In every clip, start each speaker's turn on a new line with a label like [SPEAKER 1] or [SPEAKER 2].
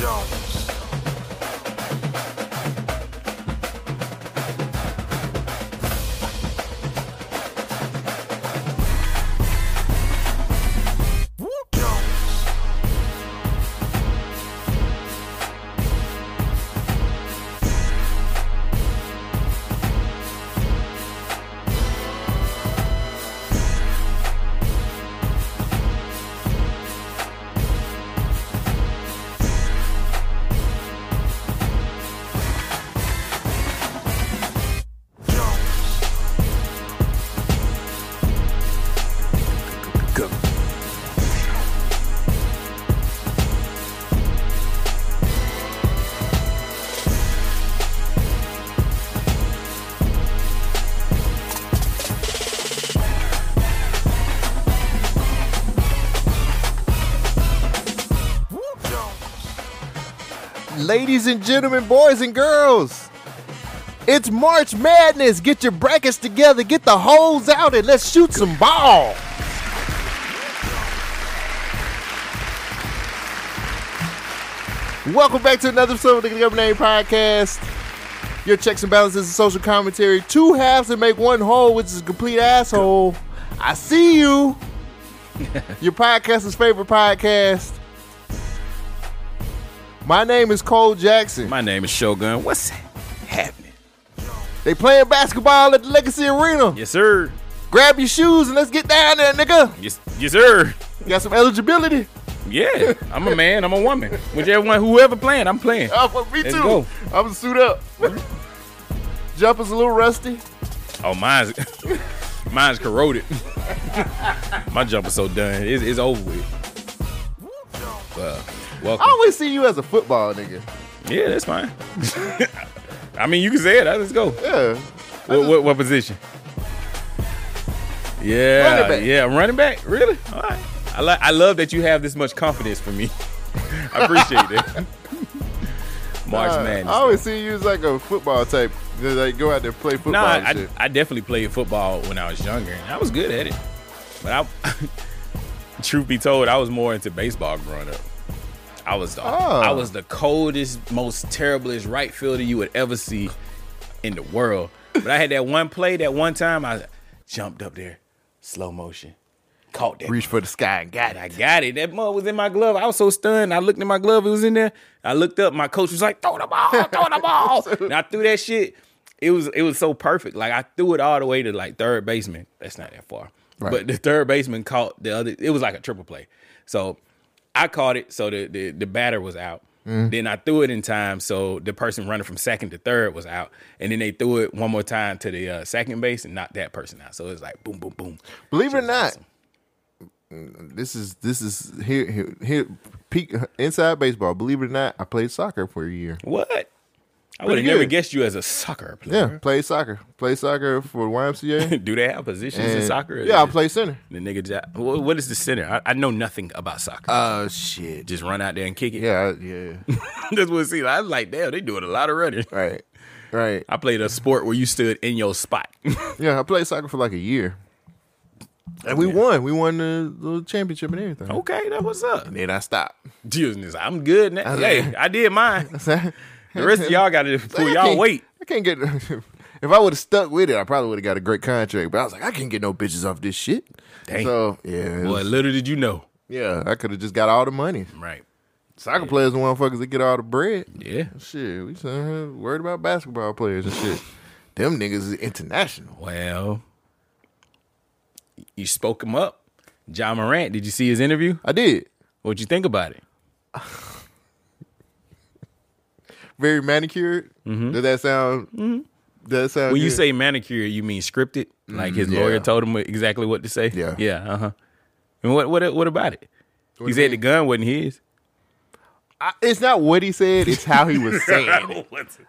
[SPEAKER 1] Jones. Jones. Jones.
[SPEAKER 2] Go.
[SPEAKER 1] Jones.
[SPEAKER 2] Ladies and gentlemen, boys and girls, it's March Madness. Get your brackets together, get the holes out, and let's shoot some ball. Welcome back to another episode of the Government Name Podcast. Your checks and balances and social commentary. Two halves that make one whole, which is a complete asshole. I see you. Your podcaster's favorite podcast. My name is Cole Jackson.
[SPEAKER 3] My name is Shogun. What's happening?
[SPEAKER 2] They playing basketball at the Legacy Arena.
[SPEAKER 3] Yes, sir.
[SPEAKER 2] Grab your shoes and let's get down there, nigga.
[SPEAKER 3] Yes, yes, sir.
[SPEAKER 2] Got some eligibility.
[SPEAKER 3] Yeah, I'm a man. I'm a woman. Whichever one, whoever playing, I'm playing.
[SPEAKER 2] Oh, fuck, me
[SPEAKER 3] Let's
[SPEAKER 2] too.
[SPEAKER 3] go.
[SPEAKER 2] I'm gonna suit up. Jumper's a little rusty.
[SPEAKER 3] Oh, mine's mine's corroded. My jumper's so done. It's, it's over with. Uh,
[SPEAKER 2] I
[SPEAKER 3] welcome.
[SPEAKER 2] always see you as a football nigga.
[SPEAKER 3] Yeah, that's fine. I mean, you can say it. Let's go.
[SPEAKER 2] Yeah.
[SPEAKER 3] What, what, what position? Yeah,
[SPEAKER 2] Running back.
[SPEAKER 3] yeah, running back. Really? All right. I like. I love that you have this much confidence for me. I appreciate it. March
[SPEAKER 2] Uh,
[SPEAKER 3] Madness.
[SPEAKER 2] I always see you as like a football type. Just like go out there and play football
[SPEAKER 3] Nah,
[SPEAKER 2] and
[SPEAKER 3] I,
[SPEAKER 2] shit.
[SPEAKER 3] I definitely played football when I was younger, and I was good at it. But I, truth be told, I was more into baseball growing up. I was the
[SPEAKER 2] Oh.
[SPEAKER 3] I was the coldest, most terriblest right fielder you would ever see in the world. But I had that one play, that one time I jumped up there, slow motion, caught that
[SPEAKER 2] Reach for the sky and got
[SPEAKER 3] and
[SPEAKER 2] it.
[SPEAKER 3] I got it. That mug was in my glove. I was so stunned. I looked in my glove. It was in there. I looked up. My coach was like, "Throw the ball, throw the ball." and I threw that shit. It was it was so perfect. Like I threw it all the way to like third baseman. That's not that far.
[SPEAKER 2] Right.
[SPEAKER 3] But the third baseman caught the other. It was like a triple play. So I caught it. So the the, the batter was out.
[SPEAKER 2] Mm-hmm.
[SPEAKER 3] Then I threw it in time, so the person running from second to third was out, and then they threw it one more time to the uh, second base and knocked that person out. So it was like boom, boom, boom.
[SPEAKER 2] Believe it or
[SPEAKER 3] Shit was
[SPEAKER 2] not,
[SPEAKER 3] awesome.
[SPEAKER 2] this is this is here here, here peak inside baseball. Believe it or not, I played soccer for a year.
[SPEAKER 3] What? I would have
[SPEAKER 2] good.
[SPEAKER 3] never guessed you as a soccer
[SPEAKER 2] Yeah,
[SPEAKER 3] player.
[SPEAKER 2] played soccer. Played soccer for YMCA.
[SPEAKER 3] Do they have positions in
[SPEAKER 2] And-
[SPEAKER 3] soccer?
[SPEAKER 2] Yeah, I play center.
[SPEAKER 3] The nigga, job. Wha- what is the center? I, I know nothing about soccer.
[SPEAKER 2] Oh shit.
[SPEAKER 3] Just run out there and kick it.
[SPEAKER 2] Yeah, I- yeah.
[SPEAKER 3] That's what it seems. Like. I was like, damn, they doing a lot of running.
[SPEAKER 2] right, right.
[SPEAKER 3] I played a sport where you stood in your spot.
[SPEAKER 2] Yeah, I played soccer for like a year, and we won. We won the little championship and everything.
[SPEAKER 3] okay, that what's up.
[SPEAKER 2] Then I stopped.
[SPEAKER 3] Jesus, I'm good now. Hey, I did mine.
[SPEAKER 2] the
[SPEAKER 3] The rest of y'all got to pull y'all weight.
[SPEAKER 2] I can't get. If I would have stuck with it, I probably would have got a great contract. But I was like, I can't get no bitches off this shit.
[SPEAKER 3] Dang.
[SPEAKER 2] So yeah, it
[SPEAKER 3] Boy,
[SPEAKER 2] was-
[SPEAKER 3] little did you know.
[SPEAKER 2] yeah, I could have just got all the money.
[SPEAKER 3] Right.
[SPEAKER 2] Soccer players, the motherfuckers that get all the bread.
[SPEAKER 3] Yeah.
[SPEAKER 2] Shit, we just, uh, worried about basketball players and shit. Them niggas is international.
[SPEAKER 3] Well, you spoke him up. John Morant, did you see his interview?
[SPEAKER 2] I did.
[SPEAKER 3] What'd you think about it?
[SPEAKER 2] Very manicured. Does that sound? Does that sound?
[SPEAKER 3] Mm-hmm. When you
[SPEAKER 2] good?
[SPEAKER 3] say manicure, you mean scripted? Like his
[SPEAKER 2] Mm-hmm. yeah.
[SPEAKER 3] lawyer told him exactly what to say?
[SPEAKER 2] Yeah.
[SPEAKER 3] Yeah, uh-huh. And what what what about it? he said the gun wasn't his.
[SPEAKER 2] I- it's not what he said, it's how he was saying it.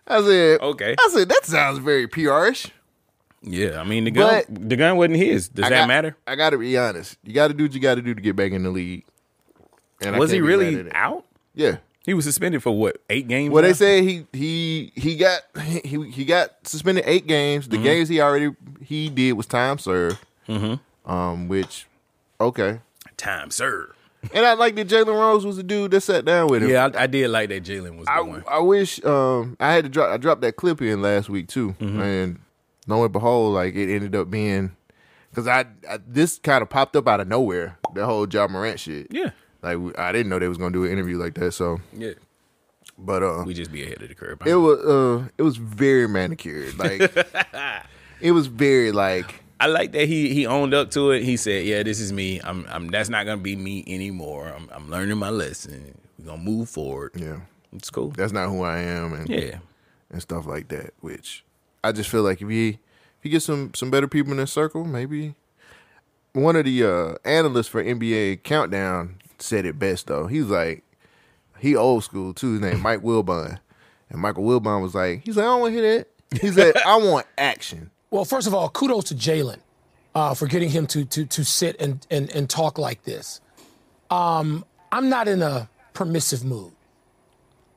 [SPEAKER 2] I said,
[SPEAKER 3] Okay.
[SPEAKER 2] I said that sounds very PRish.
[SPEAKER 3] yeah, I mean the gun the gun wasn't his. Does
[SPEAKER 2] I
[SPEAKER 3] that
[SPEAKER 2] got-
[SPEAKER 3] matter?
[SPEAKER 2] I got to be honest. You got to do what you got to do to get back in the league. And I
[SPEAKER 3] Was
[SPEAKER 2] can't be
[SPEAKER 3] he
[SPEAKER 2] mad
[SPEAKER 3] really
[SPEAKER 2] at it.
[SPEAKER 3] out?
[SPEAKER 2] Yeah.
[SPEAKER 3] He was suspended for what, eight games?
[SPEAKER 2] Well,
[SPEAKER 3] now?
[SPEAKER 2] they said he he he got he he got suspended eight games. The games he already
[SPEAKER 3] Mm-hmm.
[SPEAKER 2] he did was time served. Mm-hmm. Um, which okay,
[SPEAKER 3] time served.
[SPEAKER 2] And I like that Jalen Rose was the dude that sat down with him.
[SPEAKER 3] Yeah, I, I did like that Jalen was the
[SPEAKER 2] I,
[SPEAKER 3] one.
[SPEAKER 2] I wish um, I had to drop. I dropped that clip in last week too,
[SPEAKER 3] Mm-hmm.
[SPEAKER 2] and lo and behold, like it ended up being because I, I this kind of popped up out of nowhere. The whole John Morant shit.
[SPEAKER 3] Yeah.
[SPEAKER 2] like we- I didn't know they was gonna do an interview like that. So,
[SPEAKER 3] Yeah.
[SPEAKER 2] but uh,
[SPEAKER 3] We just be ahead of the curve.
[SPEAKER 2] it was uh, it was very manicured. Like it was very like
[SPEAKER 3] I like that he he owned up to it. He said, "Yeah, this is me. I'm I'm that's not gonna be me anymore. I'm I'm learning my lesson. We're gonna move forward.
[SPEAKER 2] yeah,
[SPEAKER 3] It's cool.
[SPEAKER 2] that's not who I am, and
[SPEAKER 3] yeah,
[SPEAKER 2] and stuff like that. Which I just feel like if you if you get some some better people in this circle, maybe one of the uh, analysts for NBA Countdown said it best though. He's like he old school too. His name Mike Wilbon, and Michael Wilbon was like he's like I don't want to hear that. He said I want action.
[SPEAKER 4] Well, first of all, kudos to Jalen uh, for getting him to to to sit and and, and talk like this. Um, I'm not in a permissive mood.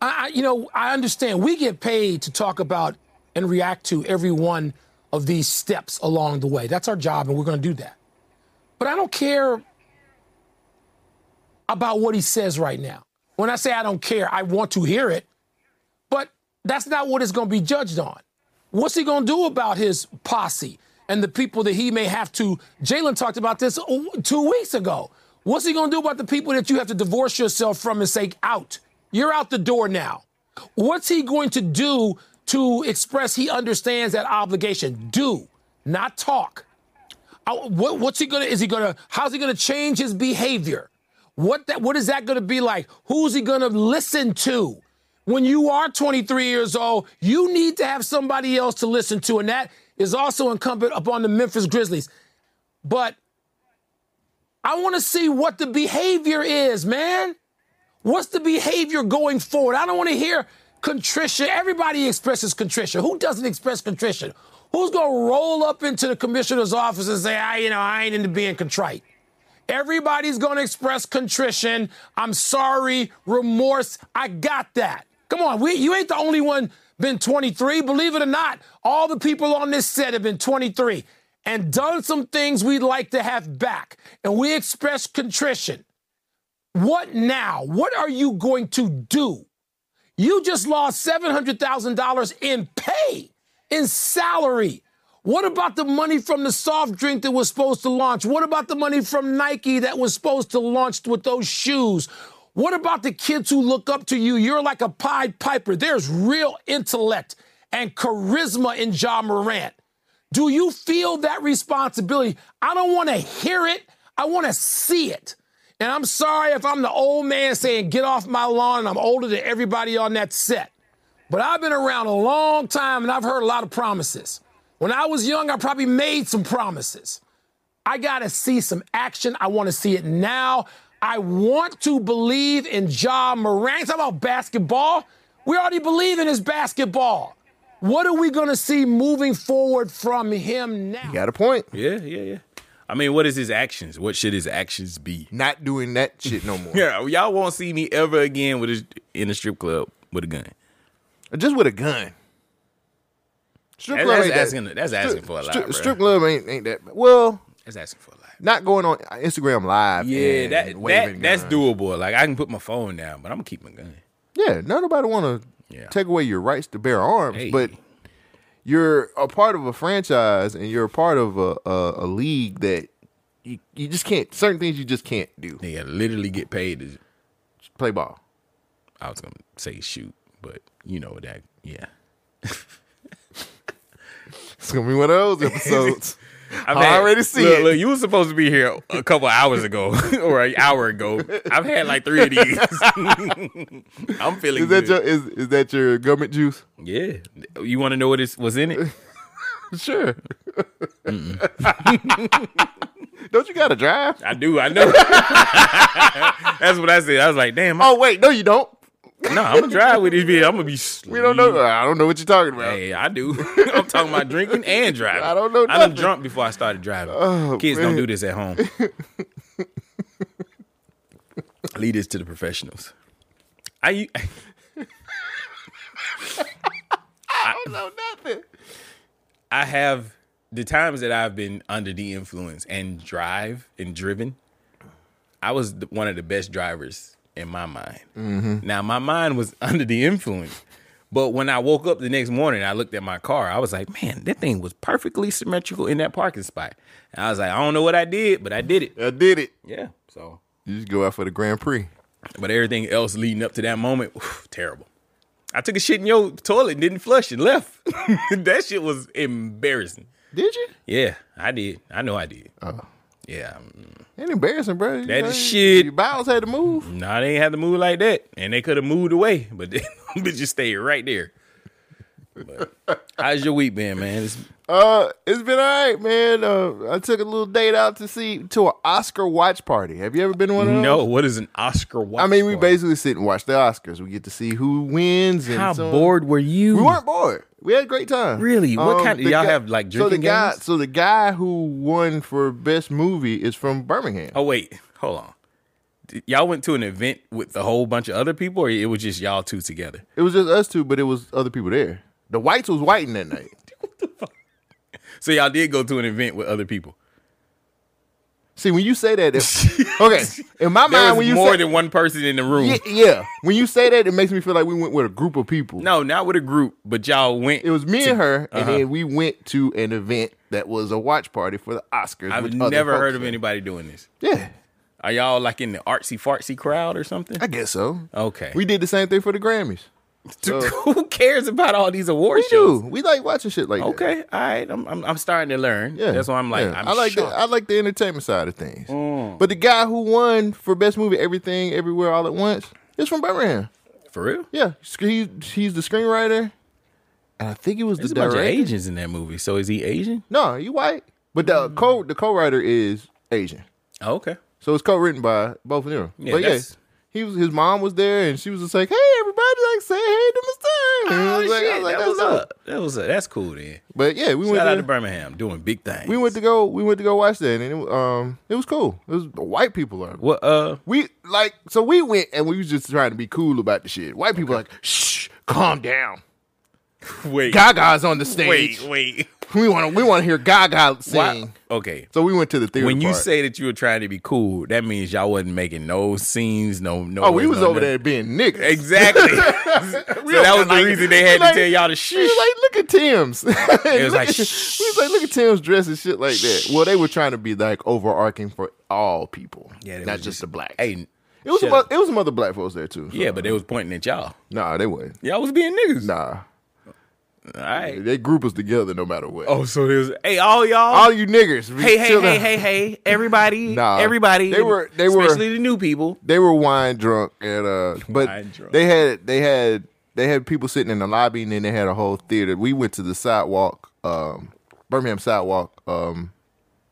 [SPEAKER 4] I, I you know I understand we get paid to talk about and react to every one of these steps along the way. That's our job, and we're going to do that. But I don't care about what he says right now. When I say I don't care, I want to hear it, but that's not what it's going to be judged on. What's he going to do about his posse and the people that he may have to? Jalen talked about this o- two weeks ago. What's he going to do about the people that you have to divorce yourself from and say, out? You're out the door now. What's he going to do to express he understands that obligation? Do, not talk. I- what- what's he gonna? Is he gonna? How's he gonna change his behavior? What that? What is that gonna be like? Who's he gonna listen to? When you are 23 years old, you need to have somebody else to listen to, and that is also incumbent upon the Memphis Grizzlies. But I want to see what the behavior is, man. What's the behavior going forward? I don't want to hear contrition. Everybody expresses contrition. Who doesn't express contrition? Who's going to roll up into the commissioner's office and say, I, you know, I ain't into being contrite? Everybody's going to express contrition. I'm sorry, remorse. I got that. Come on, we, you ain't the only one been 23. Believe it or not, all the people on this set have been 23 and done some things we'd like to have back. And we express contrition. What now? What are you going to do? You just lost $700,000 in pay, in salary. What about the money from the soft drink that was supposed to launch? What about the money from Nike that was supposed to launch with those shoes? What about the kids who look up to you? You're like a Pied Piper. There's real intellect and charisma in John Morant. Do you feel that responsibility? I don't want to hear it. I want to see it. And I'm sorry if I'm the old man saying, get off my lawn, and I'm older than everybody on that set. But I've been around a long time and I've heard a lot of promises. When I was young, I probably made some promises. I got to see some action. I want to see it now. I want to believe in Ja Morant. Talk about basketball. We already believe in his basketball. What are we going to see moving forward from him now?
[SPEAKER 2] Got a point.
[SPEAKER 3] yeah, yeah, yeah. I mean, what is his actions? What should his actions be?
[SPEAKER 2] Not doing that shit no more.
[SPEAKER 3] Yeah, y'all won't see me ever again with a, in a strip club with a gun.
[SPEAKER 2] Just with a gun. Strip
[SPEAKER 3] That's,
[SPEAKER 2] club
[SPEAKER 3] that's
[SPEAKER 2] ain't that-
[SPEAKER 3] asking. That's asking for a lot.
[SPEAKER 2] Strip,
[SPEAKER 3] bro.
[SPEAKER 2] strip club ain't ain't that. Well,
[SPEAKER 3] That's asking for a lot.
[SPEAKER 2] not going on Instagram live.
[SPEAKER 3] Yeah,
[SPEAKER 2] and
[SPEAKER 3] that,
[SPEAKER 2] waving
[SPEAKER 3] that that's
[SPEAKER 2] guns.
[SPEAKER 3] doable. Like I can put my phone down, but I'm gonna keep my gun.
[SPEAKER 2] Yeah, not nobody want to
[SPEAKER 3] Yeah.
[SPEAKER 2] take away your rights to bear arms,
[SPEAKER 3] Hey.
[SPEAKER 2] but you're a part of a franchise and you're a part of a, a, a league that you, you just can't. Certain things you just can't do.
[SPEAKER 3] Nigga, literally get paid to.
[SPEAKER 2] Play ball.
[SPEAKER 3] I was gonna say shoot, but you know that. Yeah,
[SPEAKER 2] It's gonna be one of those episodes.
[SPEAKER 3] I've
[SPEAKER 2] I already see
[SPEAKER 3] look,
[SPEAKER 2] it.
[SPEAKER 3] Look, you were supposed to be here a couple hours ago or an hour ago. I've had like three of these. I'm feeling
[SPEAKER 2] is that
[SPEAKER 3] good.
[SPEAKER 2] your is, is that your government juice?
[SPEAKER 3] yeah. You want to know what is what's in it?
[SPEAKER 2] Sure. Don't you gotta drive?
[SPEAKER 3] I do. I know. That's what I said. I was like, damn. I,
[SPEAKER 2] Oh wait, no, you don't.
[SPEAKER 3] no, I'm gonna drive with this bitch. I'm gonna be.
[SPEAKER 2] We don't know. I don't know what you're talking about.
[SPEAKER 3] Hey, I do. I'm talking about drinking and driving.
[SPEAKER 2] I don't know
[SPEAKER 3] I done
[SPEAKER 2] nothing. Oh,
[SPEAKER 3] drunk before I started driving. Kids don't do this at home. Lead this to the professionals. I, u-
[SPEAKER 2] I don't know nothing.
[SPEAKER 3] I have the times that I've been under the influence and drive and driven. I was the- one of the best drivers in my mind. Now my mind was under the influence, but when I woke up the next morning, I looked at my car. I was like, man, that thing was perfectly symmetrical in that parking spot. And I was like, I don't know what I did, but I did it.
[SPEAKER 2] I did it.
[SPEAKER 3] Yeah. So,
[SPEAKER 2] You just go out for the Grand Prix.
[SPEAKER 3] but everything else leading up to that moment, whew, terrible. I took a shit in your toilet, and didn't flush, and left. that shit was embarrassing.
[SPEAKER 2] Did you?
[SPEAKER 3] Yeah, I did. I know I did. Oh. Yeah. um,
[SPEAKER 2] Ain't embarrassing, bro. You
[SPEAKER 3] That
[SPEAKER 2] know,
[SPEAKER 3] is
[SPEAKER 2] you-
[SPEAKER 3] shit.
[SPEAKER 2] Your bowels had to move.
[SPEAKER 3] No, nah, they ain't had to move like that. And they could have moved away, but they just stayed right there. But how's your week been, man? It's,
[SPEAKER 2] Uh, it's been all right, man. Uh, I took a little date out to see to an Oscar watch party. Have you ever been to one of those?
[SPEAKER 3] no, what is an Oscar watch?
[SPEAKER 2] I mean, we
[SPEAKER 3] for?
[SPEAKER 2] basically sit and watch the Oscars. We get to see who wins. And
[SPEAKER 3] How
[SPEAKER 2] so on.
[SPEAKER 3] bored were you?
[SPEAKER 2] We weren't bored. We had a great time. Um,
[SPEAKER 3] Really? What kind-
[SPEAKER 2] the
[SPEAKER 3] y'all have, like,
[SPEAKER 2] so the
[SPEAKER 3] drinking
[SPEAKER 2] guy,
[SPEAKER 3] games?
[SPEAKER 2] So the guy who won for best movie is from Birmingham.
[SPEAKER 3] Oh, wait. Hold on. D- Y'all went to an event with a whole bunch of other people, or it was just y'all two together?
[SPEAKER 2] It was just us two, but it was other people there. The whites was whiting that night.
[SPEAKER 3] So y'all did go to an event with other people.
[SPEAKER 2] See, when you say that, it, okay, in my
[SPEAKER 3] There
[SPEAKER 2] mind,
[SPEAKER 3] was
[SPEAKER 2] when you
[SPEAKER 3] more
[SPEAKER 2] say,
[SPEAKER 3] than one person in the room.
[SPEAKER 2] yeah, yeah, when you say that, it makes me feel like we went with a group of people.
[SPEAKER 3] No, uh-huh. not with a group, but y'all went.
[SPEAKER 2] It was me and her, and then we went to an event that was a watch party for the Oscars.
[SPEAKER 3] I've
[SPEAKER 2] with other
[SPEAKER 3] never
[SPEAKER 2] folks
[SPEAKER 3] heard of
[SPEAKER 2] there.
[SPEAKER 3] anybody doing this.
[SPEAKER 2] Yeah,
[SPEAKER 3] Are y'all like in the artsy fartsy crowd or something?
[SPEAKER 2] I guess so.
[SPEAKER 3] Okay.
[SPEAKER 2] We did the same thing for the Grammys.
[SPEAKER 3] Who cares about all these award
[SPEAKER 2] We do.
[SPEAKER 3] shows?
[SPEAKER 2] We like watching shit like that.
[SPEAKER 3] Okay, all right. I'm, I'm I'm starting to learn.
[SPEAKER 2] Yeah,
[SPEAKER 3] that's why I'm like
[SPEAKER 2] yeah.
[SPEAKER 3] I'm
[SPEAKER 2] I like the,
[SPEAKER 3] shocked. Mm.
[SPEAKER 2] I like the entertainment side of things. But the guy who won for best movie, everything, everywhere, all at once, is from Birmingham.
[SPEAKER 3] for real.
[SPEAKER 2] Yeah, sc- he, he's the screenwriter, and I think he was
[SPEAKER 3] There's
[SPEAKER 2] the
[SPEAKER 3] a bunch
[SPEAKER 2] director.
[SPEAKER 3] of Asians in that movie. So is he Asian?
[SPEAKER 2] No, you white, but the
[SPEAKER 3] Mm.
[SPEAKER 2] co the co-writer is Asian,
[SPEAKER 3] Oh, okay.
[SPEAKER 2] so it's co-written by both of them.
[SPEAKER 3] Yeah,
[SPEAKER 2] but yeah,
[SPEAKER 3] that's-
[SPEAKER 2] he was his mom was there, and she was just like, "Hey, everybody, like say hey to Mr. Time." And I was like, I was like,
[SPEAKER 3] Oh, that
[SPEAKER 2] "That's
[SPEAKER 3] was
[SPEAKER 2] dope."
[SPEAKER 3] up. That was up. That's cool then.
[SPEAKER 2] But yeah, we went
[SPEAKER 3] Shout out
[SPEAKER 2] there.
[SPEAKER 3] to Birmingham doing big things.
[SPEAKER 2] we went to go. We went to go watch that, and it, um, it was cool. It was white people are
[SPEAKER 3] what? Uh,
[SPEAKER 2] we like so we went and we was just trying to be cool about the shit. White people like, shh, calm down.
[SPEAKER 3] wait,
[SPEAKER 2] Gaga's on the stage.
[SPEAKER 3] wait, wait.
[SPEAKER 2] We want to we want to hear Gaga sing.
[SPEAKER 3] Why? Okay.
[SPEAKER 2] So we went to the theater.
[SPEAKER 3] When you
[SPEAKER 2] part.
[SPEAKER 3] say that you were trying to be cool, that means y'all wasn't making no scenes, no no.
[SPEAKER 2] oh, we
[SPEAKER 3] words,
[SPEAKER 2] was
[SPEAKER 3] no
[SPEAKER 2] over
[SPEAKER 3] nothing.
[SPEAKER 2] there being niggas.
[SPEAKER 3] Exactly. so that
[SPEAKER 2] over
[SPEAKER 3] was the
[SPEAKER 2] like-
[SPEAKER 3] reason they had
[SPEAKER 2] like-
[SPEAKER 3] to tell y'all to
[SPEAKER 2] She was
[SPEAKER 3] shh.
[SPEAKER 2] like, look at Tim's. it
[SPEAKER 3] was like,
[SPEAKER 2] we
[SPEAKER 3] shh.
[SPEAKER 2] was like, look at Tim's dress and shit like that. Well, they were trying to be like overarching for all people,
[SPEAKER 3] Yeah, they
[SPEAKER 2] not
[SPEAKER 3] was
[SPEAKER 2] just,
[SPEAKER 3] just-
[SPEAKER 2] the black.
[SPEAKER 3] Hey,
[SPEAKER 2] it was
[SPEAKER 3] shut
[SPEAKER 2] about,
[SPEAKER 3] up.
[SPEAKER 2] it was some other black folks there too. so-
[SPEAKER 3] yeah, but they was pointing at y'all.
[SPEAKER 2] nah, they wasn't.
[SPEAKER 3] Y'all was being niggas.
[SPEAKER 2] Nah,
[SPEAKER 3] All right.
[SPEAKER 2] they group us together no matter what.
[SPEAKER 3] Oh, so there's hey all y'all.
[SPEAKER 2] all you niggers,
[SPEAKER 3] hey, hey,
[SPEAKER 2] chill
[SPEAKER 3] hey,
[SPEAKER 2] out.
[SPEAKER 3] hey, hey, everybody,
[SPEAKER 2] Nah,
[SPEAKER 3] everybody.
[SPEAKER 2] they were- they were-
[SPEAKER 3] especially the new people.
[SPEAKER 2] they were wine drunk and uh but
[SPEAKER 3] Wine drunk.
[SPEAKER 2] they had they had they had people sitting in the lobby and then they had a whole theater we went to the sidewalk um birmingham sidewalk um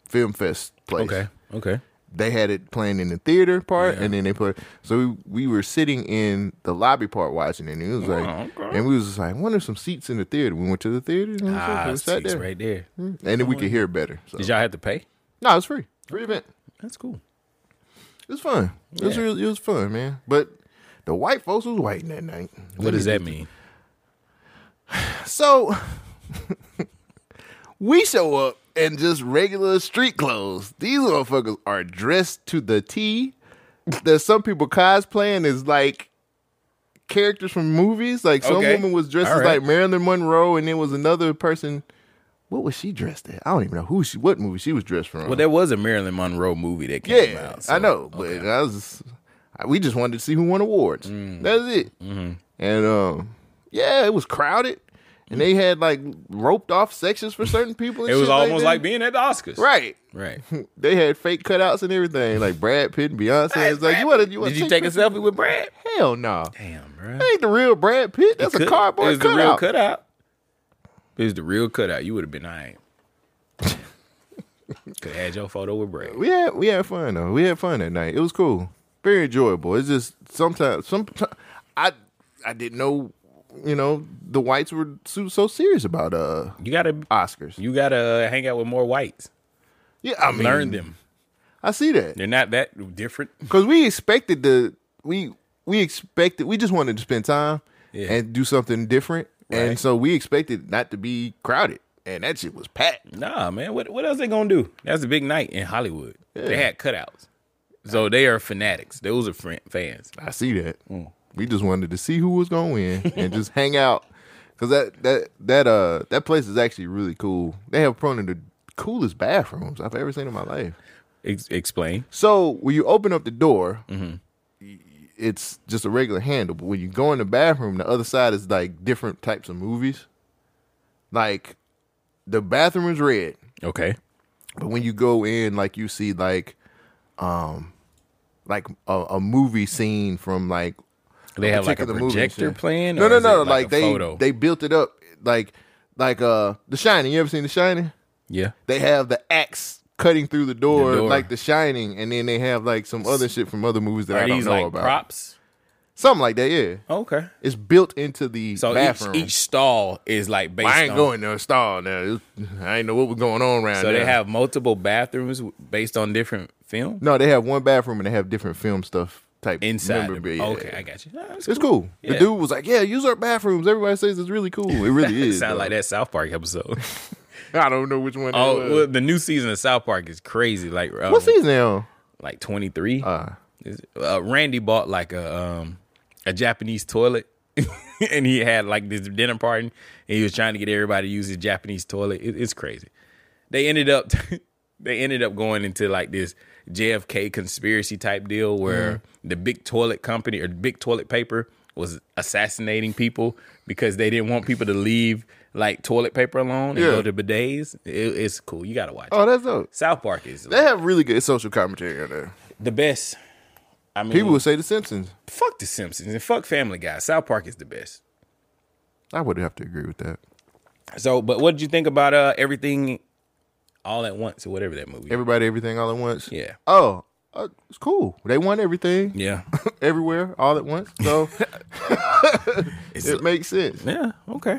[SPEAKER 2] film fest place
[SPEAKER 3] okay.
[SPEAKER 2] they had it playing in the theater part and then they put so we, we were sitting in the lobby part watching it and it was like
[SPEAKER 3] Oh, okay.
[SPEAKER 2] and we was just like wonder if some seats in the theater we went to the theater and, we
[SPEAKER 3] Ah,
[SPEAKER 2] sat- we sat
[SPEAKER 3] seats
[SPEAKER 2] there.
[SPEAKER 3] right there.
[SPEAKER 2] and then we could hear better so
[SPEAKER 3] Did y'all have to pay?
[SPEAKER 2] no it's free free event
[SPEAKER 3] That's cool.
[SPEAKER 2] It was fun. It was
[SPEAKER 3] Yeah.
[SPEAKER 2] real, it was fun, man. But the white folks was whiting that night.
[SPEAKER 3] What does that mean?
[SPEAKER 2] So we show up in just regular street clothes. These motherfuckers are dressed to the T. There's some people cosplaying as like characters from movies. Like some
[SPEAKER 3] Okay.
[SPEAKER 2] woman was dressed
[SPEAKER 3] All
[SPEAKER 2] as
[SPEAKER 3] right.
[SPEAKER 2] like Marilyn Monroe, and there was another person. What was she dressed as? I don't even know who she, what movie she was dressed from.
[SPEAKER 3] Well, there was a Marilyn Monroe movie that came
[SPEAKER 2] Yeah,
[SPEAKER 3] out.
[SPEAKER 2] I
[SPEAKER 3] so-
[SPEAKER 2] know, but I was just, I, we just wanted to see who won awards.
[SPEAKER 3] Mm.
[SPEAKER 2] That's it.
[SPEAKER 3] Mm-hmm.
[SPEAKER 2] And um, yeah, it was crowded, and they had like roped off sections for certain people. And
[SPEAKER 3] It was
[SPEAKER 2] shit
[SPEAKER 3] almost like
[SPEAKER 2] that.
[SPEAKER 3] being at the Oscars.
[SPEAKER 2] right.
[SPEAKER 3] Right.
[SPEAKER 2] They had fake cutouts and everything, like Brad Pitt and Beyonce. it's like you want to you want
[SPEAKER 3] Did you take a selfie with Brad?
[SPEAKER 2] Hell no,
[SPEAKER 3] Damn, bro.
[SPEAKER 2] that ain't the real Brad Pitt. That's a
[SPEAKER 3] Could-
[SPEAKER 2] cardboard
[SPEAKER 3] It was
[SPEAKER 2] cutout.
[SPEAKER 3] the real cutout. It was the real cutout. You would have been all right. Could have had your photo with Brad.
[SPEAKER 2] we had we had fun though. We had fun that night. It was cool, very enjoyable. It's just sometimes some I I didn't know you know the whites were so, so serious about uh
[SPEAKER 3] You gotta,
[SPEAKER 2] Oscars.
[SPEAKER 3] you gotta hang out with more whites.
[SPEAKER 2] yeah, I mean,
[SPEAKER 3] Learn them.
[SPEAKER 2] I see that
[SPEAKER 3] They're not that different.
[SPEAKER 2] because we expected the we we expected we just wanted to spend time
[SPEAKER 3] Yeah.
[SPEAKER 2] and do something different, and
[SPEAKER 3] Right.
[SPEAKER 2] so we expected not to be crowded, and that shit was packed.
[SPEAKER 3] Nah, man. What what else they gonna do? That's a big night in Hollywood. They had cutouts. So they are fanatics. Those are fran- fans.
[SPEAKER 2] I see that. We just wanted to see who was going to win and just hang out because that that that uh that place is actually really cool. They have probably the coolest bathrooms I've ever seen in my life.
[SPEAKER 3] Ex- explain.
[SPEAKER 2] So when you open up the door, y- it's just a regular handle. But when you go in the bathroom, the other side is like different types of movies. Like the bathroom is red,
[SPEAKER 3] Okay.
[SPEAKER 2] but when you go in, like you see like um like a, a movie scene from like
[SPEAKER 3] They have like a
[SPEAKER 2] particular movies,
[SPEAKER 3] projector
[SPEAKER 2] yeah.
[SPEAKER 3] playing.
[SPEAKER 2] No,
[SPEAKER 3] or
[SPEAKER 2] no,
[SPEAKER 3] is it
[SPEAKER 2] no. Like,
[SPEAKER 3] a
[SPEAKER 2] they
[SPEAKER 3] photo?
[SPEAKER 2] they built it up like like uh The Shining. You ever seen The Shining?
[SPEAKER 3] yeah.
[SPEAKER 2] They have the axe cutting through the door,
[SPEAKER 3] The door.
[SPEAKER 2] like The Shining, and then they have like some other shit from other movies that I
[SPEAKER 3] Are
[SPEAKER 2] don't
[SPEAKER 3] these
[SPEAKER 2] know
[SPEAKER 3] like
[SPEAKER 2] about.
[SPEAKER 3] props?
[SPEAKER 2] Something like that. Yeah,
[SPEAKER 3] Okay.
[SPEAKER 2] it's built into the
[SPEAKER 3] So each,
[SPEAKER 2] bathroom.
[SPEAKER 3] each stall is like based.
[SPEAKER 2] I ain't
[SPEAKER 3] on,
[SPEAKER 2] going to install now. It was- I ain't know what was going on around
[SPEAKER 3] So
[SPEAKER 2] there.
[SPEAKER 3] they have multiple bathrooms w- based on different film
[SPEAKER 2] no, they have one bathroom and they have different film stuff type
[SPEAKER 3] inside. the-
[SPEAKER 2] memorabilia.
[SPEAKER 3] okay, I got you. Ah, that's
[SPEAKER 2] It's cool. The
[SPEAKER 3] Yeah.
[SPEAKER 2] dude was like, "Yeah, use our bathrooms." Everybody says it's really cool. It really is.
[SPEAKER 3] Sound
[SPEAKER 2] though.
[SPEAKER 3] like that South Park episode.
[SPEAKER 2] I don't know which one.
[SPEAKER 3] oh,
[SPEAKER 2] it was.
[SPEAKER 3] well, the new season of South Park is crazy. Like uh,
[SPEAKER 2] What season they on?
[SPEAKER 3] Like twenty three. uh, Randy bought like a um, a Japanese toilet, and he had like this dinner party, and he was trying to get everybody to use his Japanese toilet. It, it's crazy. They ended up they ended up going into like this JFK conspiracy type deal where
[SPEAKER 2] Mm-hmm.
[SPEAKER 3] the big toilet company or big toilet paper was assassinating people because they didn't want people to leave like toilet paper alone and
[SPEAKER 2] Yeah.
[SPEAKER 3] go to bidets. It, it's cool. You gotta watch.
[SPEAKER 2] Oh,
[SPEAKER 3] it.
[SPEAKER 2] that's dope.
[SPEAKER 3] South Park is
[SPEAKER 2] They
[SPEAKER 3] like,
[SPEAKER 2] have really good social commentary on there.
[SPEAKER 3] the best. I mean,
[SPEAKER 2] People would say The Simpsons.
[SPEAKER 3] fuck the Simpsons and fuck Family Guy. South Park is the best.
[SPEAKER 2] I would have to agree with that.
[SPEAKER 3] So, but what did you think about uh everything all at once or whatever that movie? is?
[SPEAKER 2] Everybody, everything, all at once.
[SPEAKER 3] yeah,
[SPEAKER 2] Oh, uh, it's cool. They won everything,
[SPEAKER 3] yeah,
[SPEAKER 2] everywhere, all at once. So it makes sense. Mm.
[SPEAKER 3] yeah. Okay,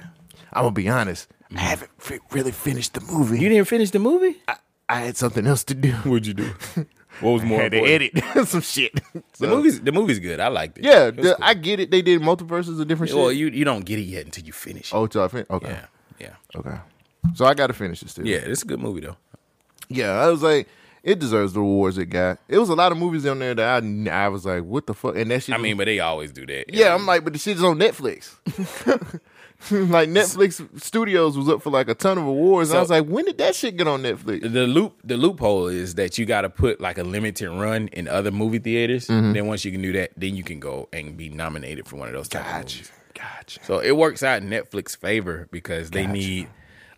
[SPEAKER 2] I'm gonna be honest. I haven't fi- really finished the movie.
[SPEAKER 3] you didn't finish the movie.
[SPEAKER 2] I, I had something else to do.
[SPEAKER 3] What'd you do? What was more
[SPEAKER 2] had to
[SPEAKER 3] important?
[SPEAKER 2] edit some shit.
[SPEAKER 3] The
[SPEAKER 2] So-
[SPEAKER 3] movie's the movie's good. I liked it.
[SPEAKER 2] Yeah,
[SPEAKER 3] It was
[SPEAKER 2] the- I get it. They did multiverses of different
[SPEAKER 3] cool. well,
[SPEAKER 2] shit.
[SPEAKER 3] you you don't get it yet until you finish. It.
[SPEAKER 2] oh, till I fin- okay,
[SPEAKER 3] yeah, yeah,
[SPEAKER 2] okay. So I gotta finish this too.
[SPEAKER 3] yeah. It's a good movie though.
[SPEAKER 2] Yeah, I was like, it deserves the awards it got. It was a lot of movies on there that I, I was like, what the fuck? And that shit.
[SPEAKER 3] I mean, but they always do that.
[SPEAKER 2] yeah, I'm like, but the shit is on Netflix. like Netflix Studios was up for like a ton of awards. and I
[SPEAKER 3] So-
[SPEAKER 2] was like, when did that shit get on Netflix?
[SPEAKER 3] the loop the loophole is that you got to put like a limited run in other movie theaters.
[SPEAKER 2] Mm-hmm.
[SPEAKER 3] Then once you can do that, then you can go and be nominated for one of those. Type of movies.
[SPEAKER 2] Gotcha.
[SPEAKER 3] So it works out in Netflix favor because they need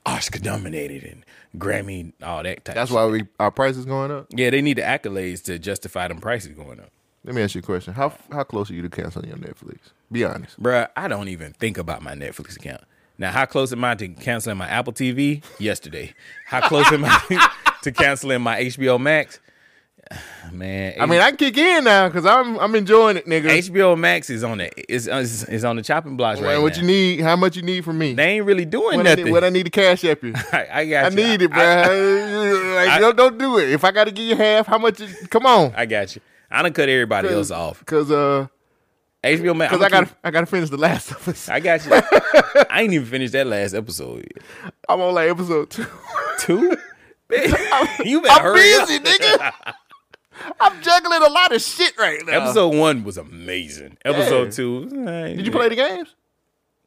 [SPEAKER 3] Oscar dominated and Grammy all that type.
[SPEAKER 2] That's
[SPEAKER 3] of
[SPEAKER 2] why we our price is going up.
[SPEAKER 3] shit. Yeah, they need the accolades to justify them prices going up.
[SPEAKER 2] Let me ask you a question. How how close are you to canceling your Netflix? Be honest.
[SPEAKER 3] Bruh, I don't even think about my Netflix account. Now, how close am I to canceling my Apple TV? Yesterday. How close am I to canceling my HBO Max? Man,
[SPEAKER 2] I mean, I can kick in now because I'm I'm enjoying it, nigga.
[SPEAKER 3] HBO Max is on the is, is, is on the chopping blocks right
[SPEAKER 2] Man, what
[SPEAKER 3] now.
[SPEAKER 2] you need? How much you need from me?
[SPEAKER 3] They ain't really doing
[SPEAKER 2] What I,
[SPEAKER 3] nothing.
[SPEAKER 2] need, what I need to cash up you?
[SPEAKER 3] I, I got
[SPEAKER 2] I
[SPEAKER 3] you.
[SPEAKER 2] need it,
[SPEAKER 3] I-
[SPEAKER 2] bro. like,
[SPEAKER 3] I-
[SPEAKER 2] don't, don't do it. If I got to give you half, how much? Is, come on,
[SPEAKER 3] I, I got you. I done cut everybody else off.
[SPEAKER 2] because uh,
[SPEAKER 3] HBO Max.
[SPEAKER 2] cause
[SPEAKER 3] I'ma
[SPEAKER 2] I got
[SPEAKER 3] keep-
[SPEAKER 2] to I got to finish the last of us.
[SPEAKER 3] I got you. I ain't even finished that last episode. yet.
[SPEAKER 2] I'm on like episode two.
[SPEAKER 3] Two. you better
[SPEAKER 2] I'm
[SPEAKER 3] hurry up.
[SPEAKER 2] busy, nigga. I'm juggling a lot of shit right now.
[SPEAKER 3] Episode one was amazing. Episode
[SPEAKER 2] Yeah.
[SPEAKER 3] two.
[SPEAKER 2] Did you play the games?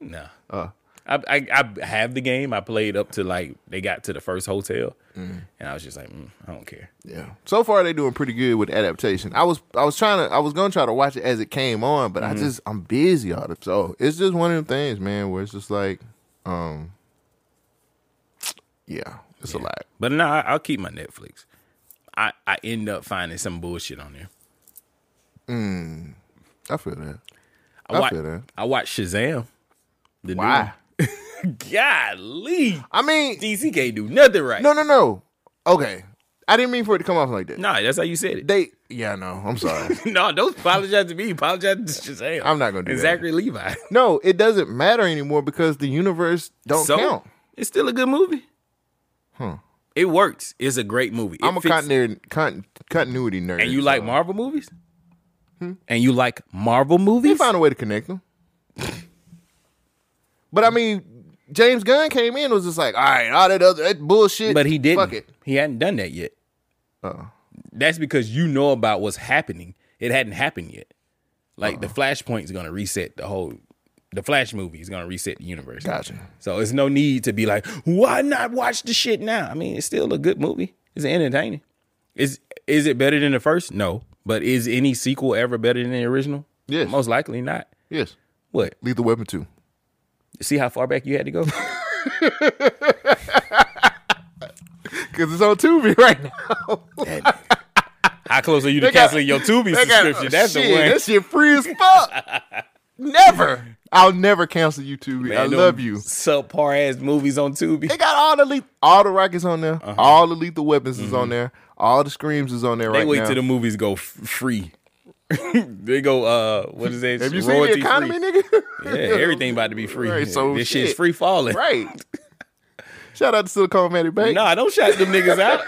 [SPEAKER 3] No.
[SPEAKER 2] Oh.
[SPEAKER 3] I, I I have the game. I played up to like they got to the first hotel, and I was just like, mm, I don't care.
[SPEAKER 2] Yeah. So far, they're doing pretty good with adaptation. I was I was trying to I was gonna try to watch it as it came on, but I just I'm busy all the so it's just one of them things, man, where it's just like, um, yeah, it's a lot.
[SPEAKER 3] But no, I, I'll keep my Netflix. I I end up finding some bullshit on there.
[SPEAKER 2] I feel that.
[SPEAKER 3] I,
[SPEAKER 2] I
[SPEAKER 3] wa-
[SPEAKER 2] feel that.
[SPEAKER 3] I watched Shazam. The new
[SPEAKER 2] Why?
[SPEAKER 3] one. Golly,
[SPEAKER 2] I mean,
[SPEAKER 3] DC can't do nothing right.
[SPEAKER 2] No, no, no. Okay. I didn't mean for it to come off like that.
[SPEAKER 3] Nah, that's how you said it.
[SPEAKER 2] They, yeah, no, I'm sorry.
[SPEAKER 3] no, don't apologize to me. Apologize to Shazam.
[SPEAKER 2] I'm not gonna do
[SPEAKER 3] and
[SPEAKER 2] that.
[SPEAKER 3] Zachary Levi.
[SPEAKER 2] no, it doesn't matter anymore because the universe don't
[SPEAKER 3] so
[SPEAKER 2] count.
[SPEAKER 3] it's still a good movie.
[SPEAKER 2] Huh.
[SPEAKER 3] It works. It's a great movie. It
[SPEAKER 2] I'm a
[SPEAKER 3] fits-
[SPEAKER 2] continuity, con, continuity nerd.
[SPEAKER 3] And you like Marvel movies?
[SPEAKER 2] Hmm?
[SPEAKER 3] And you like Marvel
[SPEAKER 2] They
[SPEAKER 3] movies?
[SPEAKER 2] found a way to connect them. but I mean, James Gunn came in and was just like, all right, all that other that bullshit.
[SPEAKER 3] but he didn't.
[SPEAKER 2] Fuck it. Uh-uh.
[SPEAKER 3] He hadn't done that yet.
[SPEAKER 2] Uh-oh.
[SPEAKER 3] that's because you know about what's happening. It hadn't happened yet. Like
[SPEAKER 2] Uh-uh.
[SPEAKER 3] the flashpoint is gonna reset the whole. The Flash movie is gonna reset the universe.
[SPEAKER 2] Gotcha.
[SPEAKER 3] So it's no need to be like, why not watch the shit now? I mean, it's still a good movie. It's entertaining. Is is it better than the first? No. But is any sequel ever better than the original?
[SPEAKER 2] Yes.
[SPEAKER 3] Most likely not.
[SPEAKER 2] Yes.
[SPEAKER 3] What?
[SPEAKER 2] Lethal Weapon 2.
[SPEAKER 3] See how far back you had to go?
[SPEAKER 2] Because it's on Tubi right now.
[SPEAKER 3] how close are you to
[SPEAKER 2] They got-
[SPEAKER 3] canceling your Tubi
[SPEAKER 2] They got-
[SPEAKER 3] subscription? That's
[SPEAKER 2] shit,
[SPEAKER 3] the one.
[SPEAKER 2] That shit free as fuck. never. I'll never cancel you, Tubi. I
[SPEAKER 3] Man, them
[SPEAKER 2] love you.
[SPEAKER 3] Subpar ass movies on Tubi.
[SPEAKER 2] They got all the le- all the rockets on there.
[SPEAKER 3] Uh-huh.
[SPEAKER 2] All the lethal weapons is on there. All the screams is on there
[SPEAKER 3] Mm-hmm. They
[SPEAKER 2] right
[SPEAKER 3] wait
[SPEAKER 2] now.
[SPEAKER 3] till the movies go f- free. they go, uh, what is it?
[SPEAKER 2] Have you seen the
[SPEAKER 3] Royalty
[SPEAKER 2] economy,
[SPEAKER 3] free.
[SPEAKER 2] nigga?
[SPEAKER 3] Yeah, everything about to be free.
[SPEAKER 2] Right, so
[SPEAKER 3] this
[SPEAKER 2] shit.
[SPEAKER 3] shit's free falling.
[SPEAKER 2] right. Shout out to Silicon Valley Bank.
[SPEAKER 3] Nah, don't shout them niggas out.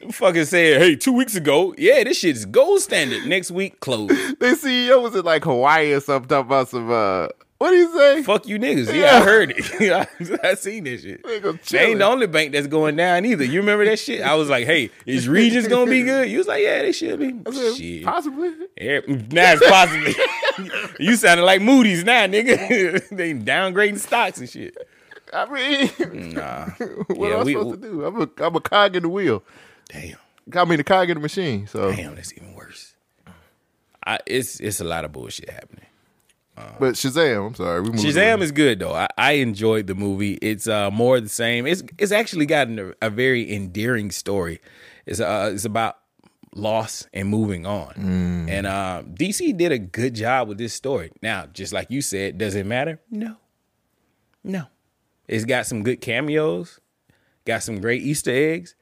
[SPEAKER 3] Them Fucking said, hey, two weeks ago, yeah, this shit's gold standard. Next week, closed.
[SPEAKER 2] Their CEO E was in like Hawaii or something talking about some uh what do you say?
[SPEAKER 3] Fuck you niggas. Yeah, I heard it. I, I seen this shit.
[SPEAKER 2] Nigga
[SPEAKER 3] They ain't
[SPEAKER 2] chilling.
[SPEAKER 3] the only bank that's going down either. You remember that shit? I was like, hey, is Regis gonna be good? You was like, yeah, they should be. Shit.
[SPEAKER 2] Possibly.
[SPEAKER 3] Yeah, now it's possibly. you sounded like Moody's now, nigga. they downgrading stocks and shit.
[SPEAKER 2] I mean
[SPEAKER 3] Nah.
[SPEAKER 2] what
[SPEAKER 3] yeah,
[SPEAKER 2] am I
[SPEAKER 3] we-
[SPEAKER 2] supposed to do? I'm a I'm a cog in the wheel.
[SPEAKER 3] Damn.
[SPEAKER 2] I mean the cog in the machine. So
[SPEAKER 3] Damn, that's even worse. I, it's it's a lot of bullshit happening.
[SPEAKER 2] but Shazam, I'm sorry. We moved
[SPEAKER 3] Shazam
[SPEAKER 2] on.
[SPEAKER 3] is good though. I, I enjoyed the movie. It's uh, more of the same. It's it's actually gotten a, a very endearing story. It's uh, it's about loss and moving on. And uh, DC did a good job with this story. Now, just like you said, does it matter? No, no. It's got some good cameos. Got some great Easter eggs.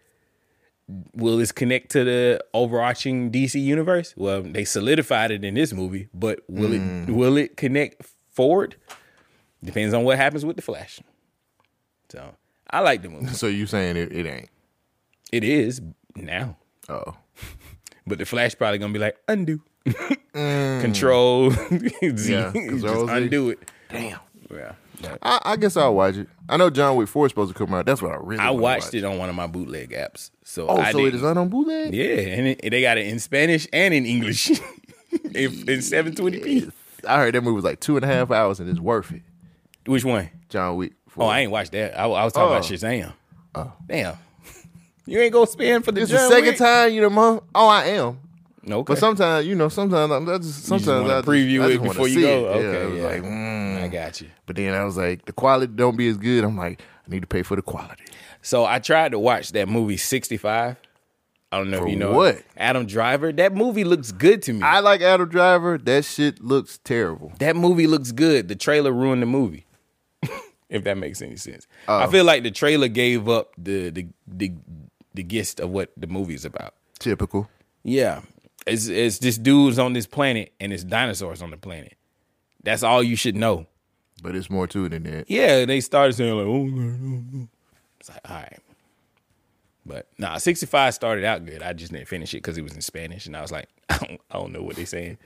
[SPEAKER 3] Will this connect to the overarching DC universe? Well, they solidified it in this movie, but will it will it connect forward? Depends on what happens with the Flash. So I like the movie.
[SPEAKER 2] So you saying it, it ain't.
[SPEAKER 3] It is now,
[SPEAKER 2] Oh.
[SPEAKER 3] but the Flash probably gonna be like undo, control, Z,
[SPEAKER 2] Mm. Yeah,
[SPEAKER 3] just
[SPEAKER 2] Control Z.
[SPEAKER 3] undo it.
[SPEAKER 2] Damn.
[SPEAKER 3] Yeah, But
[SPEAKER 2] I, I guess I'll watch it. I know John Wick 4 is supposed to come out. That's what I really
[SPEAKER 3] I
[SPEAKER 2] wanna
[SPEAKER 3] watched
[SPEAKER 2] watch.
[SPEAKER 3] it on one of my bootleg apps, so
[SPEAKER 2] Oh,
[SPEAKER 3] I
[SPEAKER 2] so it
[SPEAKER 3] didn't-
[SPEAKER 2] is on bootleg?
[SPEAKER 3] Yeah, and it, they got it in Spanish and in English in, in 720p.
[SPEAKER 2] I heard that movie was like two and a half hours and it's worth it.
[SPEAKER 3] Which one?
[SPEAKER 2] John Wick 4.
[SPEAKER 3] Oh, I ain't watched that. I, I was talking about
[SPEAKER 2] Oh.
[SPEAKER 3] Shazam. Damn. You ain't gonna spend for the
[SPEAKER 2] It's
[SPEAKER 3] John
[SPEAKER 2] the second
[SPEAKER 3] Wick?
[SPEAKER 2] time, you know, mom. Oh, I am.
[SPEAKER 3] No, okay.
[SPEAKER 2] But sometimes, you know, sometimes I'm I just
[SPEAKER 3] You just
[SPEAKER 2] sometimes
[SPEAKER 3] wanna
[SPEAKER 2] I just-
[SPEAKER 3] preview
[SPEAKER 2] I just
[SPEAKER 3] it
[SPEAKER 2] wanna
[SPEAKER 3] before you
[SPEAKER 2] see
[SPEAKER 3] go.
[SPEAKER 2] it. Yeah, I
[SPEAKER 3] Okay,
[SPEAKER 2] was
[SPEAKER 3] yeah.
[SPEAKER 2] like, mm.
[SPEAKER 3] I got you.
[SPEAKER 2] but then I was like, the quality don't be as good. I'm like, I need to pay for the quality.
[SPEAKER 3] So I tried to watch that movie 65. I don't know
[SPEAKER 2] For
[SPEAKER 3] if you know
[SPEAKER 2] what?
[SPEAKER 3] Adam Driver. That movie looks good to me.
[SPEAKER 2] I like Adam Driver. That shit looks terrible.
[SPEAKER 3] that movie looks good. The trailer ruined the movie. if that makes any sense.
[SPEAKER 2] Oh.
[SPEAKER 3] I feel like the trailer gave up the the the the gist of what the movie is about.
[SPEAKER 2] Typical.
[SPEAKER 3] Yeah. It's it's this dude's on this planet and it's dinosaurs on the planet. That's all you should know.
[SPEAKER 2] But it's more to it than that.
[SPEAKER 3] Yeah, they started saying like, oh, it's like, all right. But nah, 65 started out good. I just didn't finish it because it was in Spanish, and I was like, I don't, I don't know what they're saying.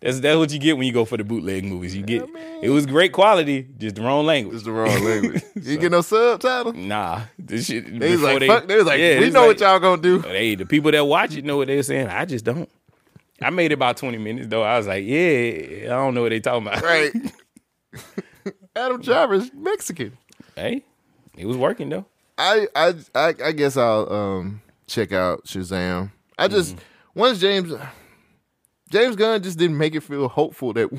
[SPEAKER 3] That's that's what you get when you go for the bootleg movies. You get it was great quality, just the wrong language.
[SPEAKER 2] It's the wrong language. You get no subtitle.
[SPEAKER 3] Nah, this shit.
[SPEAKER 2] They was
[SPEAKER 3] before
[SPEAKER 2] like, fuck. They was like,
[SPEAKER 3] Yeah,
[SPEAKER 2] we
[SPEAKER 3] it's
[SPEAKER 2] know what
[SPEAKER 3] like-
[SPEAKER 2] y'all gonna do.
[SPEAKER 3] Hey, the people that watch it know what they're saying. I just don't. I made about 20 minutes though. I was like, yeah, I don't know what they talking about.
[SPEAKER 2] Right. Adam Driver's Mexican.
[SPEAKER 3] Hey, it was working though.
[SPEAKER 2] I I I, I guess I'll um, check out Shazam. I just
[SPEAKER 3] Mm-hmm.
[SPEAKER 2] once James James Gunn just didn't make it feel hopeful that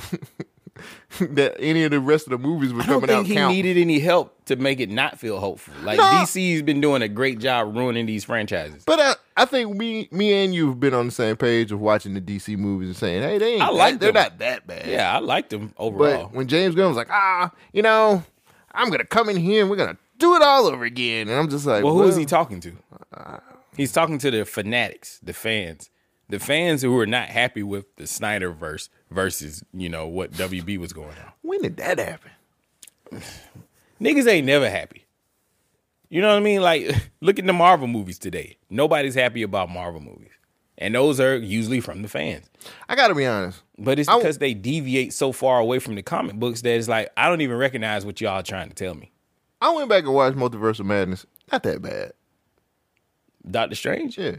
[SPEAKER 2] that any of the rest of the movies were
[SPEAKER 3] I don't
[SPEAKER 2] coming out
[SPEAKER 3] think he
[SPEAKER 2] count.
[SPEAKER 3] needed any help to make it not feel hopeful. Like
[SPEAKER 2] No.
[SPEAKER 3] DC's been doing a great job ruining these franchises.
[SPEAKER 2] but I, I think me me and you've been on the same page of watching the DC movies and saying, hey, they ain't
[SPEAKER 3] I like
[SPEAKER 2] they're
[SPEAKER 3] them.
[SPEAKER 2] not that bad.
[SPEAKER 3] Yeah, I liked them
[SPEAKER 2] But
[SPEAKER 3] overall.
[SPEAKER 2] when James Gunn was like, ah, you know, I'm gonna come in here and we're gonna do it all over again, and I'm just like,
[SPEAKER 3] well, who is he
[SPEAKER 2] well,
[SPEAKER 3] talking to? He's talking to the fanatics, the fans, the fans who are not happy with the Snyderverse versus you know what WB was going on.
[SPEAKER 2] when did that happen?
[SPEAKER 3] Niggas ain't never happy. You know what I mean? Like, look at the Marvel movies today. Nobody's happy about Marvel movies, and those are usually from the fans.
[SPEAKER 2] I gotta be honest.
[SPEAKER 3] But it's
[SPEAKER 2] I-
[SPEAKER 3] because they deviate so far away from the comic books that it's like I don't even recognize what y'all trying to tell me.
[SPEAKER 2] I went back and watched Multiverse of Madness. Not that bad.
[SPEAKER 3] Doctor Strange,
[SPEAKER 2] Yeah.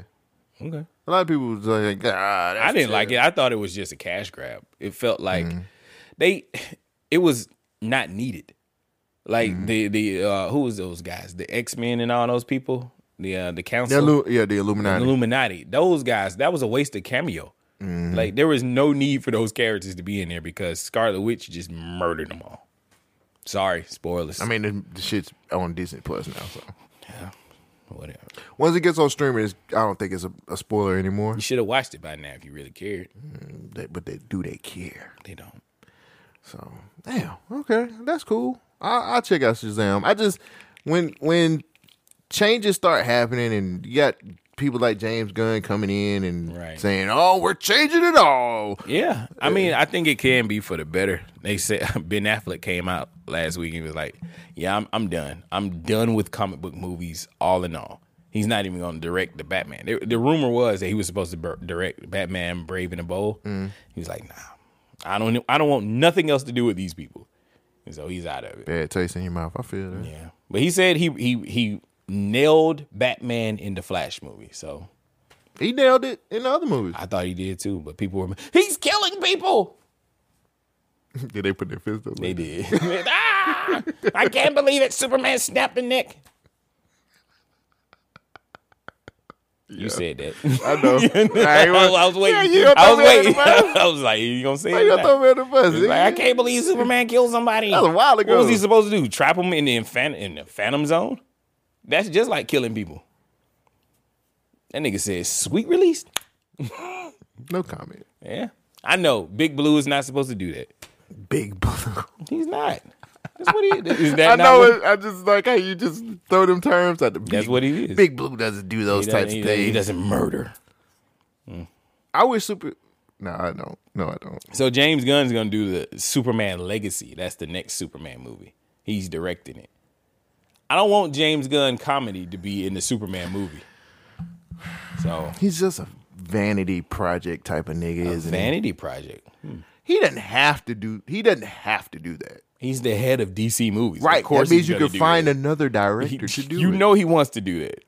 [SPEAKER 3] Okay.
[SPEAKER 2] A lot of people was like, ah,
[SPEAKER 3] I
[SPEAKER 2] that's
[SPEAKER 3] didn't like
[SPEAKER 2] terrible." Mm-hmm.
[SPEAKER 3] it. I thought it was just a cash grab. It felt like they, it was not needed. Like
[SPEAKER 2] Mm-hmm.
[SPEAKER 3] the the uh, who was those guys? The X Men and all those people. The uh, the
[SPEAKER 2] The
[SPEAKER 3] council,
[SPEAKER 2] Illu- yeah, the Illuminati.
[SPEAKER 3] Illuminati. Those guys. That was a wasted cameo.
[SPEAKER 2] Mm-hmm.
[SPEAKER 3] Like there was no need for those characters to be in there because Scarlet Witch just murdered them all. Sorry, spoilers. Uh,
[SPEAKER 2] I mean, the, the shit's on Disney Plus now. So
[SPEAKER 3] whatever.
[SPEAKER 2] once it gets on streaming, it's, I don't think it's a, a spoiler anymore.
[SPEAKER 3] You should have watched it by now if you really cared. Mm,
[SPEAKER 2] They- but they do they care?
[SPEAKER 3] They don't.
[SPEAKER 2] So damn, okay, that's cool. I, I'll check out Shazam. I just when when changes start happening and you got people like James Gunn coming in and
[SPEAKER 3] Right.
[SPEAKER 2] saying, "Oh, we're changing it all."
[SPEAKER 3] Yeah, Uh, I mean, I think it can be for the better. They said Ben Affleck came out last week and was like, "Yeah, I'm I'm done. I'm done with comic book movies. All in all, he's not even going to direct the Batman." The, the rumor was that he was supposed to bur- direct Batman: Brave and the Bold. He was like, "Nah, I don't. I don't want nothing else to do with these people." And so he's out of it.
[SPEAKER 2] Bad taste in your mouth. I feel that.
[SPEAKER 3] Yeah, but he said he he he nailed Batman in the Flash movie. So
[SPEAKER 2] He nailed it in the other movies.
[SPEAKER 3] I thought he did too. But people were, he's killing people.
[SPEAKER 2] Did they put their fist up?
[SPEAKER 3] They did. ah! I can't believe it. Superman snapped the neck. You said that.
[SPEAKER 2] I know. I,
[SPEAKER 3] I,
[SPEAKER 2] ain't
[SPEAKER 3] was,
[SPEAKER 2] wanna-
[SPEAKER 3] I was waiting.
[SPEAKER 2] Yeah, you gonna
[SPEAKER 3] I
[SPEAKER 2] throw
[SPEAKER 3] was
[SPEAKER 2] me under the
[SPEAKER 3] waiting.
[SPEAKER 2] bus?
[SPEAKER 3] I was like, you gonna say
[SPEAKER 2] Why you
[SPEAKER 3] it?
[SPEAKER 2] gonna throw me under the bus?
[SPEAKER 3] It's like, I can't believe Superman killed somebody.
[SPEAKER 2] That was a while
[SPEAKER 3] What
[SPEAKER 2] ago.
[SPEAKER 3] was he supposed to do? Trap him in the infan- in the Phantom Zone? That's just like killing people. That nigga said, "Sweet release."
[SPEAKER 2] No comment.
[SPEAKER 3] Yeah, I know. Big Blue is not supposed to do that.
[SPEAKER 2] Big blue.
[SPEAKER 3] He's not. That's what he is. That
[SPEAKER 2] I
[SPEAKER 3] not
[SPEAKER 2] know.
[SPEAKER 3] what-
[SPEAKER 2] It, I just like how you just throw them terms at the.
[SPEAKER 3] That's
[SPEAKER 2] big,
[SPEAKER 3] what he is.
[SPEAKER 2] Big blue doesn't do those
[SPEAKER 3] He
[SPEAKER 2] types
[SPEAKER 3] doesn't-
[SPEAKER 2] of
[SPEAKER 3] he doesn't-
[SPEAKER 2] things.
[SPEAKER 3] He doesn't murder.
[SPEAKER 2] I wish super. No, I don't. No, I don't.
[SPEAKER 3] So James Gunn's gonna do the Superman Legacy. That's the next Superman movie. He's directing it. I don't want James Gunn comedy to be in the Superman movie. So
[SPEAKER 2] He's just a vanity project type of nigga, isn't
[SPEAKER 3] vanity project. Hmm.
[SPEAKER 2] he? He doesn't have to do. He doesn't have to do that.
[SPEAKER 3] He's the head of DC movies.
[SPEAKER 2] Right.
[SPEAKER 3] Of course
[SPEAKER 2] that means you
[SPEAKER 3] he's gonna
[SPEAKER 2] could
[SPEAKER 3] do
[SPEAKER 2] find
[SPEAKER 3] that.
[SPEAKER 2] another director to do.
[SPEAKER 3] You
[SPEAKER 2] it.
[SPEAKER 3] know he wants to do that.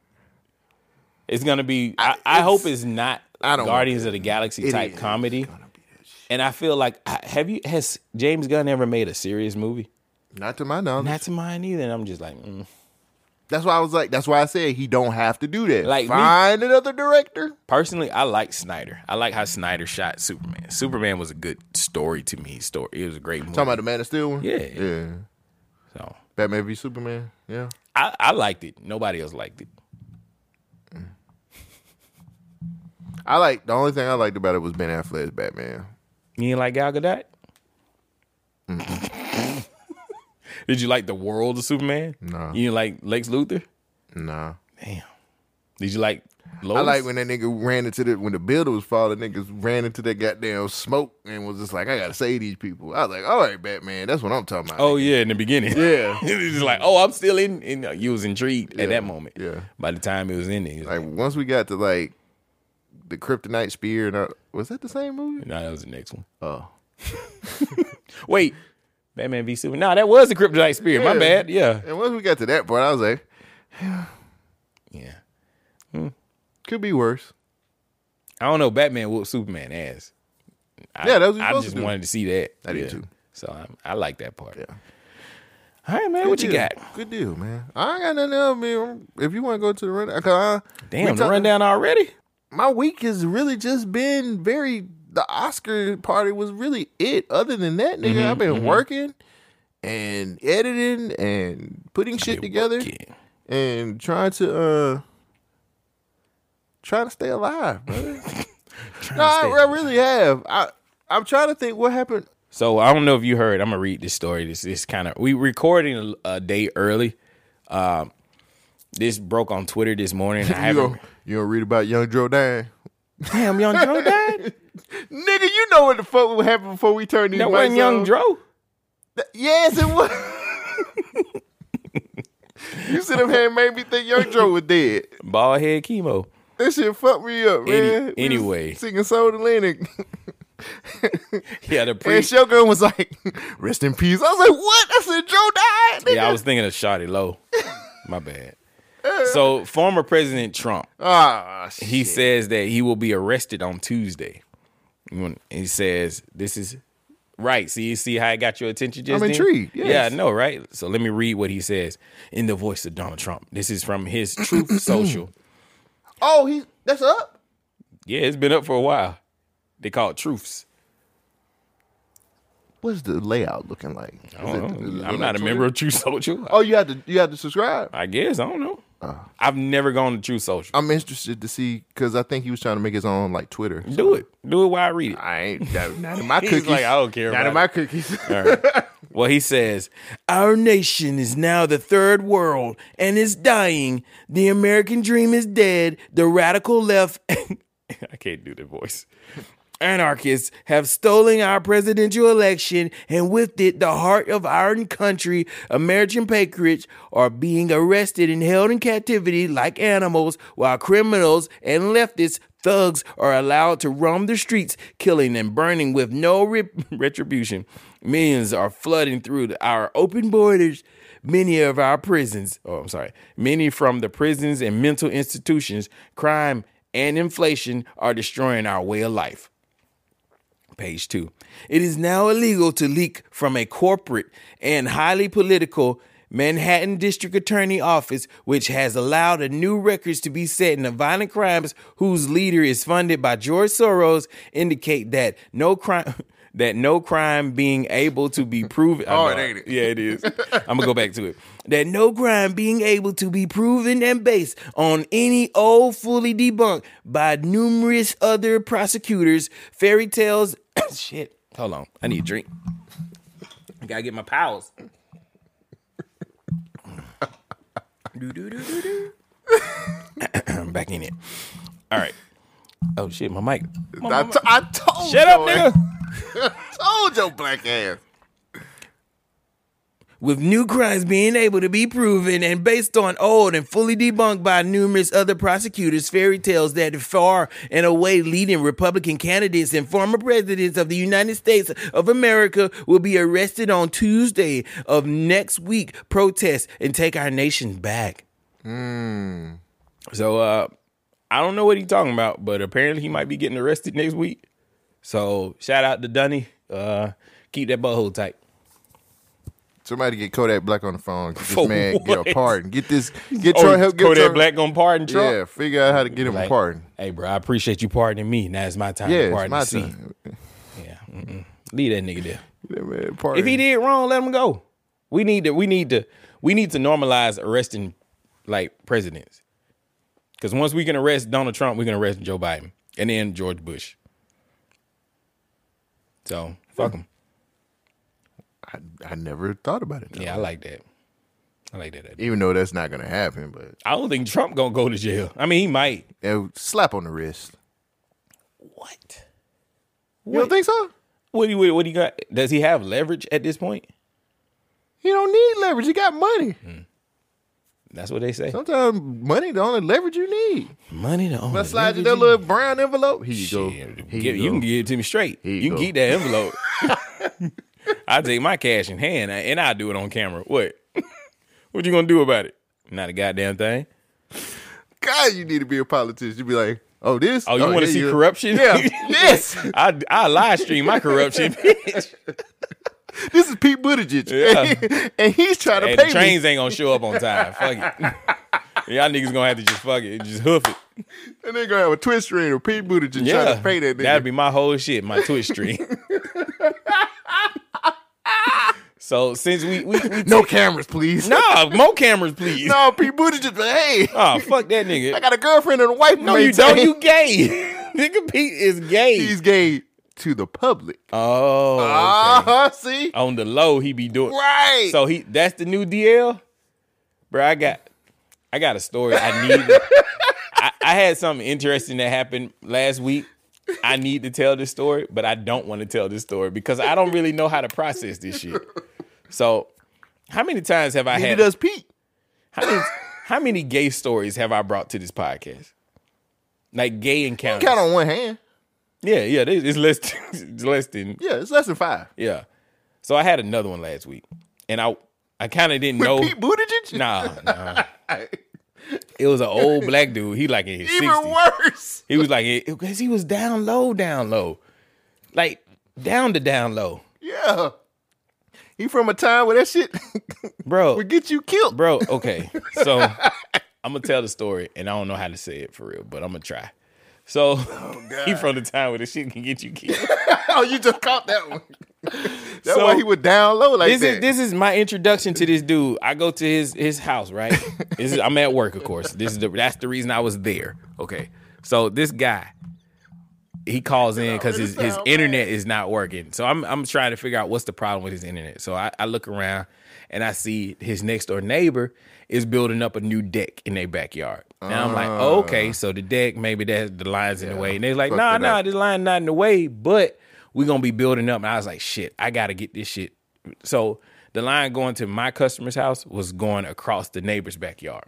[SPEAKER 3] It's gonna be. I, I
[SPEAKER 2] it's-
[SPEAKER 3] hope it's not
[SPEAKER 2] I don't want
[SPEAKER 3] Guardians of the Galaxy
[SPEAKER 2] It
[SPEAKER 3] type
[SPEAKER 2] is
[SPEAKER 3] comedy.
[SPEAKER 2] gonna be that shit.
[SPEAKER 3] And I feel like I- have you has James Gunn ever made a serious movie?
[SPEAKER 2] Not to my knowledge.
[SPEAKER 3] Not to mine either. And I'm just like. mm.
[SPEAKER 2] that's why I was like. That's why I said he don't have to do that.
[SPEAKER 3] Like me-
[SPEAKER 2] find another director.
[SPEAKER 3] personally, I like Snyder. I like how Snyder shot Superman. Superman was a good story to me. Story, it was a great movie.
[SPEAKER 2] Talking about the Man of Steel one.
[SPEAKER 3] Yeah.
[SPEAKER 2] Yeah.
[SPEAKER 3] so
[SPEAKER 2] Batman v Superman. Yeah.
[SPEAKER 3] I, I liked it. Nobody else liked it.
[SPEAKER 2] I like the only thing I liked about it was Ben Affleck's Batman.
[SPEAKER 3] You didn't like Gal Gadot? Did you like the world of Superman?
[SPEAKER 2] No.
[SPEAKER 3] You didn't like Lex Luthor?
[SPEAKER 2] Nah.
[SPEAKER 3] Damn. Did you like? Lois?
[SPEAKER 2] I like when that nigga ran into the when the building was falling, niggas ran into that goddamn smoke and was just like, I gotta save these people. I was like, all right, Batman, that's what I'm talking about.
[SPEAKER 3] Oh yeah, in the beginning.
[SPEAKER 2] Yeah.
[SPEAKER 3] He's just like, oh, I'm still in. in you was intrigued at that moment.
[SPEAKER 2] yeah.
[SPEAKER 3] By the time it was in, it was like,
[SPEAKER 2] Like once we got to like the kryptonite spear and all, was that the same movie?
[SPEAKER 3] no, that was the next one.
[SPEAKER 2] Oh.
[SPEAKER 3] Wait, Batman v Superman. No, that was the Kryptonite Spear. My
[SPEAKER 2] Yeah.
[SPEAKER 3] bad. Yeah.
[SPEAKER 2] And once we got to that part, I was like,
[SPEAKER 3] Yeah.
[SPEAKER 2] could be worse.
[SPEAKER 3] I don't know. Batman whooped Superman ass. I,
[SPEAKER 2] Yeah, that was what
[SPEAKER 3] I
[SPEAKER 2] you're supposed
[SPEAKER 3] just
[SPEAKER 2] to do.
[SPEAKER 3] wanted to see that.
[SPEAKER 2] I did
[SPEAKER 3] Yeah.
[SPEAKER 2] too.
[SPEAKER 3] So I, I like that part.
[SPEAKER 2] Yeah.
[SPEAKER 3] All right, man. what
[SPEAKER 2] Good
[SPEAKER 3] you
[SPEAKER 2] deal.
[SPEAKER 3] got?
[SPEAKER 2] Good deal, man. I ain't got nothing else, man. If you want to go to the run, cause I,
[SPEAKER 3] Damn,
[SPEAKER 2] we
[SPEAKER 3] the
[SPEAKER 2] talk-
[SPEAKER 3] rundown already.
[SPEAKER 2] my week has really just been very the Oscar party was really it. Other than that, nigga,
[SPEAKER 3] Mm-hmm,
[SPEAKER 2] I've been working and editing and putting shit together
[SPEAKER 3] working.
[SPEAKER 2] and trying to uh trying to stay alive, brother. no, I,
[SPEAKER 3] stay
[SPEAKER 2] I really have. I I'm trying to think what happened.
[SPEAKER 3] So I don't know if you heard. I'm gonna read this story. This is kind of we recording a, a day early. Um, this broke on Twitter this morning. I
[SPEAKER 2] You
[SPEAKER 3] haven't.
[SPEAKER 2] gonna, you gonna read about young Joe Dan.
[SPEAKER 3] Damn, Young Dro died.
[SPEAKER 2] Nigga, you know what the fuck would happen before we turn these
[SPEAKER 3] That
[SPEAKER 2] mics
[SPEAKER 3] wasn't Young
[SPEAKER 2] on.
[SPEAKER 3] Dro.
[SPEAKER 2] Yes, it was. you sit up here and made me think Young Joe was dead.
[SPEAKER 3] Bald head chemo.
[SPEAKER 2] That shit fucked me up, man. We was
[SPEAKER 3] anyway.
[SPEAKER 2] singing Soul to Lennox.
[SPEAKER 3] Yeah, the
[SPEAKER 2] And
[SPEAKER 3] priest.
[SPEAKER 2] Shogun was like, rest in peace. I was like, what? I said, Joe died.
[SPEAKER 3] Yeah, I
[SPEAKER 2] nigga."
[SPEAKER 3] was thinking of Shotty Low. My bad. So former President Trump,
[SPEAKER 2] Ah, shit.
[SPEAKER 3] he says that he will be arrested on Tuesday. When- He says this is right. See, you see how it got your attention. Just then?
[SPEAKER 2] intrigued,
[SPEAKER 3] Yeah, I
[SPEAKER 2] yes.
[SPEAKER 3] know, right? So let me read what he says in the voice of Donald Trump. This is from his Truth Social.
[SPEAKER 2] Oh, he that's up.
[SPEAKER 3] Yeah, it's been up for a while. They call it truths.
[SPEAKER 2] What's the layout looking like? Is
[SPEAKER 3] I don't
[SPEAKER 2] it-
[SPEAKER 3] know.
[SPEAKER 2] is it
[SPEAKER 3] Oh, I'm not a
[SPEAKER 2] like
[SPEAKER 3] member
[SPEAKER 2] Twitter?
[SPEAKER 3] of Truth Social.
[SPEAKER 2] Oh, you had to you had to subscribe.
[SPEAKER 3] I guess I don't know.
[SPEAKER 2] Uh.
[SPEAKER 3] I've never gone to Truth Social.
[SPEAKER 2] I'm interested to see because I think he was trying to make his own like Twitter.
[SPEAKER 3] Do it. Do it while I read it.
[SPEAKER 2] I ain't that, not in my
[SPEAKER 3] He's
[SPEAKER 2] cookies.
[SPEAKER 3] like, I don't care
[SPEAKER 2] Not
[SPEAKER 3] about
[SPEAKER 2] in my cookies.
[SPEAKER 3] Well, he says, Our nation is now the third world and is dying. The American dream is dead. The radical left. I can't do the voice. Anarchists have stolen our presidential election, and with it, the heart of our country. American patriots are being arrested and held in captivity like animals, while criminals and leftists, thugs, are allowed to roam the streets, killing and burning with no re- retribution. Millions are flooding through our open borders. Many of our prisons, oh, I'm sorry, many from the prisons and mental institutions, crime and inflation are destroying our way of life. Page two. It is now illegal to leak from a corporate and highly political Manhattan District Attorney Office, which has allowed a new records to be set in the violent crimes whose leader is funded by George Soros, indicate that no crime that no crime being able to be proven.
[SPEAKER 2] Oh,
[SPEAKER 3] I know.
[SPEAKER 2] it ain't it.
[SPEAKER 3] Yeah, it is. I'm gonna go back to it. That no crime being able to be proven and based on any old fully debunked by numerous other prosecutors, fairy tales. shit. Hold on. I need a drink. I gotta get my pals. I'm back in it. All right. Oh shit, my mic.
[SPEAKER 2] I, t- I told
[SPEAKER 3] Shut up,
[SPEAKER 2] your
[SPEAKER 3] nigga.
[SPEAKER 2] ass. told your black ass.
[SPEAKER 3] with new crimes being able to be proven and based on old and fully debunked by numerous other prosecutors, fairy tales that far and away leading Republican candidates and former presidents of the United States of America will be arrested on Tuesday of next week, protest and take our nation back. Hmm. So, uh, I don't know what he's talking about, but apparently he might be getting arrested next week. So, shout out to Dunny. Uh, keep that butthole tight.
[SPEAKER 2] Somebody get Kodak Black on the phone. Get
[SPEAKER 3] For
[SPEAKER 2] this man get
[SPEAKER 3] what? Oh,
[SPEAKER 2] a pardon. Get this. Get Troy help. Get
[SPEAKER 3] Kodak
[SPEAKER 2] Troy,
[SPEAKER 3] Black gonna pardon Trump.
[SPEAKER 2] Yeah, figure out how to get him a
[SPEAKER 3] Like,
[SPEAKER 2] pardon.
[SPEAKER 3] Hey, bro, I appreciate you pardoning me. Now it's my time
[SPEAKER 2] Yeah,
[SPEAKER 3] to
[SPEAKER 2] it's
[SPEAKER 3] pardon
[SPEAKER 2] my
[SPEAKER 3] C.
[SPEAKER 2] time.
[SPEAKER 3] Yeah, mm-mm. leave that nigga there.
[SPEAKER 2] That man pardon.
[SPEAKER 3] If he did wrong, let him go. We need to. We need to. We need to normalize arresting like presidents. Because once we can arrest Donald Trump, we can arrest Joe Biden and then George Bush. So fuck him.
[SPEAKER 2] I, I never thought about it. though.
[SPEAKER 3] Yeah, I like that. I like that. idea.
[SPEAKER 2] Even though that's not gonna happen, but
[SPEAKER 3] I don't think Trump gonna go to jail. I mean, he might.
[SPEAKER 2] yeah, slap on the wrist.
[SPEAKER 3] What?
[SPEAKER 2] You don't think so?
[SPEAKER 3] What do you? What do you got? Does he have leverage at this point?
[SPEAKER 2] He don't need leverage. He got money.
[SPEAKER 3] Hmm. That's what they say.
[SPEAKER 2] Sometimes money the only leverage you need.
[SPEAKER 3] Money to own.
[SPEAKER 2] Let's slide you that little brown envelope. Here you go. Here
[SPEAKER 3] Shit,
[SPEAKER 2] you,
[SPEAKER 3] give- you
[SPEAKER 2] go.
[SPEAKER 3] can give it to me straight.
[SPEAKER 2] Here you
[SPEAKER 3] you can
[SPEAKER 2] go.
[SPEAKER 3] keep that envelope. I take my cash in hand and I do it on camera. What? what you gonna do about it? Not a goddamn thing.
[SPEAKER 2] God, you need to be a politician. You be like, oh, this.
[SPEAKER 3] Oh, you want to
[SPEAKER 2] yeah,
[SPEAKER 3] see
[SPEAKER 2] yeah.
[SPEAKER 3] corruption?
[SPEAKER 2] Yeah. yes.
[SPEAKER 3] I I live stream my corruption.
[SPEAKER 2] This is Pete Buttigieg,
[SPEAKER 3] Yeah.
[SPEAKER 2] and he's trying to
[SPEAKER 3] and the
[SPEAKER 2] pay
[SPEAKER 3] trains ain't gonna show up on time. Fuck it. Y'all niggas gonna have to just fuck it, just hoof it.
[SPEAKER 2] me. And they're gonna have a twist string or Pete Buttigieg trying
[SPEAKER 3] Yeah,
[SPEAKER 2] to pay that nigga.
[SPEAKER 3] that'd be my whole shit, my Twitch stream. so since we we, we
[SPEAKER 2] no cameras, please.
[SPEAKER 3] nah, more cameras, please.
[SPEAKER 2] no, Pete Buttigieg. but Hey,
[SPEAKER 3] Oh, fuck that
[SPEAKER 2] I
[SPEAKER 3] nigga.
[SPEAKER 2] got a girlfriend and a wife.
[SPEAKER 3] No, you don't. You gay. nigga Pete is gay.
[SPEAKER 2] He's gay to the public.
[SPEAKER 3] oh,
[SPEAKER 2] Ah,
[SPEAKER 3] okay.
[SPEAKER 2] uh-huh, see,
[SPEAKER 3] on the low, he be doing.
[SPEAKER 2] right.
[SPEAKER 3] Oh, So he that's the new DL, bro. I got, I got a story. I need. I, I had something interesting that happened last week. I need to tell this story, but I don't want to tell this story because I don't really know how to process this shit. So, how many times have I
[SPEAKER 2] he
[SPEAKER 3] had?
[SPEAKER 2] does Pete.
[SPEAKER 3] How many, how many gay stories have I brought to this podcast? Like gay encounters.
[SPEAKER 2] Count on one hand.
[SPEAKER 3] Yeah, yeah, they- it's less, it's less than
[SPEAKER 2] Yeah, it's less than five.
[SPEAKER 3] yeah. So I had another one last week, and I I kind of didn't know.
[SPEAKER 2] Pete Buttigieg.
[SPEAKER 3] Nah, nah. It was an old black dude. He like in his
[SPEAKER 2] Even
[SPEAKER 3] 60s.
[SPEAKER 2] worse.
[SPEAKER 3] He was like, because he was down low, down low, like down to down low,
[SPEAKER 2] Yeah. You from a time where that shit
[SPEAKER 3] bro.
[SPEAKER 2] would get you killed.
[SPEAKER 3] Bro, okay. So I'm gonna tell the story, and I don't know how to say it for real, but I'm gonna try. So he from the time where the shit can get you killed.
[SPEAKER 2] Oh, you just caught that one. That's
[SPEAKER 3] So-
[SPEAKER 2] why he was down low like
[SPEAKER 3] this
[SPEAKER 2] that.
[SPEAKER 3] is this is my introduction to this dude. I go to his his house, right? This is, I'm at work, of course. This is the, that's the reason I was there. Okay, so this guy, he calls in because his, his internet is not working. So I'm I'm trying to figure out what's the problem with his internet. So I, I look around and I see his next door neighbor is building up a new deck in their backyard. And I'm like, oh, okay, so the deck maybe that the line's in the way. And they're like,
[SPEAKER 2] fucked
[SPEAKER 3] nah,
[SPEAKER 2] it
[SPEAKER 3] nah,
[SPEAKER 2] up.
[SPEAKER 3] this line not in the way, but we're gonna be building up. And I was like, shit, I gotta get this shit. So the line going to my customer's house was going across the neighbor's backyard.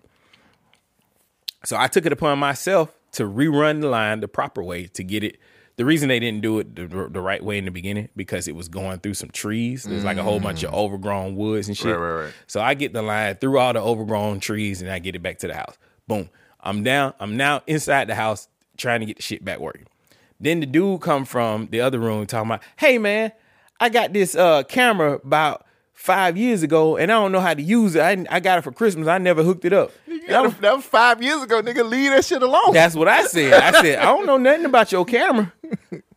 [SPEAKER 3] So I took it upon myself to rerun the line the proper way to get it. The reason they didn't do it the, the right way in the beginning because it was going through some trees. There's like a whole bunch of overgrown woods and shit.
[SPEAKER 2] Mm. Right, right, right.
[SPEAKER 3] So I get the line through all the overgrown trees and I get it back to the house. Boom. I'm down. I'm now inside the house trying to get the shit back working. Then the dude come from the other room talking about, hey man, I got this uh camera about five years ago and I don't know how to use it. I, I got it for Christmas. I never hooked it up.
[SPEAKER 2] You gotta- that was five years ago, nigga. Leave that shit alone.
[SPEAKER 3] That's what I said. I said, I don't know nothing about your camera.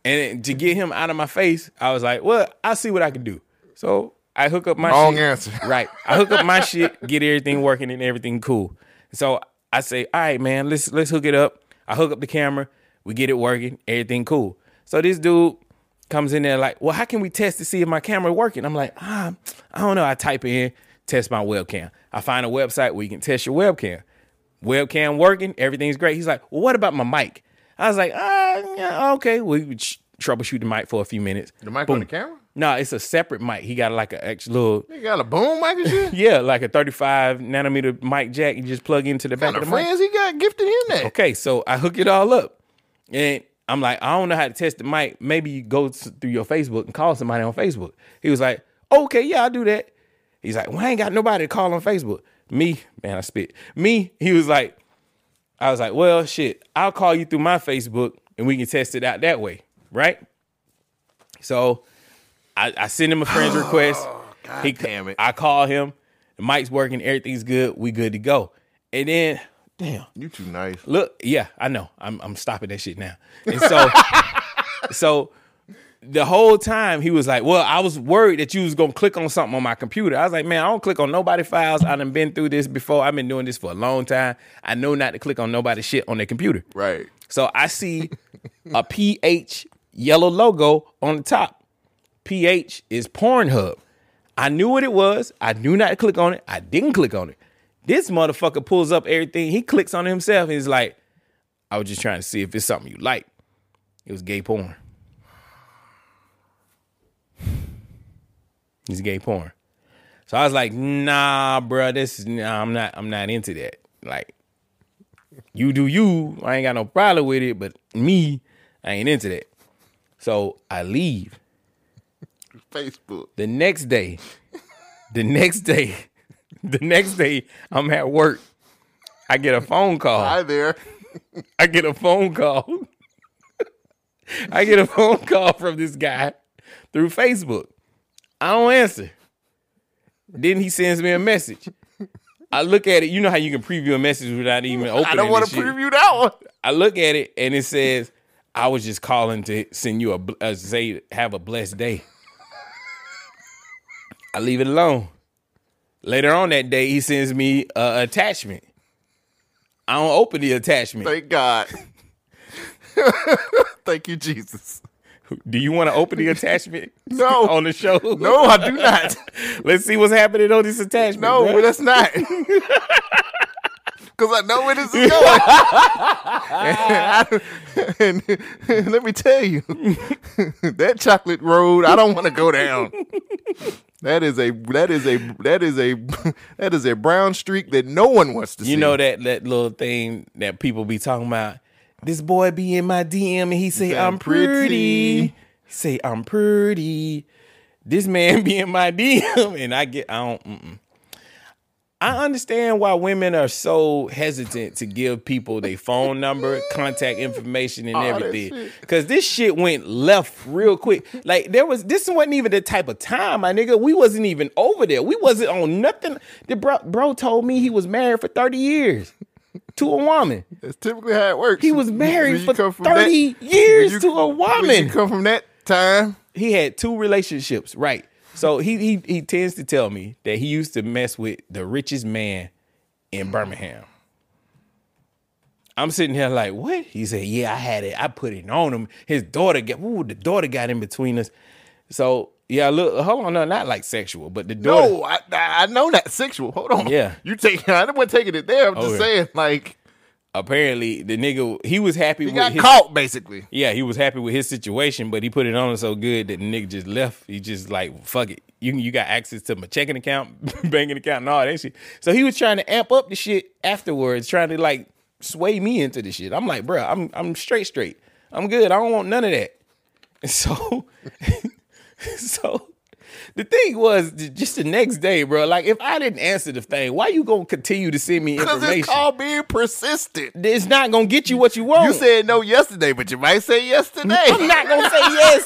[SPEAKER 3] And to get him out of my face, I was like, well, I'll see what I can do. So I hook up my
[SPEAKER 2] Wrong
[SPEAKER 3] shit.
[SPEAKER 2] answer.
[SPEAKER 3] Right. I hook up my shit, get everything working and everything cool. So I say, all right, man, let's let's hook it up. I hook up the camera, we get it working, everything cool. So this dude comes in there like, well, how can we test to see if my camera working? I'm like, ah, I don't know. I type in, test my webcam. I find a website where you can test your webcam webcam working, everything's great. He's like, well, what about my mic? I was like, ah, yeah, okay. We well, troubleshoot the mic for a few minutes.
[SPEAKER 2] The mic on the camera?
[SPEAKER 3] No, it's a separate mic. He got like a extra little,
[SPEAKER 2] You got a boom mic and shit?
[SPEAKER 3] yeah, like a 35 nanometer mic jack. You just plug into the back
[SPEAKER 2] the
[SPEAKER 3] of the mic.
[SPEAKER 2] friends he got gifted him that.
[SPEAKER 3] Okay, so I hook it all up, and I'm like, I don't know how to test the mic. Maybe you go s- through your Facebook and call somebody on Facebook. He was like, Okay, yeah, I'll do that. He's like, Well, I ain't got nobody to call on Facebook. Me, man, I spit. Me, he was like, I was like, Well, shit, I'll call you through my Facebook and we can test it out that way, right? So I, I send him a friend's request. he,
[SPEAKER 2] damn it.
[SPEAKER 3] I call him. The mic's working. Everything's good. We good to go. And then, damn.
[SPEAKER 2] You too nice.
[SPEAKER 3] Look, yeah, I know. I'm I'm stopping that shit now. And so so the whole time he was like, Well, I was worried that you was gonna click on something on my computer. I was like, Man, I don't click on nobody files. I done been through this before. I've been doing this for a long time. I know not to click on nobody's shit on their computer.
[SPEAKER 2] Right.
[SPEAKER 3] So I see a PH yellow logo on the top. PH is Pornhub. I knew what it was. I knew not to click on it. I didn't click on it. This motherfucker pulls up everything. He clicks on it himself and he's like, I was just trying to see if it's something you like. It was gay porn. It's gay porn. So I was like, nah, bruh, this is nah, I'm not I'm not into that. Like, you do you. I ain't got no problem with it, but me, I ain't into that. So I leave.
[SPEAKER 2] Facebook.
[SPEAKER 3] The next day, the next day, the next day, I'm at work. I get a phone call.
[SPEAKER 2] Hi there.
[SPEAKER 3] I get a phone call. I get a phone call from this guy through Facebook. I don't answer. Then he sends me a message. I look at it. You know how you can preview a message without even opening.
[SPEAKER 2] I don't want
[SPEAKER 3] want
[SPEAKER 2] to preview that one.
[SPEAKER 3] I look at it and it says, "I was just calling to send you a bl- uh, say have a blessed day." I leave it alone. Later on that day, he sends me a attachment. I don't open the attachment.
[SPEAKER 2] Thank God. Thank you, Jesus.
[SPEAKER 3] Do you want to open the attachment
[SPEAKER 2] No.
[SPEAKER 3] on the show?
[SPEAKER 2] No, I do not.
[SPEAKER 3] Let's see what's happening on this attachment.
[SPEAKER 2] No,
[SPEAKER 3] bruh.
[SPEAKER 2] that's not. Because I know where this is going. and, and let me tell you, that chocolate road, I don't want to go down. That is a that is a that is a that is a brown streak that no one wants to see.
[SPEAKER 3] You know that that little thing that people be talking about. This boy be in my DM and he say
[SPEAKER 2] I'm
[SPEAKER 3] I'm pretty.
[SPEAKER 2] pretty.
[SPEAKER 3] He say I'm pretty. This man be in my DM and I get I don't. Mm-mm. I understand why women are so hesitant to give people their phone number, contact information, and
[SPEAKER 2] that
[SPEAKER 3] everything.
[SPEAKER 2] shit.
[SPEAKER 3] Cause this shit went left real quick. Like there was this wasn't even the type of time, my nigga. We wasn't even over there. We wasn't on nothing. The bro, bro told me he was married for 30 years to a woman.
[SPEAKER 2] That's typically how it works.
[SPEAKER 3] He was married
[SPEAKER 2] When you
[SPEAKER 3] for
[SPEAKER 2] come from
[SPEAKER 3] 30
[SPEAKER 2] that- when
[SPEAKER 3] years
[SPEAKER 2] you-
[SPEAKER 3] to a
[SPEAKER 2] When
[SPEAKER 3] woman.
[SPEAKER 2] you come from that time.
[SPEAKER 3] he had two relationships, right? So he he he tends to tell me that he used to mess with the richest man in Birmingham. I'm sitting here like, what? He said, yeah, I had it. I put it on him. His daughter got, ooh, the daughter got in between us. So yeah, look, hold on, no, not like sexual, but the daughter.
[SPEAKER 2] No, I, I know not sexual. Hold on.
[SPEAKER 3] Yeah. Oh,
[SPEAKER 2] You take I wasn't taking it there. I'm just
[SPEAKER 3] yeah.
[SPEAKER 2] saying, like
[SPEAKER 3] Apparently, the nigga he was happy
[SPEAKER 2] he
[SPEAKER 3] with
[SPEAKER 2] got
[SPEAKER 3] his
[SPEAKER 2] caught basically.
[SPEAKER 3] yeah, he was happy with his situation, but he put it on him so good that the nigga just left. He just like, fuck it. You can- you got access to my checking account, banking account, and all that shit. So he was trying to amp up the shit afterwards, trying to like sway me into the shit. I'm like, bro, I'm I'm straight, straight. I'm good. I don't want none of that. And so, so the thing was j- just the next day, bro. Like, if I didn't answer the thing, why you gonna continue to send me
[SPEAKER 2] Because
[SPEAKER 3] information?
[SPEAKER 2] it's called being persistent.
[SPEAKER 3] it's not gonna get you what you want.
[SPEAKER 2] You said no yesterday, but you might say yesterday.
[SPEAKER 3] I'm not gonna say yes.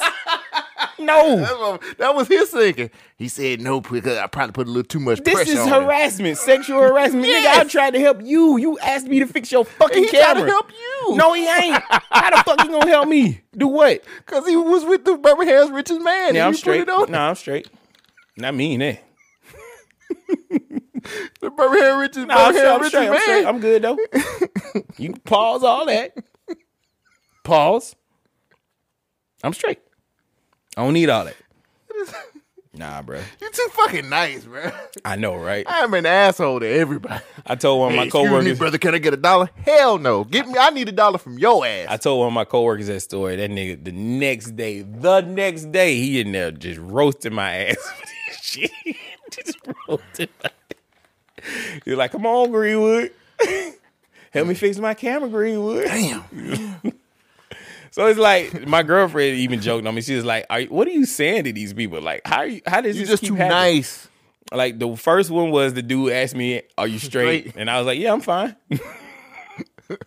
[SPEAKER 3] No.
[SPEAKER 2] That's what- that was his thinking. He said no because I probably put a little too much
[SPEAKER 3] This
[SPEAKER 2] pressure
[SPEAKER 3] is
[SPEAKER 2] on him.
[SPEAKER 3] harassment, sexual harassment. Nigga, I
[SPEAKER 2] Yes.
[SPEAKER 3] tried to help you. You asked me to fix your fucking
[SPEAKER 2] He tried
[SPEAKER 3] camera.
[SPEAKER 2] to help you.
[SPEAKER 3] No, he ain't. How the fuck he gonna help me? Do what?
[SPEAKER 2] Because he was with the Birmingham's richest man. and
[SPEAKER 3] Now I'm
[SPEAKER 2] you
[SPEAKER 3] straight.
[SPEAKER 2] Put it on.
[SPEAKER 3] Nah, I'm straight. Not mean that.
[SPEAKER 2] The Birmingham richest,
[SPEAKER 3] Nah, I'm, straight,
[SPEAKER 2] Birmingham
[SPEAKER 3] I'm, straight, I'm
[SPEAKER 2] richest
[SPEAKER 3] straight.
[SPEAKER 2] man.
[SPEAKER 3] I'm good though. you can pause all that. Pause. I'm straight. I don't need all that. Nah, bro.
[SPEAKER 2] you too fucking nice, bro.
[SPEAKER 3] I know, right?
[SPEAKER 2] I'm an asshole to everybody.
[SPEAKER 3] I told one of
[SPEAKER 2] Hey,
[SPEAKER 3] my
[SPEAKER 2] excuse me,
[SPEAKER 3] coworkers.
[SPEAKER 2] brother, can I get a dollar? Hell no. Get me. I need a dollar from your ass.
[SPEAKER 3] I told one of my coworkers that story. That nigga, the next day, the next day, he in there just roasting my ass. with this shit. just roasting. My He's like, "Come on, Greenwood, help me fix my camera, Greenwood." Damn. so it's like my girlfriend even joked on me. She was like, are, you- "What are you saying to these people? Like, how are you, how does
[SPEAKER 2] you
[SPEAKER 3] this
[SPEAKER 2] just
[SPEAKER 3] keep
[SPEAKER 2] too
[SPEAKER 3] happening?"
[SPEAKER 2] nice.
[SPEAKER 3] Like the first one was the dude asked me, "Are you straight?"
[SPEAKER 2] Straight.
[SPEAKER 3] And I was like, "Yeah, I'm fine."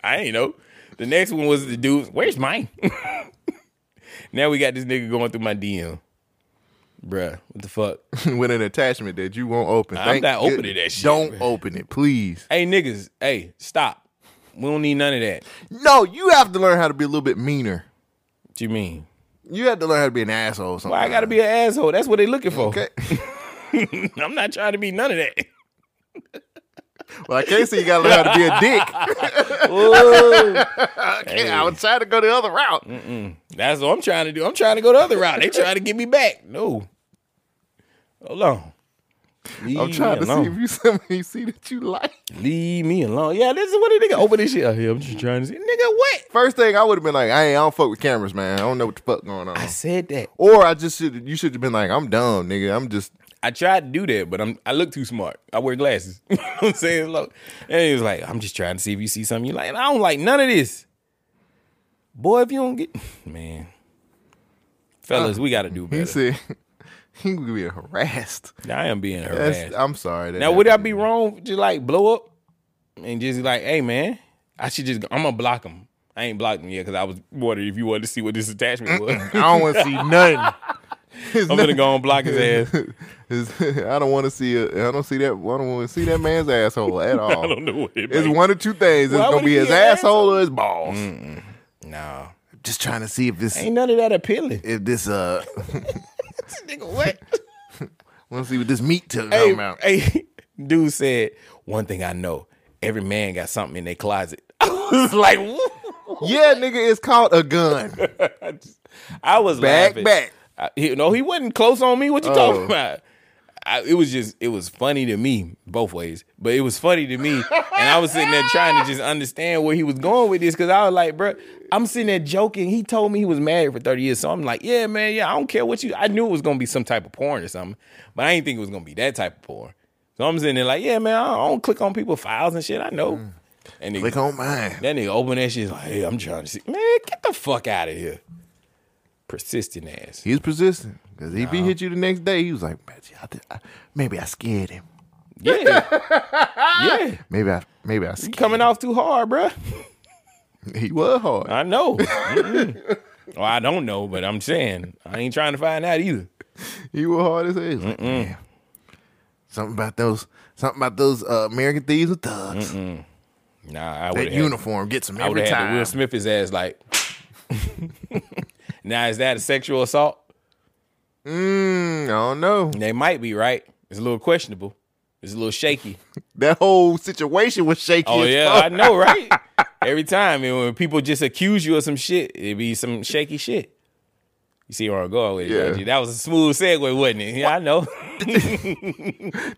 [SPEAKER 3] I ain't know. The next one was the dude, "Where's mine?" now we got this nigga going through my DM, bruh. What the fuck?
[SPEAKER 2] with an attachment that you won't open.
[SPEAKER 3] I'm
[SPEAKER 2] Thank
[SPEAKER 3] not opening
[SPEAKER 2] goodness.
[SPEAKER 3] that shit,
[SPEAKER 2] Don't
[SPEAKER 3] man.
[SPEAKER 2] open it, please.
[SPEAKER 3] hey niggas, hey stop. We don't need none of that.
[SPEAKER 2] No, you have to learn how to be a little bit meaner.
[SPEAKER 3] What you mean?
[SPEAKER 2] You have to learn how to be an asshole. Sometimes.
[SPEAKER 3] Why I gotta be an asshole? That's what they looking for.
[SPEAKER 2] okay.
[SPEAKER 3] I'm not trying to be none of that.
[SPEAKER 2] well, I can't say you gotta learn how to be a dick. okay, I was trying to go the other route.
[SPEAKER 3] That's what I'm trying to do. I'm trying to go the other route. They trying to get me back. No. Hold on.
[SPEAKER 2] I'm trying to see if you somebody you see that you like.
[SPEAKER 3] Leave me alone. Yeah, this is what a nigga open this shit. out here. I'm just trying to see. Nigga, what?
[SPEAKER 2] First thing I would have been like, I ain't, I don't fuck with cameras, man. I don't know what the fuck going on.
[SPEAKER 3] I said that.
[SPEAKER 2] Or I just should you should have been like, I'm dumb, nigga. I'm just
[SPEAKER 3] I tried to do that, but I'm I look too smart. I wear glasses. you know what I'm saying? Look. And he was like, I'm just trying to see if you see something you like. And I don't like none of this. Boy, if you don't get man. Fellas, we gotta do
[SPEAKER 2] Uh, he
[SPEAKER 3] better.
[SPEAKER 2] said he would be harassed.
[SPEAKER 3] I am being
[SPEAKER 2] That's,
[SPEAKER 3] harassed.
[SPEAKER 2] I'm sorry. That
[SPEAKER 3] Now, would I
[SPEAKER 2] happened.
[SPEAKER 3] be wrong? Just like blow up and just like, hey man, I should just I'm gonna block him. I ain't blocked him yet because I was wondering if you wanted to see what this attachment was.
[SPEAKER 2] I don't want to see nothing. There's
[SPEAKER 3] I'm gonna go and block his ass.
[SPEAKER 2] It's- I don't want to see. A, I don't see that. I don't want to see that man's asshole at all.
[SPEAKER 3] I don't know what it
[SPEAKER 2] It's
[SPEAKER 3] means.
[SPEAKER 2] one of two things.
[SPEAKER 3] Why
[SPEAKER 2] it's
[SPEAKER 3] would
[SPEAKER 2] gonna be
[SPEAKER 3] he
[SPEAKER 2] his
[SPEAKER 3] be an
[SPEAKER 2] asshole or his balls.
[SPEAKER 3] No.
[SPEAKER 2] Just trying to see if this,
[SPEAKER 3] Ain't none of that appealing.
[SPEAKER 2] if this, uh,
[SPEAKER 3] Nigga, what?
[SPEAKER 2] want to see what this meat took
[SPEAKER 3] hey,
[SPEAKER 2] come out.
[SPEAKER 3] hey, dude said, one thing I know, every man got something in their closet. I was like, "Woo."
[SPEAKER 2] Yeah, nigga, it's called a gun.
[SPEAKER 3] I was
[SPEAKER 2] Back,
[SPEAKER 3] laughing.
[SPEAKER 2] back.
[SPEAKER 3] I, he, no, he wasn't close on me. What you
[SPEAKER 2] Oh.
[SPEAKER 3] talking about? I, it was just, it was funny to me both ways, but it was funny to me, and I was sitting there trying to just understand where he was going with this because I was like, bro, I'm sitting there joking. He told me he was married for 30 years, so I'm like, yeah, man, yeah, I don't care what you. I knew it was gonna be some type of porn or something, but I didn't think it was gonna be that type of porn. So I'm sitting there like, yeah, man, I don't, I don't click on people files and shit. I know. And
[SPEAKER 2] Mm. Click on mine.
[SPEAKER 3] that nigga open that shit like, hey, I'm trying to see. Man, get the fuck out of here. Persistent ass.
[SPEAKER 2] He's persistent because if he hit you the next day, he was like, "Man, I thi- I- maybe I scared him.
[SPEAKER 3] Yeah. yeah.
[SPEAKER 2] Maybe I maybe I skipped.
[SPEAKER 3] Coming off too hard, bruh.
[SPEAKER 2] He was hard.
[SPEAKER 3] I know. Mm-mm. well, I don't know, but I'm saying I ain't trying to find out either.
[SPEAKER 2] He was hard as hell. Like, man, something about those something about those uh, American thieves and thugs.
[SPEAKER 3] Nah, I
[SPEAKER 2] That
[SPEAKER 3] would have.
[SPEAKER 2] uniform gets him
[SPEAKER 3] I would
[SPEAKER 2] every
[SPEAKER 3] have had
[SPEAKER 2] time.
[SPEAKER 3] to Will Smith his ass like. now is that a sexual assault?
[SPEAKER 2] Mm, I don't know.
[SPEAKER 3] They might be right. It's a little questionable. It's a little shaky.
[SPEAKER 2] That whole situation was shaky.
[SPEAKER 3] Oh
[SPEAKER 2] as
[SPEAKER 3] yeah,
[SPEAKER 2] fuck.
[SPEAKER 3] I know, right? Every time, and when people just accuse you of some shit, it be some shaky shit. You see where I'm going with it?
[SPEAKER 2] Yeah.
[SPEAKER 3] don't you? that was a smooth segue, wasn't it? Yeah, I know.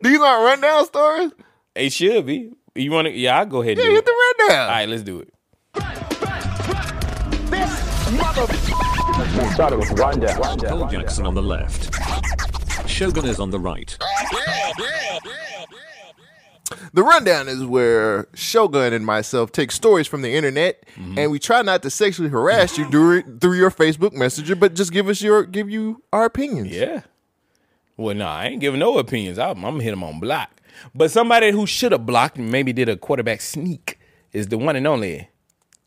[SPEAKER 2] These aren't rundown stories.
[SPEAKER 3] it should be. You want to? Yeah, I'll go ahead. And
[SPEAKER 2] Yeah,
[SPEAKER 3] do
[SPEAKER 2] hit
[SPEAKER 3] it.
[SPEAKER 2] the rundown.
[SPEAKER 3] All right, let's do it.
[SPEAKER 5] Cole Jackson on the left. Shogun is on the right.
[SPEAKER 2] The rundown is where Shogun and myself take stories from the internet,
[SPEAKER 3] Mm-hmm.
[SPEAKER 2] and we try not to sexually harass you during, through your Facebook Messenger, but just give us your give you our opinions.
[SPEAKER 3] Yeah. Well, nah, I ain't giving no opinions. I'm, I'm gonna hit him on block. But somebody who should have blocked and maybe did a quarterback sneak is the one and only.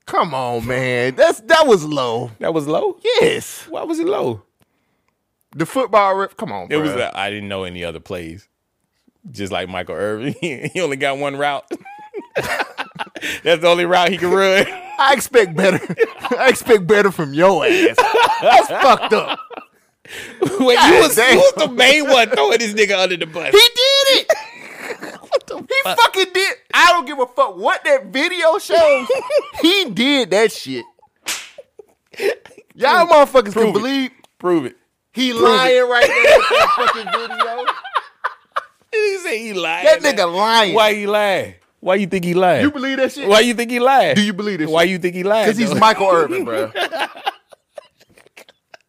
[SPEAKER 2] Come on, man, that's that was low.
[SPEAKER 3] That was low.
[SPEAKER 2] Yes,
[SPEAKER 3] Why was it low?
[SPEAKER 2] the football ref. Come on,
[SPEAKER 3] It was.
[SPEAKER 2] bruh.
[SPEAKER 3] uh, I didn't know any other plays. Just like Michael Irvin, he only got one route. That's the only route he can run.
[SPEAKER 2] I expect better. I expect better from your ass. That's fucked up.
[SPEAKER 3] Wait, you was,
[SPEAKER 2] damn.
[SPEAKER 3] you was the main one throwing this nigga under the bus.
[SPEAKER 2] He did it. he fucking did. I don't give a fuck what that video shows. he did that shit. Y'all motherfuckers can
[SPEAKER 3] Prove it.
[SPEAKER 2] believe
[SPEAKER 3] Prove it.
[SPEAKER 2] he lying right there with that fucking video.
[SPEAKER 3] He didn't say he lied.
[SPEAKER 2] That nigga lying.
[SPEAKER 3] Why he lied? Why you think he lied?
[SPEAKER 2] You believe that shit?
[SPEAKER 3] Why you think he lied?
[SPEAKER 2] Do you believe this?
[SPEAKER 3] Why you think he lied?
[SPEAKER 2] Because he's
[SPEAKER 3] though?
[SPEAKER 2] Michael Irvin, bro.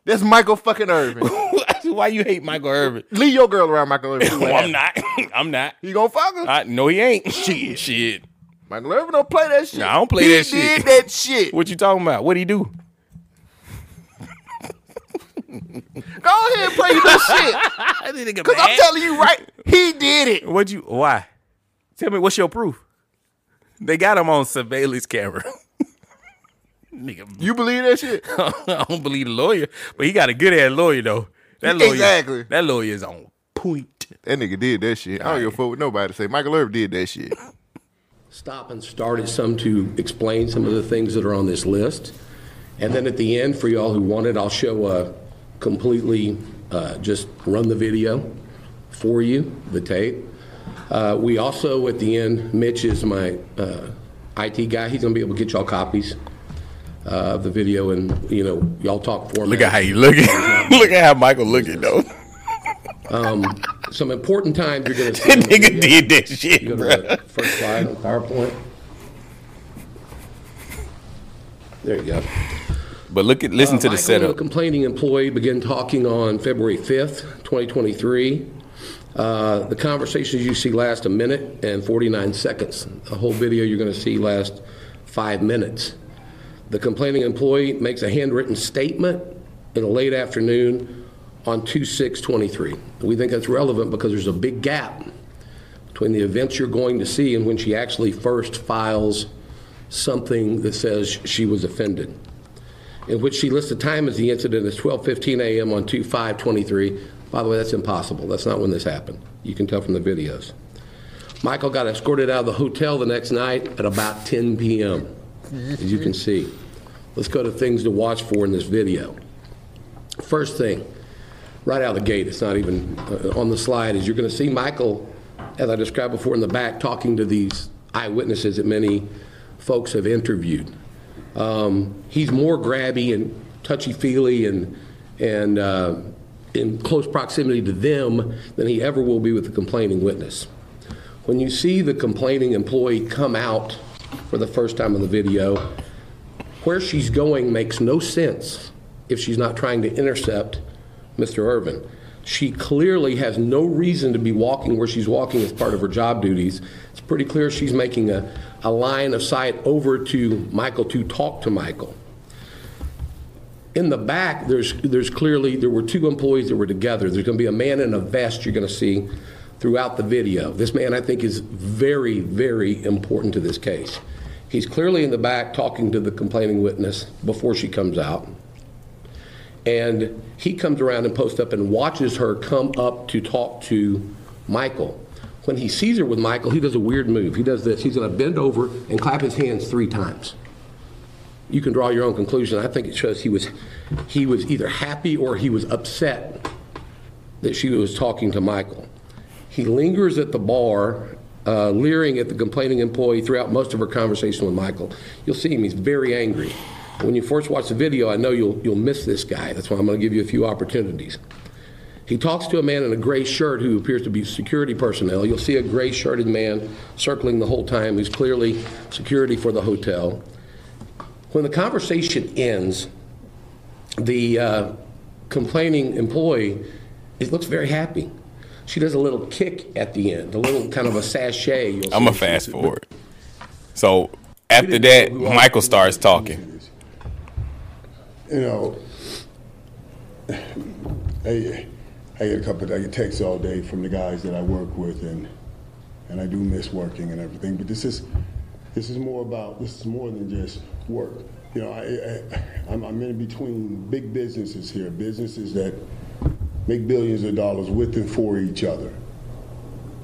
[SPEAKER 2] That's Michael fucking Irvin.
[SPEAKER 3] Why you hate Michael Irvin?
[SPEAKER 2] Leave your girl around Michael Irvin.
[SPEAKER 3] Well, I'm not. I'm not.
[SPEAKER 2] You gonna fuck her?
[SPEAKER 3] I, no, he ain't. Shit, shit.
[SPEAKER 2] Michael Irvin don't play that shit.
[SPEAKER 3] Nah, I don't play
[SPEAKER 2] he
[SPEAKER 3] that shit.
[SPEAKER 2] did that shit.
[SPEAKER 3] What you talking about? What would he do?
[SPEAKER 2] Go ahead and play that shit. Because I'm telling you right, he did it.
[SPEAKER 3] What you? Why? Tell me what's your proof? They got him on surveillance camera. Nigga,
[SPEAKER 2] You believe that shit?
[SPEAKER 3] I don't believe the lawyer, but he got a good ass lawyer though. That lawyer,
[SPEAKER 2] Exactly.
[SPEAKER 3] That lawyer is on point.
[SPEAKER 2] That nigga did that shit. I don't give a fuck what nobody say. Michael Irvin did that shit.
[SPEAKER 6] stop and start at some to explain some of the things that are on this list. And then at the end, for y'all who want it, I'll show a completely, uh, just run the video for you, the tape. Uh, We also, at the end, Mitch is my uh, IT guy. He's going to be able to get y'all copies uh, of the video and, you know, y'all talk for me.
[SPEAKER 3] Look at how you looking. Look at how Michael looking though.
[SPEAKER 6] Some important times you're going to see.
[SPEAKER 3] That nigga did that shit,
[SPEAKER 6] You go
[SPEAKER 3] bro.
[SPEAKER 6] to the first slide on PowerPoint. There you go.
[SPEAKER 3] But look at listen to
[SPEAKER 6] Michael,
[SPEAKER 3] the setup.
[SPEAKER 6] A complaining employee began talking on February 5th, 2023. Uh, The conversations you see last a minute and 49 seconds. The whole video you're going to see last five minutes. The complaining employee makes a handwritten statement in the late afternoon on 2/6/23. We think that's relevant because there's a big gap between the events you're going to see and when she actually first files something that says she was offended in which she lists the time as the incident as 12:15 a.m. on 2523. By the way, that's impossible. That's not when this happened. You can tell from the videos. Michael got escorted out of the hotel the next night at about 10 p.m. As you can see. Let's go to things to watch for in this video. First thing, right out of the gate, it's not even uh, on the slide, is you're going to see Michael, as I described before, in the back talking to these eyewitnesses that many folks have interviewed. Um, he's more grabby and touchy feely and, and uh, in close proximity to them than he ever will be with the complaining witness. When you see the complaining employee come out for the first time in the video, where she's going makes no sense if she's not trying to intercept Mr. Irvin. She clearly has no reason to be walking where she's walking as part of her job duties. It's pretty clear she's making a, a line of sight over to Michael to talk to Michael. In the back, there's, there's clearly, there were two employees that were together. There's going to be a man in a vest you're going to see throughout the video. This man, I think, is very, very important to this case. He's clearly in the back talking to the complaining witness before she comes out. And he comes around and posts up and watches her come up to talk to Michael. When he sees her with Michael, he does a weird move. He does this. He's going to bend over and clap his hands three times. You can draw your own conclusion. I think it shows he was, he was either happy or he was upset that she was talking to Michael. He lingers at the bar, uh, leering at the complaining employee throughout most of her conversation with Michael. You'll see him; he's very angry. When you first watch the video, I know you'll you'll miss this guy. That's why I'm going to give you a few opportunities. He talks to a man in a gray shirt who appears to be security personnel. You'll see a gray shirted man circling the whole time who's clearly security for the hotel. When the conversation ends, the uh, complaining employee it looks very happy. She does a little kick at the end, a little kind of a sachet. You'll
[SPEAKER 3] I'm
[SPEAKER 6] see.
[SPEAKER 3] gonna
[SPEAKER 6] She-
[SPEAKER 3] fast forward. So after that, Michael starts talking.
[SPEAKER 7] you know, I, I get a couple, I get texts all day from the guys that I work with, and and I do miss working and everything. But this is this is more about this is more than just work. You know, I, I I'm, I'm in between big businesses here, businesses that make billions of dollars with and for each other.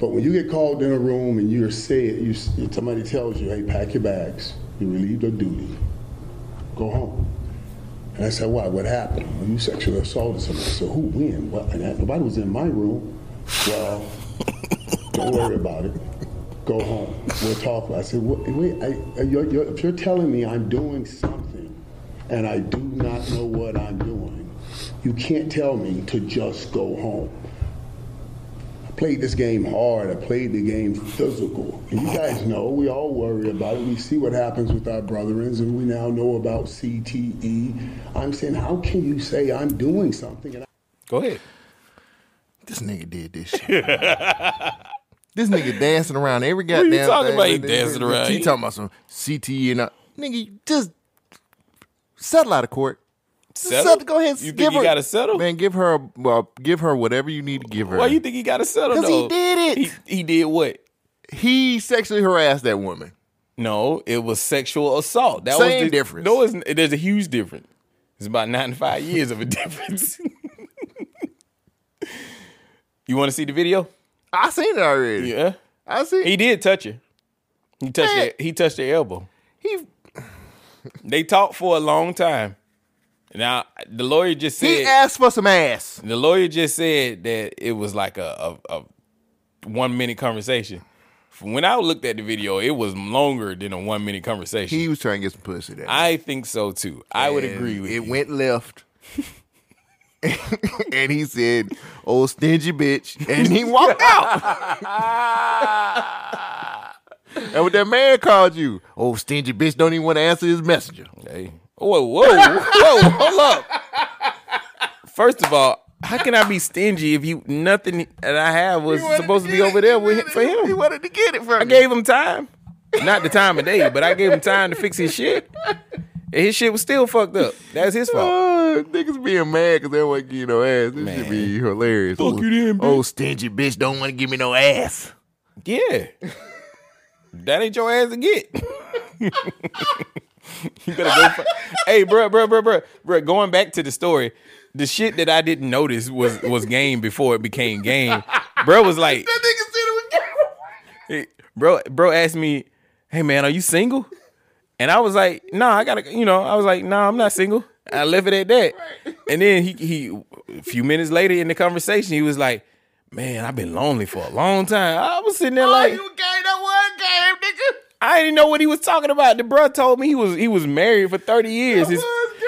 [SPEAKER 7] But when you get called in a room and you're said, you somebody tells you, "Hey, pack your bags. You're relieved of duty. Go home." And I said, why? What happened? Well, you sexually assaulted somebody. So who when? Well, and that- nobody was in my room. Well, don't worry about it. Go home. We'll talk. I said, "Wait, wait I, uh, you're, you're, if you're telling me I'm doing something and I do not know what I'm doing, you can't tell me to just go home. I played this game hard. I played the game physical. And you guys know we all worry about it. We see what happens with our brethrens, and we now know about CTE. I'm saying, how can you say I'm doing something? And
[SPEAKER 8] Go ahead.
[SPEAKER 2] This nigga did this shit. this nigga dancing around every goddamn
[SPEAKER 3] you talking
[SPEAKER 2] thing.
[SPEAKER 3] about? He
[SPEAKER 2] Nigga,
[SPEAKER 3] dancing
[SPEAKER 2] nigga,
[SPEAKER 3] around.
[SPEAKER 2] He talking about some CTE and all. Nigga, you just settle out of court. Just
[SPEAKER 3] Settle?
[SPEAKER 2] settle- Go ahead. and
[SPEAKER 3] You think
[SPEAKER 2] give
[SPEAKER 3] you
[SPEAKER 2] her,
[SPEAKER 3] gotta settle?
[SPEAKER 2] Man, give her well, give her whatever you need to give her.
[SPEAKER 3] Why you think he got to settle?
[SPEAKER 2] 'Cause he
[SPEAKER 3] though?
[SPEAKER 2] did it.
[SPEAKER 3] He, he did what?
[SPEAKER 2] he sexually harassed that woman.
[SPEAKER 3] No, it was sexual assault. That
[SPEAKER 2] Same
[SPEAKER 3] was the,
[SPEAKER 2] difference.
[SPEAKER 3] No, it's, there's a huge difference. It's about nine to five years of a difference. you want to see the video?
[SPEAKER 2] I seen it already.
[SPEAKER 3] Yeah,
[SPEAKER 2] I seen
[SPEAKER 3] he did touch her. He touched.
[SPEAKER 2] Man.
[SPEAKER 3] Her, he touched her elbow.
[SPEAKER 2] he
[SPEAKER 3] They talked for a long time. Now the lawyer just said
[SPEAKER 2] he asked for some ass.
[SPEAKER 3] The lawyer just said that it was like a, a, a one minute conversation. From when I looked at the video, it was longer than a one minute conversation.
[SPEAKER 2] He was trying to get some pussy. That
[SPEAKER 3] I think so too. I would agree with
[SPEAKER 2] it
[SPEAKER 3] you.
[SPEAKER 2] went left. and he said, "Oh, stingy bitch," and he walked out. and what that man called you, "Oh, stingy bitch," don't even want to answer his messenger.
[SPEAKER 3] Hey. Whoa, whoa, whoa, hold up. First of all, how can I be stingy if you nothing that I have was supposed to be over there with him, for
[SPEAKER 2] He
[SPEAKER 3] him?
[SPEAKER 2] wanted to get it from.
[SPEAKER 3] I gave him time. Not the time of day, but I gave him time to fix his shit. And his shit was still fucked up. That's his fault.
[SPEAKER 2] niggas being mad because they want to give you no ass. This should be hilarious. Fuck
[SPEAKER 3] you then, bitch.
[SPEAKER 2] Oh, stingy bitch don't want to give me no ass.
[SPEAKER 3] Yeah. that ain't your ass to get. you better go. fi- hey, bruh, bruh, bruh, bruh, bruh. Going back to the story, the shit that I didn't notice was was game before it became game. Bruh was like, bro, bro asked me, "Hey man, are you single?" And I was like, "No, nah, I gotta," you know, I was like, "No, nah, I'm not single." I left it at that. And then he he a few minutes later in the conversation, he was like, "Man, I've been lonely for a long time." I was sitting there like, I didn't know what he was talking about. The bruh told me he was he was married for 30 years. His-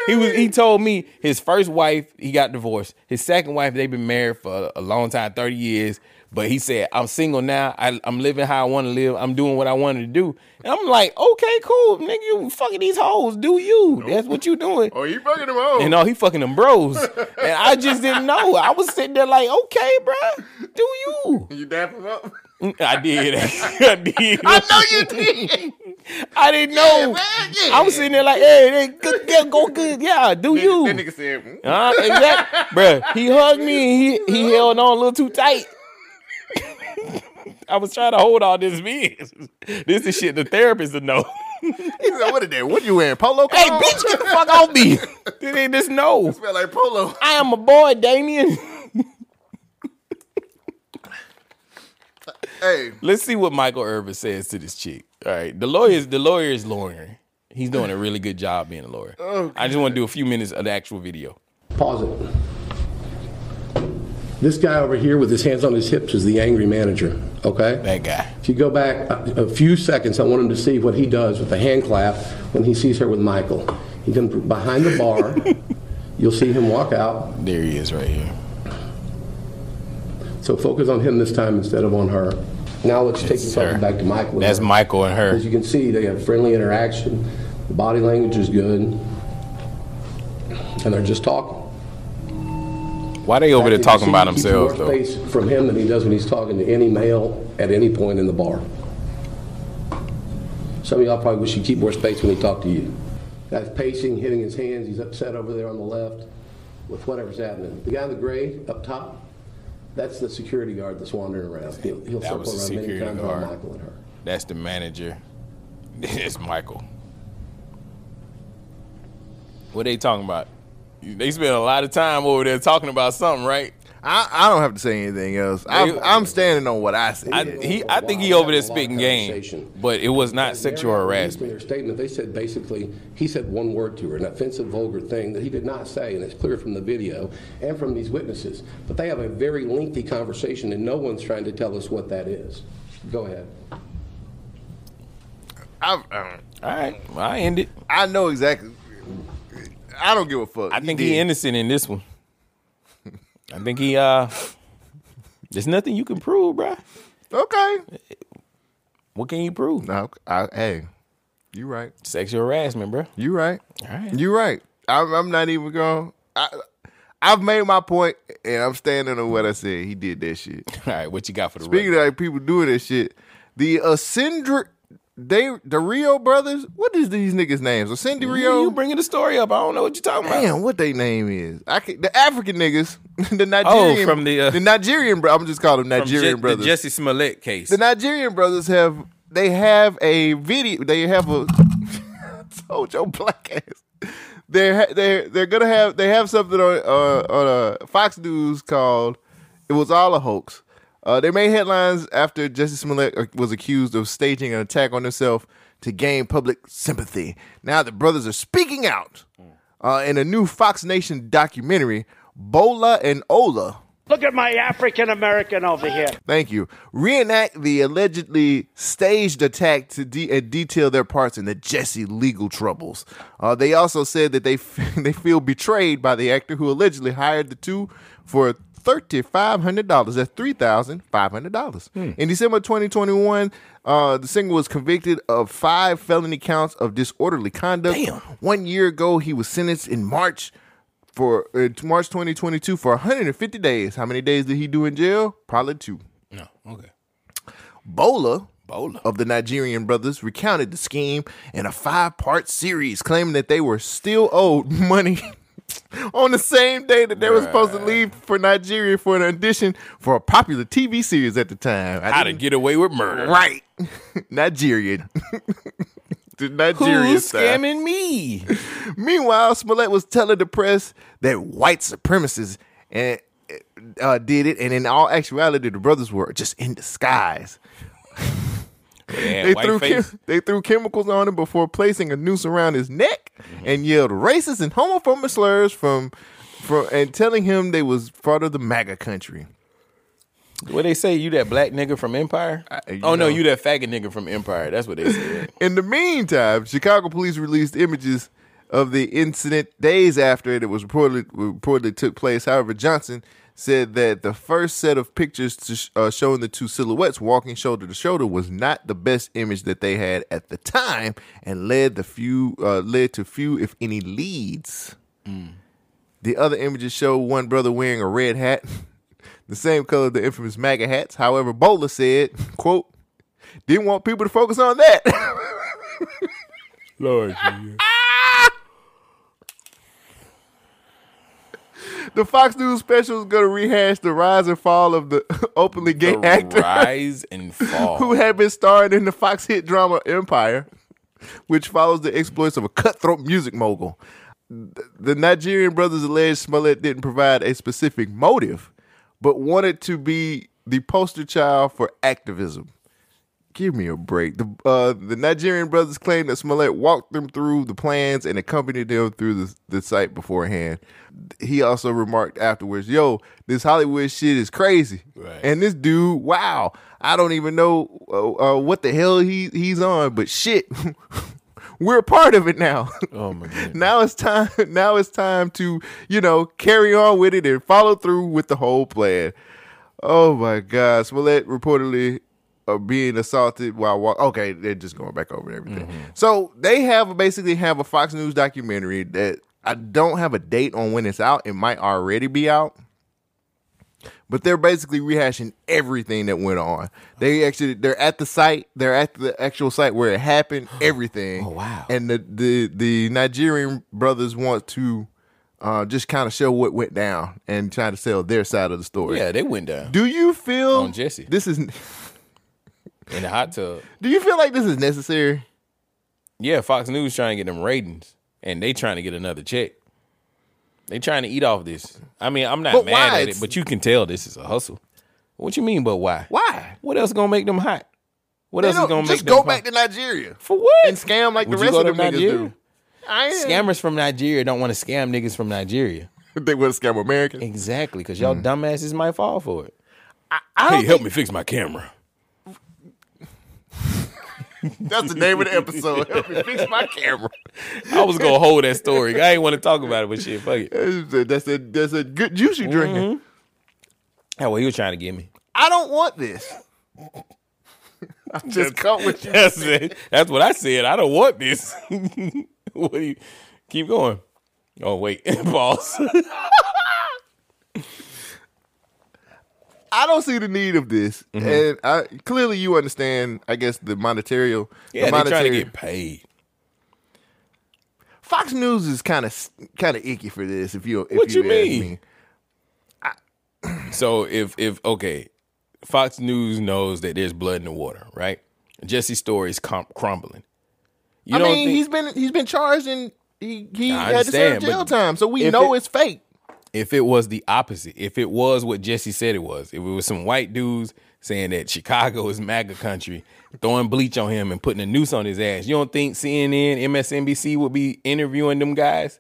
[SPEAKER 3] he was he told me his first wife, he got divorced. His second wife, they've been married for a long time, 30 years. But he said, I'm single now. I, I'm living how I want to live. I'm doing what I wanted to do. And I'm like, okay, cool. Nigga, you fucking these hoes. Do you. That's what you doing.
[SPEAKER 2] Oh, you fucking him old.
[SPEAKER 3] And all he fucking them bros. and I just didn't know. I was sitting there like, okay, bruh, do you.
[SPEAKER 2] you dap him up.
[SPEAKER 3] I did. I did.
[SPEAKER 2] I know you did.
[SPEAKER 3] I didn't know.
[SPEAKER 2] man, yeah.
[SPEAKER 3] I was sitting there like, hey, they good, yeah, go good, yeah, do you?
[SPEAKER 2] That nigga said, mm.
[SPEAKER 3] Huh? Exact, bruh. He hugged me and he he held on a little too tight. I was trying to hold all this in. This is shit the therapist to know.
[SPEAKER 2] He said, what is that? What are you wearing? Polo?
[SPEAKER 3] hey,
[SPEAKER 2] cologne?"
[SPEAKER 3] bitch, get the fuck off me. They ain't just know.
[SPEAKER 2] Smell like polo.
[SPEAKER 3] I am a boy, Damien.
[SPEAKER 2] Hey,
[SPEAKER 3] Let's see what Michael Irvin says to this chick. All right, the lawyer is the lawyer is lawyering. He's doing a really good job being a lawyer. I just want to do a few minutes of the actual video.
[SPEAKER 6] Pause it. This guy over here with his hands on his hips is the angry manager, okay?
[SPEAKER 3] That guy.
[SPEAKER 6] If you go back a, a few seconds, I want him to see what he does with the hand clap when he sees her with Michael. He comes behind the bar. You'll see him walk out.
[SPEAKER 3] There he is, right here.
[SPEAKER 6] So focus on him this time instead of on her. Now let's take this
[SPEAKER 3] her.
[SPEAKER 6] talking back to Michael.
[SPEAKER 3] That's Michael and her.
[SPEAKER 6] As you can see, they have friendly interaction. The body language is good, and they're just talking.
[SPEAKER 3] Why they over there
[SPEAKER 6] If you
[SPEAKER 3] talking
[SPEAKER 6] see,
[SPEAKER 3] about
[SPEAKER 6] keep
[SPEAKER 3] themselves
[SPEAKER 6] more
[SPEAKER 3] though?
[SPEAKER 6] space from him than he does when he's talking to any male at any point in the bar. Some of y'all probably wish he'd keep more space when he talked to you. Guy's pacing, hitting his hands. He's upset over there on the left with whatever's happening. The guy in the gray up top, that's the security guard that's wandering around. He'll, he'll
[SPEAKER 3] That was the
[SPEAKER 6] circle around many
[SPEAKER 3] security
[SPEAKER 6] times
[SPEAKER 3] guard.
[SPEAKER 6] on Michael and her.
[SPEAKER 3] That's the manager. It's Michael. What they talking about? They spend a lot of time over there talking about something, right?
[SPEAKER 2] I, I don't have to say anything else. I'm, I'm standing on what I said.
[SPEAKER 3] I, he, I think he over there spitting game, but it was not sexual
[SPEAKER 6] They're released
[SPEAKER 3] harassment.
[SPEAKER 6] in Their statement, they said basically, he said one word to her, an offensive, vulgar thing that he did not say, and it's clear from the video and from these witnesses. But they have a very lengthy conversation, and no one's trying to tell us what that is. Go ahead.
[SPEAKER 2] I, I,
[SPEAKER 3] All right, well, I end it.
[SPEAKER 2] I know exactly. I don't give a fuck.
[SPEAKER 3] I think he
[SPEAKER 2] did.
[SPEAKER 3] innocent in this one. I think he uh there's nothing you can prove, bruh.
[SPEAKER 2] Okay.
[SPEAKER 3] What can you prove?
[SPEAKER 2] No, I, hey, you right.
[SPEAKER 3] Sexual harassment, bruh.
[SPEAKER 2] You right.
[SPEAKER 3] All right.
[SPEAKER 2] You right. I'm, I'm not even going. I, I've made my point, and I'm standing on what I said. He did that shit.
[SPEAKER 3] All right, what you got for the
[SPEAKER 2] Speaking
[SPEAKER 3] record?
[SPEAKER 2] of like, people doing that shit, the Ascendri, they the Rio brothers. What is these niggas' names? Ascendi
[SPEAKER 3] you,
[SPEAKER 2] Rio.
[SPEAKER 3] you bringing the story up. I don't know what you're talking about.
[SPEAKER 2] Damn, what they name is? I can, the African niggas, the Nigerian,
[SPEAKER 3] from the, uh,
[SPEAKER 2] the Nigerian. bro- I'm just calling them
[SPEAKER 3] From Je-
[SPEAKER 2] Nigerian brothers.
[SPEAKER 3] The Jesse Smollett case.
[SPEAKER 2] the Nigerian brothers have they have a video. They have a told your black ass. They're they they're gonna have they have something on uh, on uh, Fox News called "It Was All a Hoax." Uh, they made headlines after Jesse Smollett uh, was accused of staging an attack on himself to gain public sympathy. Now the brothers are speaking out uh, in a new Fox Nation documentary, "Bola and Ola."
[SPEAKER 9] Look at my African American over here.
[SPEAKER 2] Thank you. Reenact the allegedly staged attack to de- and detail their parts in the Jesse legal troubles. Uh, they also said that they f- they feel betrayed by the actor who allegedly hired the two for thirty five hundred dollars. That's three thousand five hundred dollars. In December twenty twenty one, uh, the singer was convicted of five felony counts of disorderly conduct. One year ago, he was sentenced in March for uh, t- March 2022 for 150 days. How many days did he do in jail? Probably two.
[SPEAKER 3] no, okay.
[SPEAKER 2] Bola,
[SPEAKER 3] Bola.
[SPEAKER 2] of the Nigerian brothers recounted the scheme in a five part series, claiming that they were still owed money. On the same day that they were supposed to leave for Nigeria for an audition for a popular TV series at the time. I
[SPEAKER 3] How to
[SPEAKER 2] didn't-
[SPEAKER 3] get away with murder.
[SPEAKER 2] right. Nigeria. the Nigerian
[SPEAKER 3] Who's
[SPEAKER 2] style.
[SPEAKER 3] scamming me?
[SPEAKER 2] Meanwhile, Smollett was telling the press that white supremacists and uh, did it, and in all actuality, the brothers were just in disguise.
[SPEAKER 3] Man,
[SPEAKER 2] They
[SPEAKER 3] white
[SPEAKER 2] threw
[SPEAKER 3] face.
[SPEAKER 2] chem- they threw chemicals on him before placing a noose around his neck
[SPEAKER 3] Mm-hmm.
[SPEAKER 2] and yelled racist and homophobic slurs from, from and telling him they was part of the MAGA country.
[SPEAKER 3] what they say? You that black nigga from Empire?
[SPEAKER 2] you
[SPEAKER 3] oh
[SPEAKER 2] know.
[SPEAKER 3] no, you that faggot nigga from Empire. That's what they said.
[SPEAKER 2] In the meantime, Chicago police released images of the incident days after it was reportedly, reportedly took place. However, Johnson said that the first set of pictures to sh- uh, showing the two silhouettes walking shoulder to shoulder was not the best image that they had at the time, and led the few uh, led to few, if any, leads. The other images show one brother wearing a red hat, the same color of the infamous MAGA hats. However, Bowler said, "quote Didn't want people to focus on that."
[SPEAKER 3] Lord,
[SPEAKER 2] The Fox News special is going to rehash the rise and fall of the openly gay
[SPEAKER 3] The
[SPEAKER 2] actor
[SPEAKER 3] rise and fall.
[SPEAKER 2] who had been starred in the Fox hit drama Empire, which follows the exploits of a cutthroat music mogul. Th- The Nigerian brothers alleged Smollett didn't provide a specific motive, but wanted to be the poster child for activism. Give me a break. The uh, the Nigerian brothers claim that Smollett walked them through the plans and accompanied them through the, the site beforehand. He also remarked afterwards, "Yo, this Hollywood shit is crazy."
[SPEAKER 3] Right.
[SPEAKER 2] And this dude, wow, I don't even know uh, uh, what the hell he he's on, but shit, we're a part of it now.
[SPEAKER 3] oh my god.
[SPEAKER 2] now it's time. Now it's time to you know carry on with it and follow through with the whole plan. Oh my God! Smollett reportedly are being assaulted while walk. Okay, they're just going back over everything. So they have basically have a Fox News documentary that I don't have a date on when it's out. It might already be out, but they're basically rehashing everything that went on. They actually they're at the site. They're at the actual site where it happened. Everything. Oh
[SPEAKER 3] wow.
[SPEAKER 2] And the the the Nigerian brothers want to. Uh, just kind of show what went down and try to sell their side of the story.
[SPEAKER 3] Yeah, they went down
[SPEAKER 2] Do you feel
[SPEAKER 3] On Jesse.
[SPEAKER 2] This is.
[SPEAKER 3] in the hot tub.
[SPEAKER 2] Do you feel like this is necessary?
[SPEAKER 3] Yeah, Fox News trying to get them ratings, and they trying to get another check. They trying to eat off this. I mean, I'm not
[SPEAKER 2] But
[SPEAKER 3] mad
[SPEAKER 2] why?
[SPEAKER 3] at it, but you can tell this is a hustle. What you mean? But why?
[SPEAKER 2] Why?
[SPEAKER 3] What else gonna make them hot? What
[SPEAKER 2] They
[SPEAKER 3] else is
[SPEAKER 2] don't-
[SPEAKER 3] gonna make
[SPEAKER 2] just
[SPEAKER 3] them
[SPEAKER 2] go
[SPEAKER 3] hot?
[SPEAKER 2] back to Nigeria
[SPEAKER 3] for what?
[SPEAKER 2] and scam like
[SPEAKER 3] Would
[SPEAKER 2] the
[SPEAKER 3] you
[SPEAKER 2] rest
[SPEAKER 3] go
[SPEAKER 2] of
[SPEAKER 3] to
[SPEAKER 2] the niggas
[SPEAKER 3] Nigeria?
[SPEAKER 2] do. I am.
[SPEAKER 3] Scammers from Nigeria don't want to scam niggas from Nigeria.
[SPEAKER 2] They want to scam Americans.
[SPEAKER 3] Exactly, because y'all dumbasses might fall for it.
[SPEAKER 2] Mm. I don't
[SPEAKER 3] me fix my camera.
[SPEAKER 2] think that's the name of the episode. Help me fix my camera.
[SPEAKER 3] I was gonna hold that story. I ain't want to talk about it, but shit, fuck it.
[SPEAKER 2] That's a that's a good juice you drinking.
[SPEAKER 3] Mm-hmm. That's what he was trying to get me.
[SPEAKER 2] I don't want this. I'm just caught with you.
[SPEAKER 3] That's it. That's what I said. I don't want this. what do you keep going? Oh wait, pause.
[SPEAKER 2] I don't see the need of this,
[SPEAKER 3] Mm-hmm.
[SPEAKER 2] and I clearly you understand. I guess the monetary.
[SPEAKER 3] yeah,
[SPEAKER 2] the
[SPEAKER 3] they're
[SPEAKER 2] monetary.
[SPEAKER 3] trying to get paid.
[SPEAKER 2] Fox News is kind of kind of icky for this. If you if
[SPEAKER 3] What you
[SPEAKER 2] ask
[SPEAKER 3] mean?
[SPEAKER 2] me.
[SPEAKER 3] So if if okay, Fox News knows that there's blood in the water, right? Jesse's story is com- crumbling. You
[SPEAKER 2] I
[SPEAKER 3] don't
[SPEAKER 2] mean,
[SPEAKER 3] think-
[SPEAKER 2] he's been he's been charged and he he
[SPEAKER 3] I
[SPEAKER 2] had to serve
[SPEAKER 3] understand, but
[SPEAKER 2] jail time, so we
[SPEAKER 3] if
[SPEAKER 2] know
[SPEAKER 3] it-
[SPEAKER 2] it's fake.
[SPEAKER 3] if it was the opposite, if it was what Jesse said it was, if it was some white dudes saying that Chicago is MAGA country, throwing bleach on him and putting a noose on his ass, you don't think CNN, MSNBC would be interviewing them guys,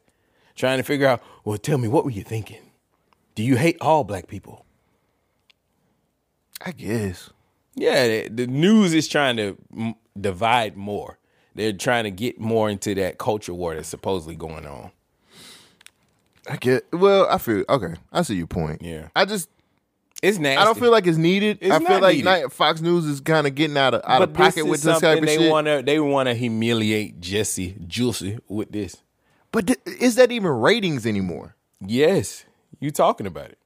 [SPEAKER 3] trying to figure out, well, tell me, what were you thinking? Do you hate all black people?
[SPEAKER 2] I guess.
[SPEAKER 3] Yeah, the, the news is trying to mm, divide more. They're trying to get more into that culture war that's supposedly going on.
[SPEAKER 2] I get. Well, I feel okay. I see your point.
[SPEAKER 3] Yeah.
[SPEAKER 2] I just
[SPEAKER 3] It's nasty.
[SPEAKER 2] I don't feel like it's needed.
[SPEAKER 3] It's
[SPEAKER 2] I feel
[SPEAKER 3] not
[SPEAKER 2] like
[SPEAKER 3] needed.
[SPEAKER 2] not- Fox News is kind of getting out of out of
[SPEAKER 3] But this
[SPEAKER 2] pocket
[SPEAKER 3] is
[SPEAKER 2] with this
[SPEAKER 3] something
[SPEAKER 2] type of
[SPEAKER 3] they
[SPEAKER 2] shit.
[SPEAKER 3] Wanna, they want to humiliate Jesse, Juicy with this.
[SPEAKER 2] but th- is that even ratings anymore?
[SPEAKER 3] Yes, you talking about it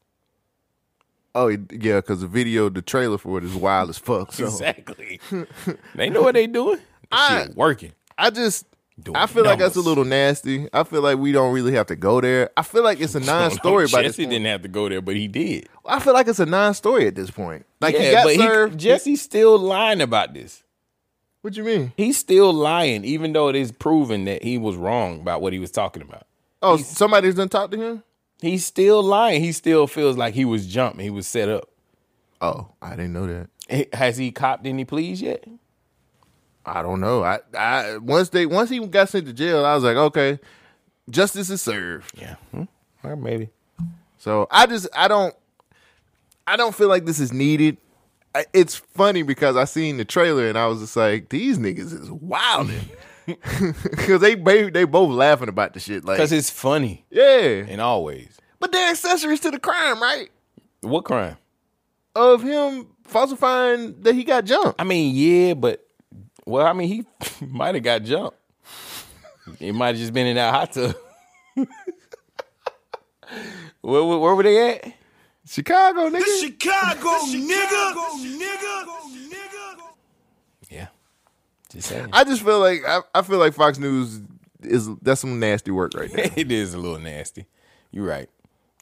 [SPEAKER 2] Oh it- yeah, because the video, the trailer for it is wild as fuck. So
[SPEAKER 3] exactly. they know what they doing.
[SPEAKER 2] I-
[SPEAKER 3] I, shit working.
[SPEAKER 2] I just.
[SPEAKER 3] Doing
[SPEAKER 2] I feel like that's a
[SPEAKER 3] numbers.
[SPEAKER 2] little nasty. I feel like we don't really have to go there. I feel like it's a non-story by this
[SPEAKER 3] Jesse
[SPEAKER 2] point.
[SPEAKER 3] didn't have to go there, but he did.
[SPEAKER 2] I feel like it's a non-story at this point. Like he
[SPEAKER 3] yeah,
[SPEAKER 2] got
[SPEAKER 3] but
[SPEAKER 2] served.
[SPEAKER 3] he, Jesse's still lying about this.
[SPEAKER 2] what you mean?
[SPEAKER 3] He's still lying, even though it is proven that he was wrong about what he was talking about.
[SPEAKER 2] Oh, somebody's done talk to him?
[SPEAKER 3] He's still lying. He still feels like he was jumped. He was set up.
[SPEAKER 2] Oh, I didn't know that.
[SPEAKER 3] Has he copped any pleas yet?
[SPEAKER 2] I don't know. I, I once they once he got sent to jail, I was like, okay, justice is served.
[SPEAKER 3] Yeah, hmm? or maybe.
[SPEAKER 2] So I just I don't I don't feel like this is needed. I- It's funny because I seen the trailer and I was just like, these niggas is wilding because they ba- they both laughing about the shit. Like,
[SPEAKER 3] Because it's funny
[SPEAKER 2] yeah,
[SPEAKER 3] and always.
[SPEAKER 2] but they're accessories to the crime, right?
[SPEAKER 3] What crime?
[SPEAKER 2] Of him falsifying that he got jumped.
[SPEAKER 3] I mean, yeah, but well, I mean, he might have got jumped. He might have just been in that hot tub. where, where, where were they at?
[SPEAKER 2] Chicago nigga.
[SPEAKER 1] Chicago, nigga. nigga. nigga.
[SPEAKER 3] Yeah, just saying.
[SPEAKER 2] I just feel like I, I feel like Fox News is that's some nasty work right there.
[SPEAKER 3] it is a little nasty. You're right.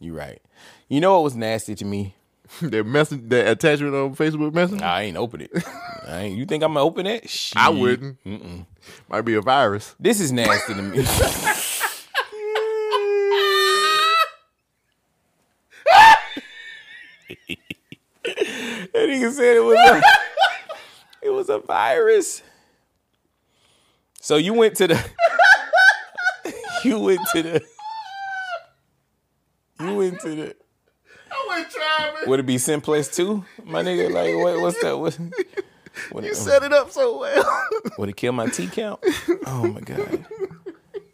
[SPEAKER 3] You right. You know what was nasty to me?
[SPEAKER 2] That message, that attachment on Facebook Messenger.
[SPEAKER 3] I ain't open it. I ain't, you think I'm gonna open it? Shit.
[SPEAKER 2] I wouldn't. Might be a virus.
[SPEAKER 3] This is nasty to me. that nigga said it was a, it was a virus. So you went to the you went to the you went to the
[SPEAKER 2] I wouldn't try, man.
[SPEAKER 3] would it be Simplex two? My nigga, like what, what's that? What, what,
[SPEAKER 2] You set it up so well.
[SPEAKER 3] Would it kill my T count? Oh my god.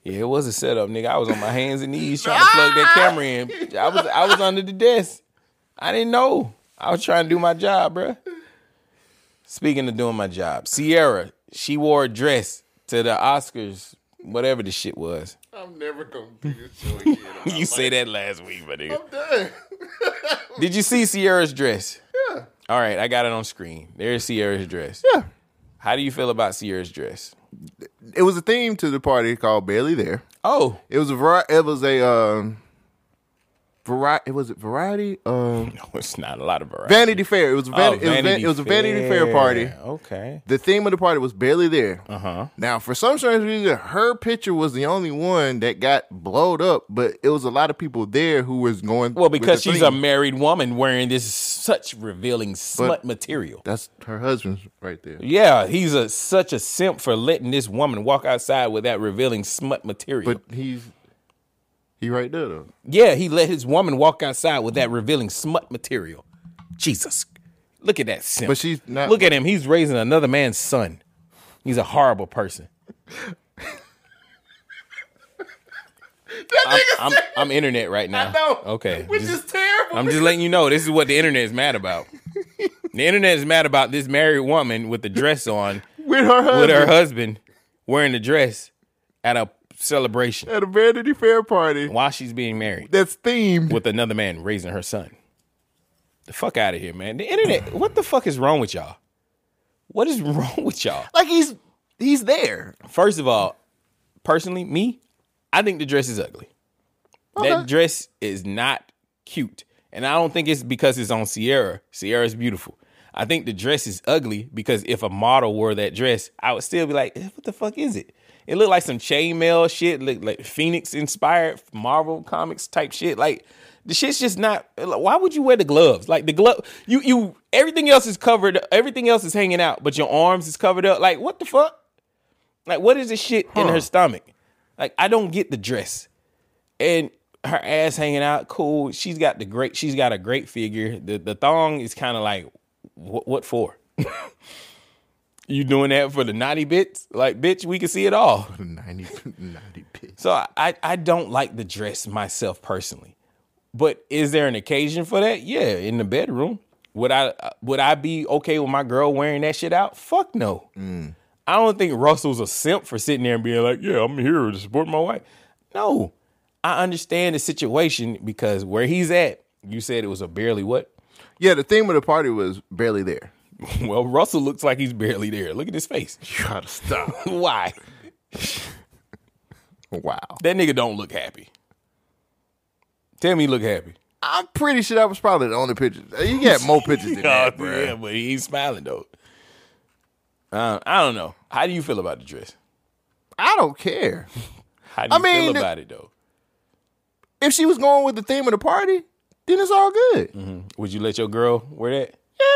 [SPEAKER 3] Yeah, it was a setup, nigga. I was on my hands and knees trying to plug that camera in. I was I was under the desk. I didn't know. I was trying to do my job, bruh. Speaking of doing my job, Sierra, she wore a dress to the Oscars, whatever the shit was.
[SPEAKER 2] I'm never gonna do this show again.
[SPEAKER 3] You say that last week, my nigga.
[SPEAKER 2] I'm done.
[SPEAKER 3] Did you see Sierra's dress? Yeah. All right, I got it on screen. There's Sierra's dress.
[SPEAKER 2] Yeah.
[SPEAKER 3] How do you feel about Sierra's dress?
[SPEAKER 2] It was a theme to the party called Barely There.
[SPEAKER 3] Oh,
[SPEAKER 2] It was a variety. It was a um, variety. Was it variety? Um,
[SPEAKER 3] no, it's not a lot of variety.
[SPEAKER 2] Vanity Fair. It was a
[SPEAKER 3] Oh,
[SPEAKER 2] van- it, was van- it was a Vanity Fair party.
[SPEAKER 3] Okay.
[SPEAKER 2] The theme of the party was barely there. Uh
[SPEAKER 3] Uh-huh.
[SPEAKER 2] huh. Now, for some strange reason, her picture was the only one that got blowed up, but it was a lot of people there who was going.
[SPEAKER 3] Well,
[SPEAKER 2] with
[SPEAKER 3] because
[SPEAKER 2] the
[SPEAKER 3] she's a
[SPEAKER 2] theme.
[SPEAKER 3] married woman wearing this such revealing smut material.
[SPEAKER 2] That's her husband's right there.
[SPEAKER 3] Yeah, he's a such a simp for letting this woman walk outside with that revealing smut material.
[SPEAKER 2] But he's he right there though.
[SPEAKER 3] yeah, he let his woman walk outside with
[SPEAKER 2] Mm-hmm.
[SPEAKER 3] that revealing smut material. Jesus, look at that simp.
[SPEAKER 2] But she's not.
[SPEAKER 3] look at him. He's raising another man's son. He's a horrible person. I'm, I'm, I'm internet right now. Okay.
[SPEAKER 2] Which is
[SPEAKER 3] just-
[SPEAKER 2] terrible.
[SPEAKER 3] I'm just letting you know this is what the internet is mad about. the internet is mad about this married woman with the dress on
[SPEAKER 2] with her husband
[SPEAKER 3] with her husband wearing the dress at a celebration
[SPEAKER 2] at a Vanity Fair party
[SPEAKER 3] while she's being married
[SPEAKER 2] that's themed.
[SPEAKER 3] with another man raising her son. The fuck out of here, man. The internet, what the fuck is wrong with y'all? What is wrong with y'all?
[SPEAKER 2] like he's he's there.
[SPEAKER 3] First of all, personally, me, I think the dress is ugly. That dress is not cute. And I don't think it's because it's on Sierra. Sierra's beautiful. I think the dress is ugly because if a model wore that dress, I would still be like, "Eh, what the fuck is it? It looked like some chainmail shit, looked like Phoenix inspired Marvel comics type shit. Like the shit's just not like, why would you wear the gloves? Like the glove you you everything else is covered, everything else is hanging out, but your arms is covered up. Like what the fuck? Like, what is this shit in her stomach? Like, I don't get the dress. And her ass hanging out, cool. She's got the great, she's got a great figure. The the thong is kind of like, what what for? you doing that for the naughty bits? Like, bitch, we can see it all.
[SPEAKER 2] 90, 90 pitch.
[SPEAKER 3] So I, I I don't like the dress myself personally. But is there an occasion for that? Yeah, in the bedroom. Would I uh, would I be okay with my girl wearing that shit out? Fuck no. I don't think Russell's a simp for sitting there and being like, "Yeah, I'm here to support my wife." No. I understand the situation because where he's at, you said it was a barely what?
[SPEAKER 2] Yeah, the theme of the party was barely there.
[SPEAKER 3] Well, Russell looks like he's barely there. Look at his face.
[SPEAKER 2] You gotta stop.
[SPEAKER 3] Why?
[SPEAKER 2] wow.
[SPEAKER 3] That nigga don't look happy. Tell me he look happy.
[SPEAKER 2] I'm pretty sure that was probably the only picture. You got more pictures than that,
[SPEAKER 3] Oh,
[SPEAKER 2] bro.
[SPEAKER 3] Yeah, but he's smiling though. Uh, I don't know. How do you feel about the dress?
[SPEAKER 2] I don't care.
[SPEAKER 3] How do
[SPEAKER 2] I
[SPEAKER 3] you
[SPEAKER 2] mean,
[SPEAKER 3] feel
[SPEAKER 2] the-
[SPEAKER 3] about it though?
[SPEAKER 2] If she was going with the theme of the party, then it's all good.
[SPEAKER 3] Would you let your girl wear that?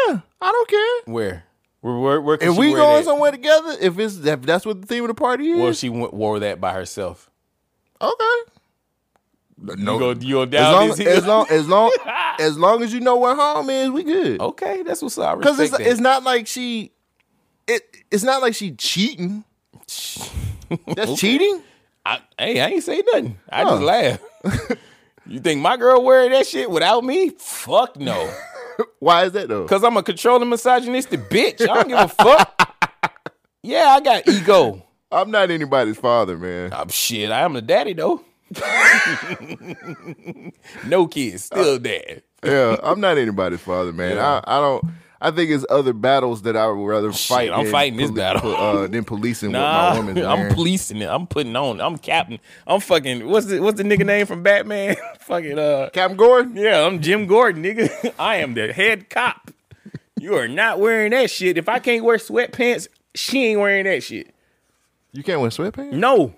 [SPEAKER 2] Yeah, I don't care.
[SPEAKER 3] Where? Where? Where? where could
[SPEAKER 2] If
[SPEAKER 3] she
[SPEAKER 2] we
[SPEAKER 3] wear
[SPEAKER 2] going
[SPEAKER 3] that?
[SPEAKER 2] somewhere together, if it's if that's what the theme of the party is,
[SPEAKER 3] Well, she went, wore that by herself.
[SPEAKER 2] okay. No,
[SPEAKER 3] You go, you go
[SPEAKER 2] as
[SPEAKER 3] down
[SPEAKER 2] long
[SPEAKER 3] this
[SPEAKER 2] as,
[SPEAKER 3] hill.
[SPEAKER 2] long as long as long as you know where home is, we good.
[SPEAKER 3] okay, that's what's up.
[SPEAKER 2] Because
[SPEAKER 3] Because
[SPEAKER 2] it's it's not like she, it it's not like she cheating. That's cheating.
[SPEAKER 3] I, hey, I ain't say nothing. I
[SPEAKER 2] Huh.
[SPEAKER 3] just laugh. you think my girl wearing that shit without me? Fuck no.
[SPEAKER 2] Why is that though?
[SPEAKER 3] Cause I'm a controlling misogynistic bitch. I don't give a fuck. Yeah, I got ego.
[SPEAKER 2] I'm not anybody's father, man.
[SPEAKER 3] I'm shit. I am the daddy though. no kids, still dad.
[SPEAKER 2] Uh, yeah, I'm not anybody's father, man. I, I don't. I think it's other battles that I would rather fight.
[SPEAKER 3] I'm
[SPEAKER 2] than
[SPEAKER 3] fighting this battle.
[SPEAKER 2] po- uh, than policing
[SPEAKER 3] Nah,
[SPEAKER 2] with my woman.
[SPEAKER 3] I'm
[SPEAKER 2] man.
[SPEAKER 3] policing it. I'm putting on. I'm captain. I'm fucking. What's the What's the nigga name from Batman? fucking. Uh.
[SPEAKER 2] Captain Gordon.
[SPEAKER 3] Yeah, I'm Jim Gordon, nigga. I am the head cop. You are not wearing that shit. If I can't wear sweatpants, she ain't wearing that shit.
[SPEAKER 2] You can't wear sweatpants
[SPEAKER 3] No,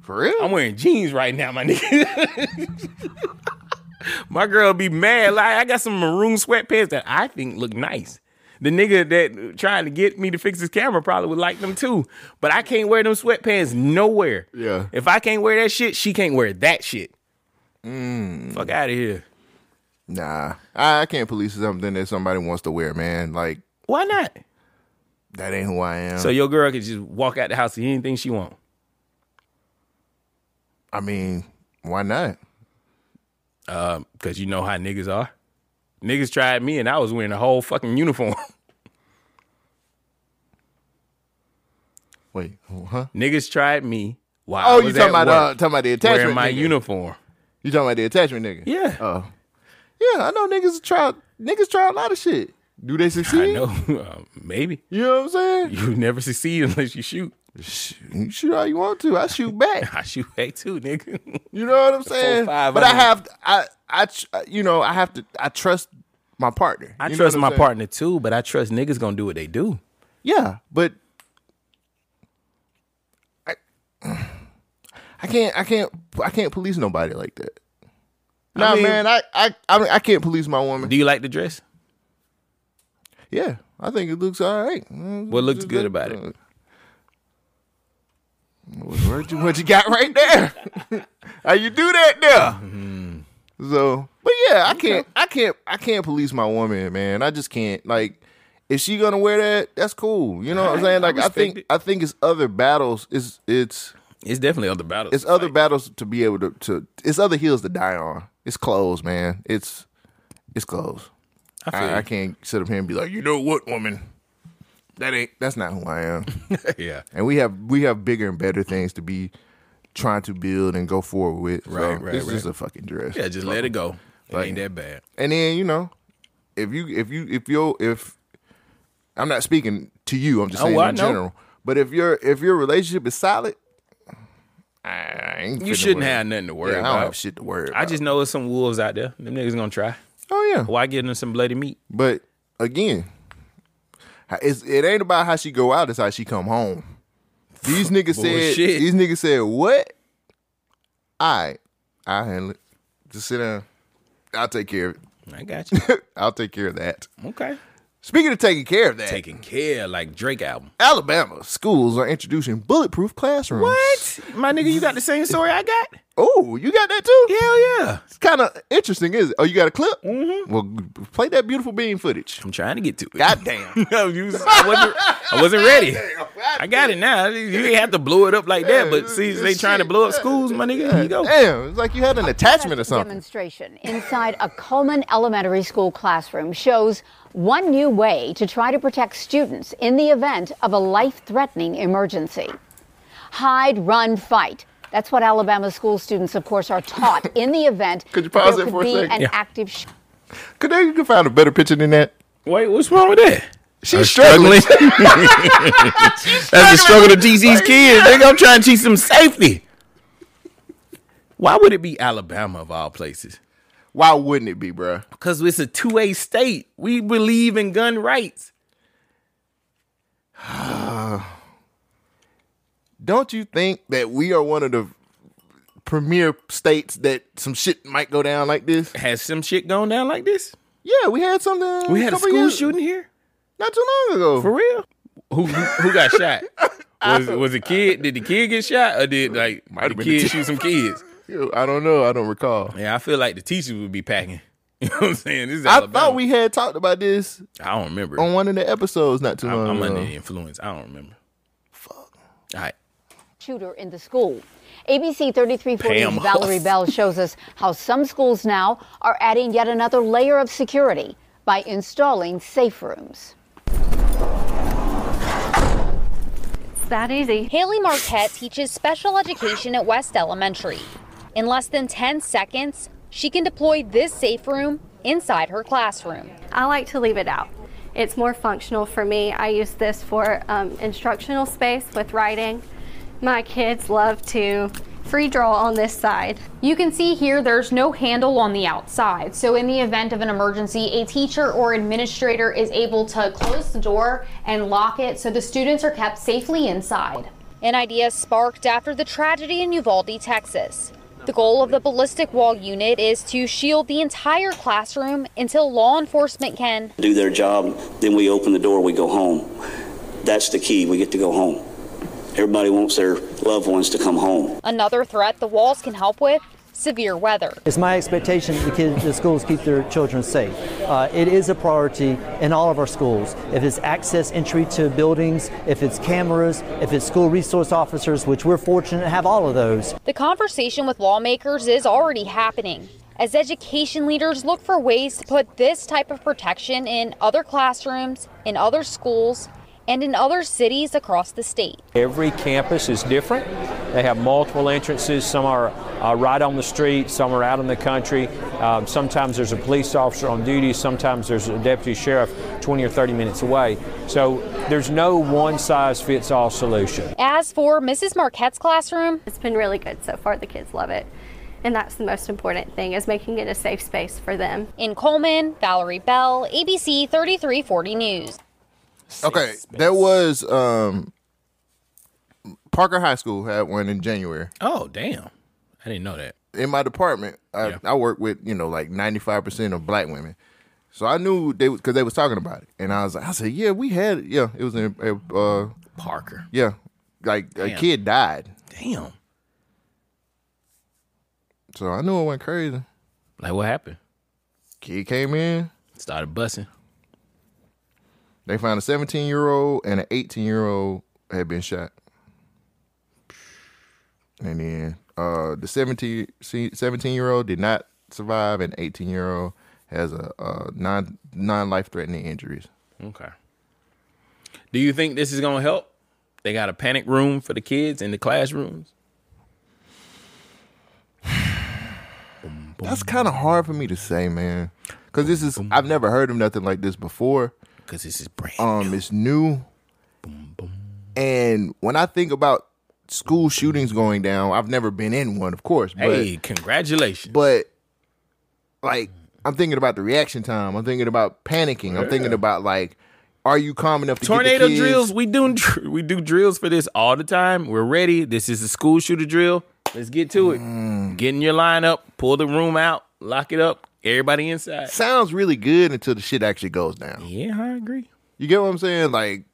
[SPEAKER 2] for real.
[SPEAKER 3] I'm wearing jeans right now, my nigga. my girl be mad. Like I got some maroon sweatpants that I think look nice. The nigga that trying to get me to fix his camera probably would like them too. But I can't wear them sweatpants nowhere.
[SPEAKER 2] Yeah.
[SPEAKER 3] If I can't wear that shit, she can't wear that shit. Fuck out of here.
[SPEAKER 2] nah, I, I can't police something that somebody wants to wear, man. Like
[SPEAKER 3] Why not?
[SPEAKER 2] that ain't who I am.
[SPEAKER 3] So your girl could just walk out the house to anything she want.
[SPEAKER 2] I mean, why not?
[SPEAKER 3] Cause you know how niggas are. Niggas tried me and I was wearing a whole fucking uniform.
[SPEAKER 2] Wait, huh?
[SPEAKER 3] niggas tried me while I
[SPEAKER 2] Oh, you
[SPEAKER 3] was
[SPEAKER 2] talking
[SPEAKER 3] at
[SPEAKER 2] about uh,
[SPEAKER 3] work
[SPEAKER 2] talking about the
[SPEAKER 3] wearing
[SPEAKER 2] attachment?
[SPEAKER 3] my
[SPEAKER 2] nigga.
[SPEAKER 3] uniform.
[SPEAKER 2] You talking about the attachment, nigga?
[SPEAKER 3] Yeah.
[SPEAKER 2] Oh, yeah. I know niggas try niggas try a lot of shit. Do they
[SPEAKER 3] I
[SPEAKER 2] succeed?
[SPEAKER 3] know. Uh, maybe.
[SPEAKER 2] You know what I'm saying?
[SPEAKER 3] You never succeed unless you shoot.
[SPEAKER 2] You shoot all you want to. I shoot back.
[SPEAKER 3] I shoot back too, nigga.
[SPEAKER 2] You know what I'm saying?
[SPEAKER 3] five,
[SPEAKER 2] But I
[SPEAKER 3] I mean-
[SPEAKER 2] have I I tr- you know I have to I trust my partner.
[SPEAKER 3] I
[SPEAKER 2] You know
[SPEAKER 3] trust
[SPEAKER 2] what I'm
[SPEAKER 3] my
[SPEAKER 2] saying?
[SPEAKER 3] partner too, but I trust niggas gonna do what they do.
[SPEAKER 2] Yeah, but I I can't I can't I can't police nobody like that. Nah,
[SPEAKER 3] mean-
[SPEAKER 2] man, I I I, mean, I can't police my woman.
[SPEAKER 3] Do you like the dress?
[SPEAKER 2] Yeah, I think it looks all right. Mm,
[SPEAKER 3] What looks good about it?
[SPEAKER 2] What you, what you got right there? How you do that there?
[SPEAKER 3] Mm-hmm.
[SPEAKER 2] So, but yeah, I can't, I can't, I can't police my woman, man. I just can't. Like, if she gonna wear that, that's cool. You know what I'm saying? Like, I, think, I think it's other battles. It's it's
[SPEAKER 3] It's definitely other battles.
[SPEAKER 2] it's other battles to be able to to. It's other hills to die on. It's clothes, man. It's it's clothes.
[SPEAKER 3] I feel
[SPEAKER 2] I, I can't sit up here and be like, you know what, woman? That ain't that's not who I am.
[SPEAKER 3] you. yeah.
[SPEAKER 2] and we have we have bigger and better things to be trying to build and go forward with.
[SPEAKER 3] Right,
[SPEAKER 2] so
[SPEAKER 3] right,
[SPEAKER 2] This is
[SPEAKER 3] right.
[SPEAKER 2] just a fucking dress.
[SPEAKER 3] Yeah, just let it go. It
[SPEAKER 2] Like-
[SPEAKER 3] ain't that bad.
[SPEAKER 2] And then you know, if you if you if you if I'm not speaking to you, I'm just
[SPEAKER 3] Oh,
[SPEAKER 2] saying
[SPEAKER 3] well, I
[SPEAKER 2] in
[SPEAKER 3] know.
[SPEAKER 2] general. But if your if your relationship is solid, I ain't
[SPEAKER 3] You
[SPEAKER 2] finna
[SPEAKER 3] shouldn't
[SPEAKER 2] worry.
[SPEAKER 3] have nothing to worry
[SPEAKER 2] Yeah, I
[SPEAKER 3] about.
[SPEAKER 2] don't have shit to worry.
[SPEAKER 3] I
[SPEAKER 2] About.
[SPEAKER 3] just know it's some wolves out there. Them niggas gonna try.
[SPEAKER 2] oh yeah.
[SPEAKER 3] Why give them some bloody meat?
[SPEAKER 2] But again, how- it's, it ain't about how she go out; it's how she come home. These niggas said.
[SPEAKER 3] Bullshit.
[SPEAKER 2] These niggas said what? I, I handle it. Just sit down. I'll take care of it.
[SPEAKER 3] I got you.
[SPEAKER 2] I'll take care of that.
[SPEAKER 3] okay.
[SPEAKER 2] Speaking of taking care of that,
[SPEAKER 3] Taking care like Drake album.
[SPEAKER 2] Alabama schools are introducing bulletproof classrooms.
[SPEAKER 3] What? My nigga, you got the same story I got?
[SPEAKER 2] Oh, you got that too?
[SPEAKER 3] Hell yeah.
[SPEAKER 2] It's kind of interesting, is it? Oh, you got a clip? Mm-hmm. Well, g- play that beautiful bean footage.
[SPEAKER 3] I'm trying to get to it.
[SPEAKER 2] Goddamn.
[SPEAKER 3] No, you- I, wasn't, I wasn't ready. I got it now. You ain't have to blow it up like that. But see, they trying to blow up schools, my nigga. Here you go.
[SPEAKER 2] Damn, it's like you had an attachment or something.
[SPEAKER 9] demonstration inside a Coleman Elementary School classroom shows one new way to try to protect students in the event of a life threatening emergency. Hide, run, fight. That's what Alabama school students, of course, are taught in the event
[SPEAKER 2] Could you pause
[SPEAKER 9] there
[SPEAKER 2] it
[SPEAKER 9] could
[SPEAKER 2] for a
[SPEAKER 9] be
[SPEAKER 2] second?
[SPEAKER 9] an
[SPEAKER 3] Yeah.
[SPEAKER 9] active shooter.
[SPEAKER 2] Could they you can find a better picture than that?
[SPEAKER 3] Wait, what's wrong with that?
[SPEAKER 2] She's struggling.
[SPEAKER 3] That's the struggle to teach these kids. Nigga, I'm trying to teach them safety. Why would it be Alabama of all places?
[SPEAKER 2] Why wouldn't it be, bruh?
[SPEAKER 3] Because it's a two way state. We believe in gun rights.
[SPEAKER 2] Don't you think that we are one of the premier states that some shit might go down like this?
[SPEAKER 3] Has some shit gone down like this?
[SPEAKER 2] Yeah, we had something.
[SPEAKER 3] We had a
[SPEAKER 2] couple
[SPEAKER 3] school
[SPEAKER 2] years-
[SPEAKER 3] shooting here?
[SPEAKER 2] not too long ago.
[SPEAKER 3] For real? Who who got shot? Was was a kid? Did the kid get shot, or did like
[SPEAKER 2] Might have
[SPEAKER 3] the
[SPEAKER 2] been the
[SPEAKER 3] kid
[SPEAKER 2] kid.
[SPEAKER 3] shoot some kids?
[SPEAKER 2] Yo, I don't know. I don't recall.
[SPEAKER 3] Yeah, I feel like the teachers would be packing. You know what I'm saying? This is
[SPEAKER 2] I
[SPEAKER 3] Alabama.
[SPEAKER 2] thought we had talked about this
[SPEAKER 3] I don't remember.
[SPEAKER 2] on one of the episodes not too
[SPEAKER 3] I'm,
[SPEAKER 2] long
[SPEAKER 3] I'm
[SPEAKER 2] ago.
[SPEAKER 3] under the influence. I don't remember. Fuck. All right.
[SPEAKER 9] shooter in the school. ABC 3340's
[SPEAKER 3] Pam
[SPEAKER 9] Valerie
[SPEAKER 3] Huff.
[SPEAKER 9] Bell shows us how some schools now are adding yet another layer of security by installing safe rooms.
[SPEAKER 7] that easy. Haley Marquette teaches special education at West Elementary. In less than 10 seconds, she can deploy this safe room inside her classroom. I like to leave it out.
[SPEAKER 10] It's more functional for me. I use this for um, instructional space with writing. My kids love to free draw on this side.
[SPEAKER 11] You can see here there's no handle on the outside. So in the event of an emergency, a teacher or administrator is able to close the door and lock it so the students are kept safely inside.
[SPEAKER 12] An idea sparked after the tragedy in Uvalde, Texas.
[SPEAKER 11] The goal of the ballistic wall unit is to shield the entire classroom until law enforcement can.
[SPEAKER 13] do their job, then we open the door, we go home. That's the key. We get to go home. Everybody wants their loved ones to come home.
[SPEAKER 11] Another threat the walls can help with severe weather.
[SPEAKER 14] It's my expectation the, kids, the schools keep their children safe. Uh, it is a priority in all of our schools. If it's access entry to buildings, if it's cameras, if it's school resource officers, which we're fortunate to have all of those.
[SPEAKER 11] The conversation with lawmakers is already happening as education leaders look for ways to put this type of protection in other classrooms, in other schools, and in other cities across the state.
[SPEAKER 15] Every campus is different. They have multiple entrances. Some are uh, right on the street, some are out in the country. Um, sometimes there's a police officer on duty, sometimes there's a deputy sheriff 20 or 30 minutes away. So there's no one size fits all solution.
[SPEAKER 11] As for Mrs. Marquette's classroom,
[SPEAKER 10] It's been really good so far. The kids love it. And that's the most important thing is making it a safe space for them.
[SPEAKER 11] in Coleman, Valerie Bell, ABC 3340 News.
[SPEAKER 2] Okay, there was um Parker High School had one in January.
[SPEAKER 3] Oh, damn. I didn't know that.
[SPEAKER 2] In my department, I, I work with you know like ninety five percent of black women, so I knew they because they was talking about it, and I was like, I said, yeah, we had it. yeah, it was in uh,
[SPEAKER 3] Parker,
[SPEAKER 2] yeah, like
[SPEAKER 3] Damn.
[SPEAKER 2] a kid died,
[SPEAKER 3] Damn.
[SPEAKER 2] so I knew it went crazy.
[SPEAKER 3] Like what happened?
[SPEAKER 2] Kid came in,
[SPEAKER 3] started bussing.
[SPEAKER 2] They found a seventeen year old and an eighteen year old had been shot, and then uh, the 17 year old did not survive, and eighteen year old has a, uh non non life threatening injuries.
[SPEAKER 3] Okay. Do you think this is gonna help? They got a panic room for the kids in the classrooms.
[SPEAKER 2] That's kind of hard for me to say, man. Because this is I've never heard of nothing like this before.
[SPEAKER 3] Because this is brand
[SPEAKER 2] um, it's new. And when I think about school shootings going down, I've never been in one, of course. But,
[SPEAKER 3] Hey, congratulations.
[SPEAKER 2] But like, I'm thinking about the reaction time. I'm thinking about panicking. I'm thinking
[SPEAKER 3] Yeah.
[SPEAKER 2] about like, are you calm enough to
[SPEAKER 3] Tornado
[SPEAKER 2] get the kids?
[SPEAKER 3] drills. We do dr- we do drills for this all the time. We're ready. This is a school shooter drill. Let's get to it.
[SPEAKER 2] Mm.
[SPEAKER 3] Get in your line up. Pull the room out. Lock it up. Everybody inside.
[SPEAKER 2] Sounds really good until the shit actually goes down.
[SPEAKER 3] Yeah, I agree.
[SPEAKER 2] You get what I'm saying? Like,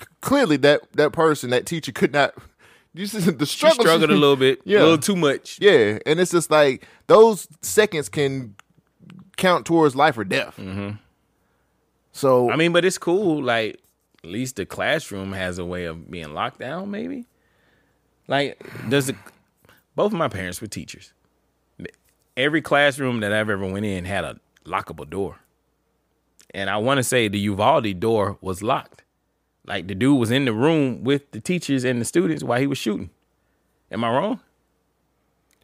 [SPEAKER 2] c- clearly that that person, that teacher, could not. You see the
[SPEAKER 3] She
[SPEAKER 2] struggle.
[SPEAKER 3] struggled a little bit.
[SPEAKER 2] Yeah.
[SPEAKER 3] A little too much.
[SPEAKER 2] Yeah, and it's just like those seconds can count towards life or death.
[SPEAKER 3] Mm-hmm.
[SPEAKER 2] So
[SPEAKER 3] I mean, but it's cool. Like at least the classroom has a way of being locked down. Maybe like does the both of my parents were teachers. Every classroom that I've ever went in had a lockable door, and I want to say the Uvalde door was locked. Like the dude was in the room with the teachers and the students while he was shooting. Am I wrong?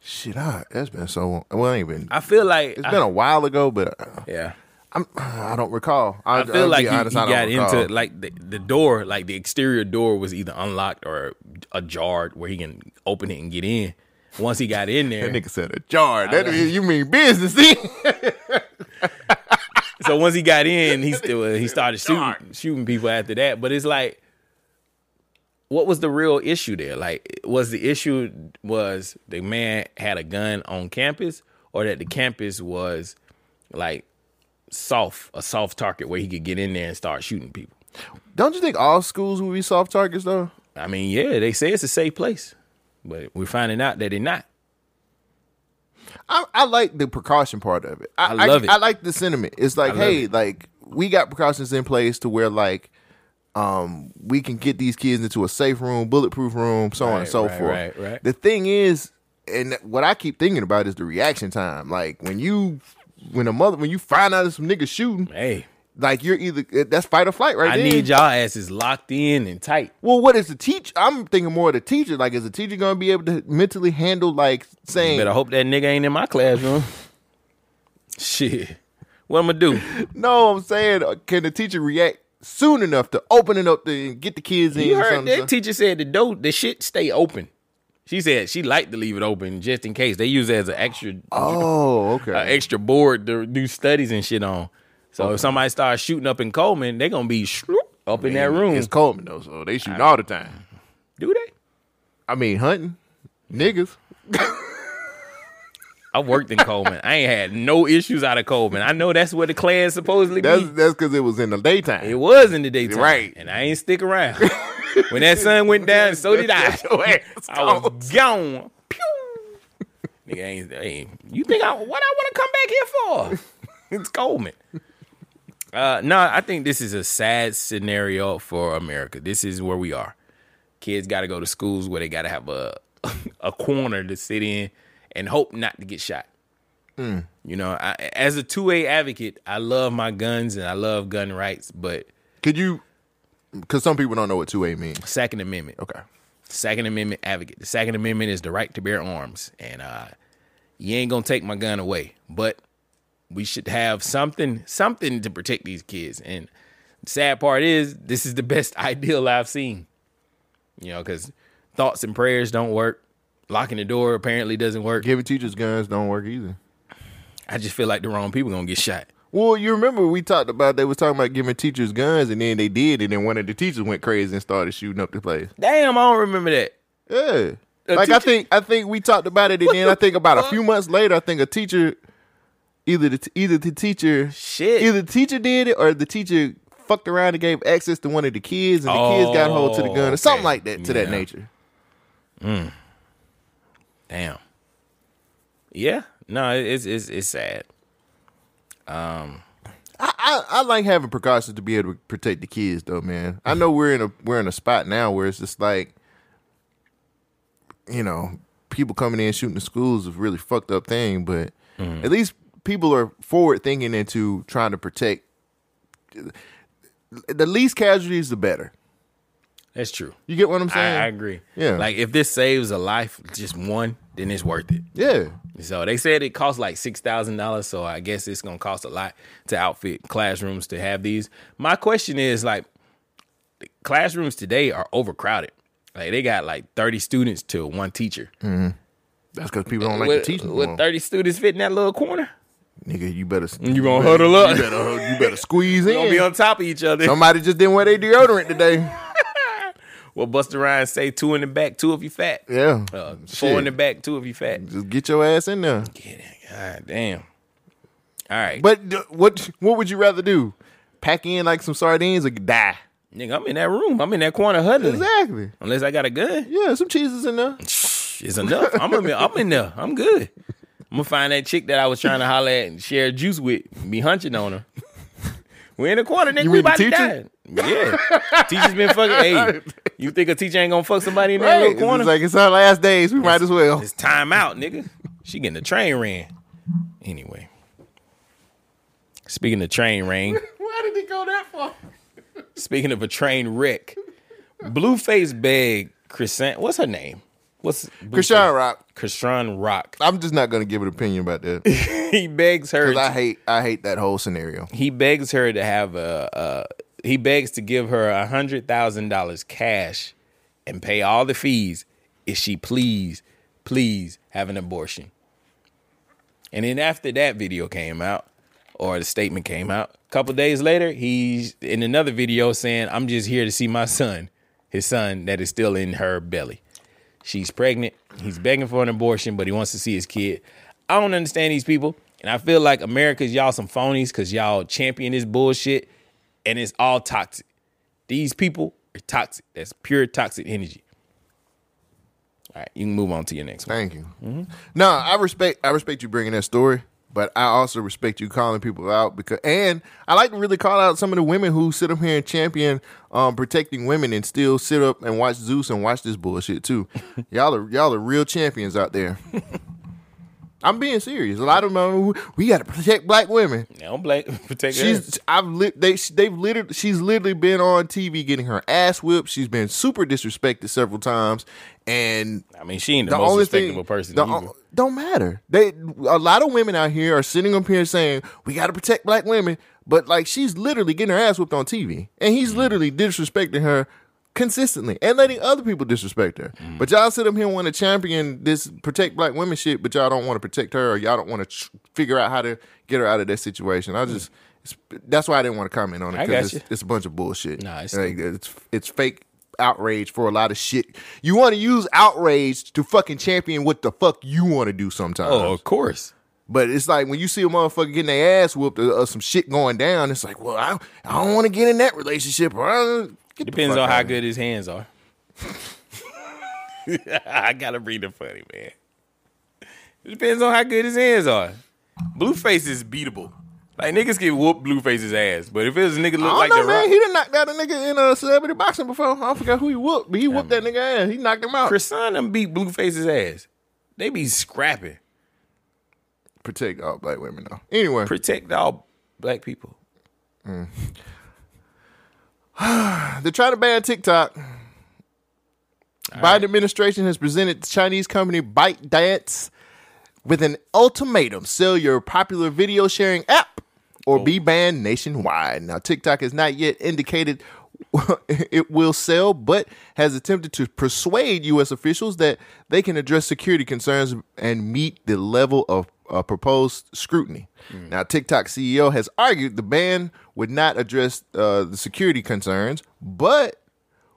[SPEAKER 2] Shit, I, that's been so long. Well, it ain't been.
[SPEAKER 3] I feel like
[SPEAKER 2] it's
[SPEAKER 3] I-
[SPEAKER 2] been a while ago, but uh,
[SPEAKER 3] yeah,
[SPEAKER 2] I'm. I don't recall. I,
[SPEAKER 3] I feel like he, he got into
[SPEAKER 2] like
[SPEAKER 3] like the, the door, like the exterior door was either unlocked or ajarred where he can open it and get in. Once he got in there,
[SPEAKER 2] that nigga said a jar. That mean- you mean business? See?
[SPEAKER 3] so once he got in, he still he started shooting shooting people after that. But it's like, what was the real issue there? Like, was the issue was the man had a gun on campus, or that the campus was like soft a soft target where he could get in there and start shooting people?
[SPEAKER 2] Don't you think all schools will be soft targets though?
[SPEAKER 3] I mean, yeah, they say it's a safe place, but we're finding out that they're not.
[SPEAKER 2] I, I like the precaution part of it. I,
[SPEAKER 3] I love it.
[SPEAKER 2] I like the sentiment. It's like,
[SPEAKER 3] I love
[SPEAKER 2] hey,
[SPEAKER 3] it.
[SPEAKER 2] like we got precautions in place to where like um we can get these kids into a safe room, bulletproof room, so on and
[SPEAKER 3] Right,
[SPEAKER 2] so
[SPEAKER 3] right,
[SPEAKER 2] forth.
[SPEAKER 3] right, right.
[SPEAKER 2] The thing is, and what I keep thinking about is the reaction time. Like when you when a mother when you find out there's some niggas shooting,
[SPEAKER 3] hey,
[SPEAKER 2] like you're either that's fight or flight right
[SPEAKER 3] I
[SPEAKER 2] there.
[SPEAKER 3] need y'all asses locked in and tight.
[SPEAKER 2] Well, what is the teach? I'm thinking more of the teacher. Like, is the teacher going to be able to mentally handle like saying?
[SPEAKER 3] Better hope that nigga ain't in my classroom. Shit, what I'm gonna do?
[SPEAKER 2] No, I'm saying, uh, can the teacher react soon enough to open it up to get the kids in.
[SPEAKER 3] You
[SPEAKER 2] or
[SPEAKER 3] heard
[SPEAKER 2] something,
[SPEAKER 3] that teacher said the door, the shit stay open. She said she liked to leave it open just in case. They use it as an extra.
[SPEAKER 2] Oh, okay.
[SPEAKER 3] An extra board to do studies and shit on. So if somebody starts shooting up in Coleman, they're gonna be shroop up in that
[SPEAKER 2] Man,
[SPEAKER 3] room.
[SPEAKER 2] It's Coleman though, so they shooting all the time.
[SPEAKER 3] Do they?
[SPEAKER 2] I mean, hunting niggas.
[SPEAKER 3] I worked in Coleman. I ain't had no issues out of Coleman. I know that's where the class supposedly
[SPEAKER 2] That's
[SPEAKER 3] be.
[SPEAKER 2] that's because it was in the daytime.
[SPEAKER 3] It was in the daytime,
[SPEAKER 2] Right.
[SPEAKER 3] And I ain't stick around. when that sun went down, so did I. I was gone. Pew. Nigga, ain't, ain't you think I what I want to come back here for? it's Coleman. Uh, no, I think this is a sad scenario for America. This is where we are. Kids got to go to schools where they got to have a a corner to sit in and hope not to get shot.
[SPEAKER 2] Mm.
[SPEAKER 3] You know, I, as a two way advocate, I love my guns and I love gun rights, but
[SPEAKER 2] could you? Because some people don't know what two A means.
[SPEAKER 3] Second Amendment.
[SPEAKER 2] Okay.
[SPEAKER 3] Second Amendment advocate. The Second Amendment is the right to bear arms, and uh, you ain't gonna take my gun away. But we should have something, something to protect these kids. And the sad part is, this is the best ideal I've seen. You know, because thoughts and prayers don't work. Locking the door apparently doesn't work.
[SPEAKER 2] Giving teachers guns don't work either.
[SPEAKER 3] I just feel like the wrong people gonna get shot.
[SPEAKER 2] Well, you remember we talked about they was talking about giving teachers guns, and then they did, and then one of the teachers went crazy and started shooting up the place.
[SPEAKER 3] Damn, I don't remember that.
[SPEAKER 2] Yeah,
[SPEAKER 3] A
[SPEAKER 2] like I
[SPEAKER 3] teacher-
[SPEAKER 2] think I think we talked about it, and
[SPEAKER 3] What
[SPEAKER 2] then
[SPEAKER 3] the
[SPEAKER 2] I think about a
[SPEAKER 3] fuck?
[SPEAKER 2] few months later, I think a teacher, either the t- either the teacher
[SPEAKER 3] shit,
[SPEAKER 2] either the teacher did it or the teacher fucked around and gave access to one of the kids, and the kids got hold to the gun
[SPEAKER 3] Oh,
[SPEAKER 2] or something
[SPEAKER 3] okay.
[SPEAKER 2] like that to that
[SPEAKER 3] Yeah.
[SPEAKER 2] nature.
[SPEAKER 3] Mm. Damn. Yeah. No, it- it's it's it's sad. Um.
[SPEAKER 2] I, I, I like having precautions to be able to protect the kids though, man. I know we're in a we're in a spot now where it's just like you know, people coming in shooting the schools is a really fucked up thing, but
[SPEAKER 3] Mm.
[SPEAKER 2] at least people are forward thinking into trying to protect the least casualties the better.
[SPEAKER 3] That's true.
[SPEAKER 2] You get what I'm saying?
[SPEAKER 3] I, I agree.
[SPEAKER 2] Yeah.
[SPEAKER 3] Like if this saves a life, just one, then it's worth it.
[SPEAKER 2] Yeah.
[SPEAKER 3] So they said it costs like six thousand dollars. So I guess it's gonna cost a lot to outfit classrooms to have these. My question is like, classrooms today are overcrowded. Like they got like thirty students to one teacher.
[SPEAKER 2] Mhm. That's because people don't like
[SPEAKER 3] with,
[SPEAKER 2] to teach no
[SPEAKER 3] with
[SPEAKER 2] more.
[SPEAKER 3] thirty students fit in that little corner.
[SPEAKER 2] Nigga, you better
[SPEAKER 3] You gonna huddle up.
[SPEAKER 2] You better, you better squeeze
[SPEAKER 3] We gonna
[SPEAKER 2] in.
[SPEAKER 3] be on top of each other.
[SPEAKER 2] Somebody just didn't wear their deodorant today.
[SPEAKER 3] Well, Buster Rhymes say two in the back, two if you fat.
[SPEAKER 2] Yeah.
[SPEAKER 3] Uh,
[SPEAKER 2] Shit.
[SPEAKER 3] four in the back, two if you fat.
[SPEAKER 2] Just get your ass in there.
[SPEAKER 3] God damn. All right.
[SPEAKER 2] But d- what what would you rather do? Pack in like some sardines or die?
[SPEAKER 3] Nigga, I'm in that room. I'm in that corner huddling.
[SPEAKER 2] Exactly.
[SPEAKER 3] Unless I got a gun.
[SPEAKER 2] Yeah, some cheeses in there.
[SPEAKER 3] It's enough. I'm in, I'm in there. I'm good. I'm gonna find that chick that I was trying to holler at and share juice with. and Be hunching on her. We in the corner, nigga.
[SPEAKER 2] You
[SPEAKER 3] we
[SPEAKER 2] mean the
[SPEAKER 3] about to die.
[SPEAKER 2] teacher?
[SPEAKER 3] Yeah. Teacher's been fucking. Hey, you think a teacher ain't gonna fuck somebody in that
[SPEAKER 2] Right.
[SPEAKER 3] little corner?
[SPEAKER 2] It's like it's our last days. We might as well.
[SPEAKER 3] It's time out, nigga. She getting the train ran. Anyway. Speaking of train ran,
[SPEAKER 2] Why did it go that far?
[SPEAKER 3] speaking of a train wreck, Blueface begged Crescent. What's her name? What's
[SPEAKER 2] Krishan Rock.
[SPEAKER 3] Krishan Rock.
[SPEAKER 2] I'm just not gonna give an opinion about that.
[SPEAKER 3] he begs her.
[SPEAKER 2] Because I hate I hate that whole scenario.
[SPEAKER 3] He begs her to have a. a he begs to give her a hundred thousand dollars cash, and pay all the fees if she please, please have an abortion. And then after that video came out, or the statement came out, a couple days later, he's in another video saying, "I'm just here to see my son, his son that is still in her belly. She's pregnant. He's begging for an abortion, but he wants to see his kid. I don't understand these people, and I feel like America's y'all some phonies because y'all champion this bullshit, and it's all toxic. These people are toxic. That's pure toxic energy. All right, you can move on to your next one.
[SPEAKER 2] Thank you. No, I respect I respect you bringing that story, but I also respect you calling people out because and I like to really call out some of the women who sit up here and champion um, protecting women and still sit up and watch Zeus and watch this bullshit too. y'all are y'all are real champions out there. I'm being serious. A lot of them, are, "We- we got to protect black women.
[SPEAKER 3] Now, black protect.
[SPEAKER 2] She's I've li- they they've literally she's literally been on TV getting her ass whipped. She's been super disrespected several times, and
[SPEAKER 3] I mean, she ain't the, most respectable person.
[SPEAKER 2] the
[SPEAKER 3] either.
[SPEAKER 2] o- don't matter. They a lot of women out here are sitting up here saying we got to protect black women, But like she's literally getting her ass whipped on TV, and
[SPEAKER 3] Mm.
[SPEAKER 2] he's literally disrespecting her consistently and letting other people disrespect her.
[SPEAKER 3] Mm.
[SPEAKER 2] But y'all sit up here and want to champion this protect black women shit, but y'all don't want to protect her, or y'all don't want to tr- figure out how to get her out of that situation. I just it's, that's why I didn't want to comment on it
[SPEAKER 3] Mm. I got
[SPEAKER 2] because
[SPEAKER 3] you.
[SPEAKER 2] it's, it's a bunch of bullshit. Nah,
[SPEAKER 3] it's
[SPEAKER 2] it's it's fake outrage for a lot of shit. You want to use outrage to fucking champion what the fuck you want to do sometimes.
[SPEAKER 3] Oh, of course.
[SPEAKER 2] But it's like when you see a motherfucker getting their ass whooped or, or some shit going down, it's like, well, I, I don't want to get in that relationship. Or I don't- get the
[SPEAKER 3] Depends
[SPEAKER 2] fuck
[SPEAKER 3] on how
[SPEAKER 2] outta
[SPEAKER 3] good his hands are. I gotta read the funny man. It depends on how good his hands are. Blueface is beatable. Like niggas can whoop Blueface's ass, but if it was a nigga look
[SPEAKER 2] I
[SPEAKER 3] like
[SPEAKER 2] don't know,
[SPEAKER 3] the
[SPEAKER 2] man.
[SPEAKER 3] Rock,
[SPEAKER 2] He done knocked out a nigga in a celebrity boxing before. I forgot who he whooped, but he whooped that nigga ass. He knocked him out.
[SPEAKER 3] Chrison done beat Blueface's ass. They be scrapping.
[SPEAKER 2] Protect all black women though. Anyway,
[SPEAKER 3] protect all black people.
[SPEAKER 2] They're trying to ban TikTok. Biden administration has presented Chinese company ByteDance with an ultimatum: sell your popular video sharing app or be banned nationwide. Now, TikTok has not yet indicated it will sell, but has attempted to persuade U.S. officials that they can address security concerns and meet the level of uh, proposed scrutiny. Now, TikTok CEO has argued the ban would not address uh, the security concerns, but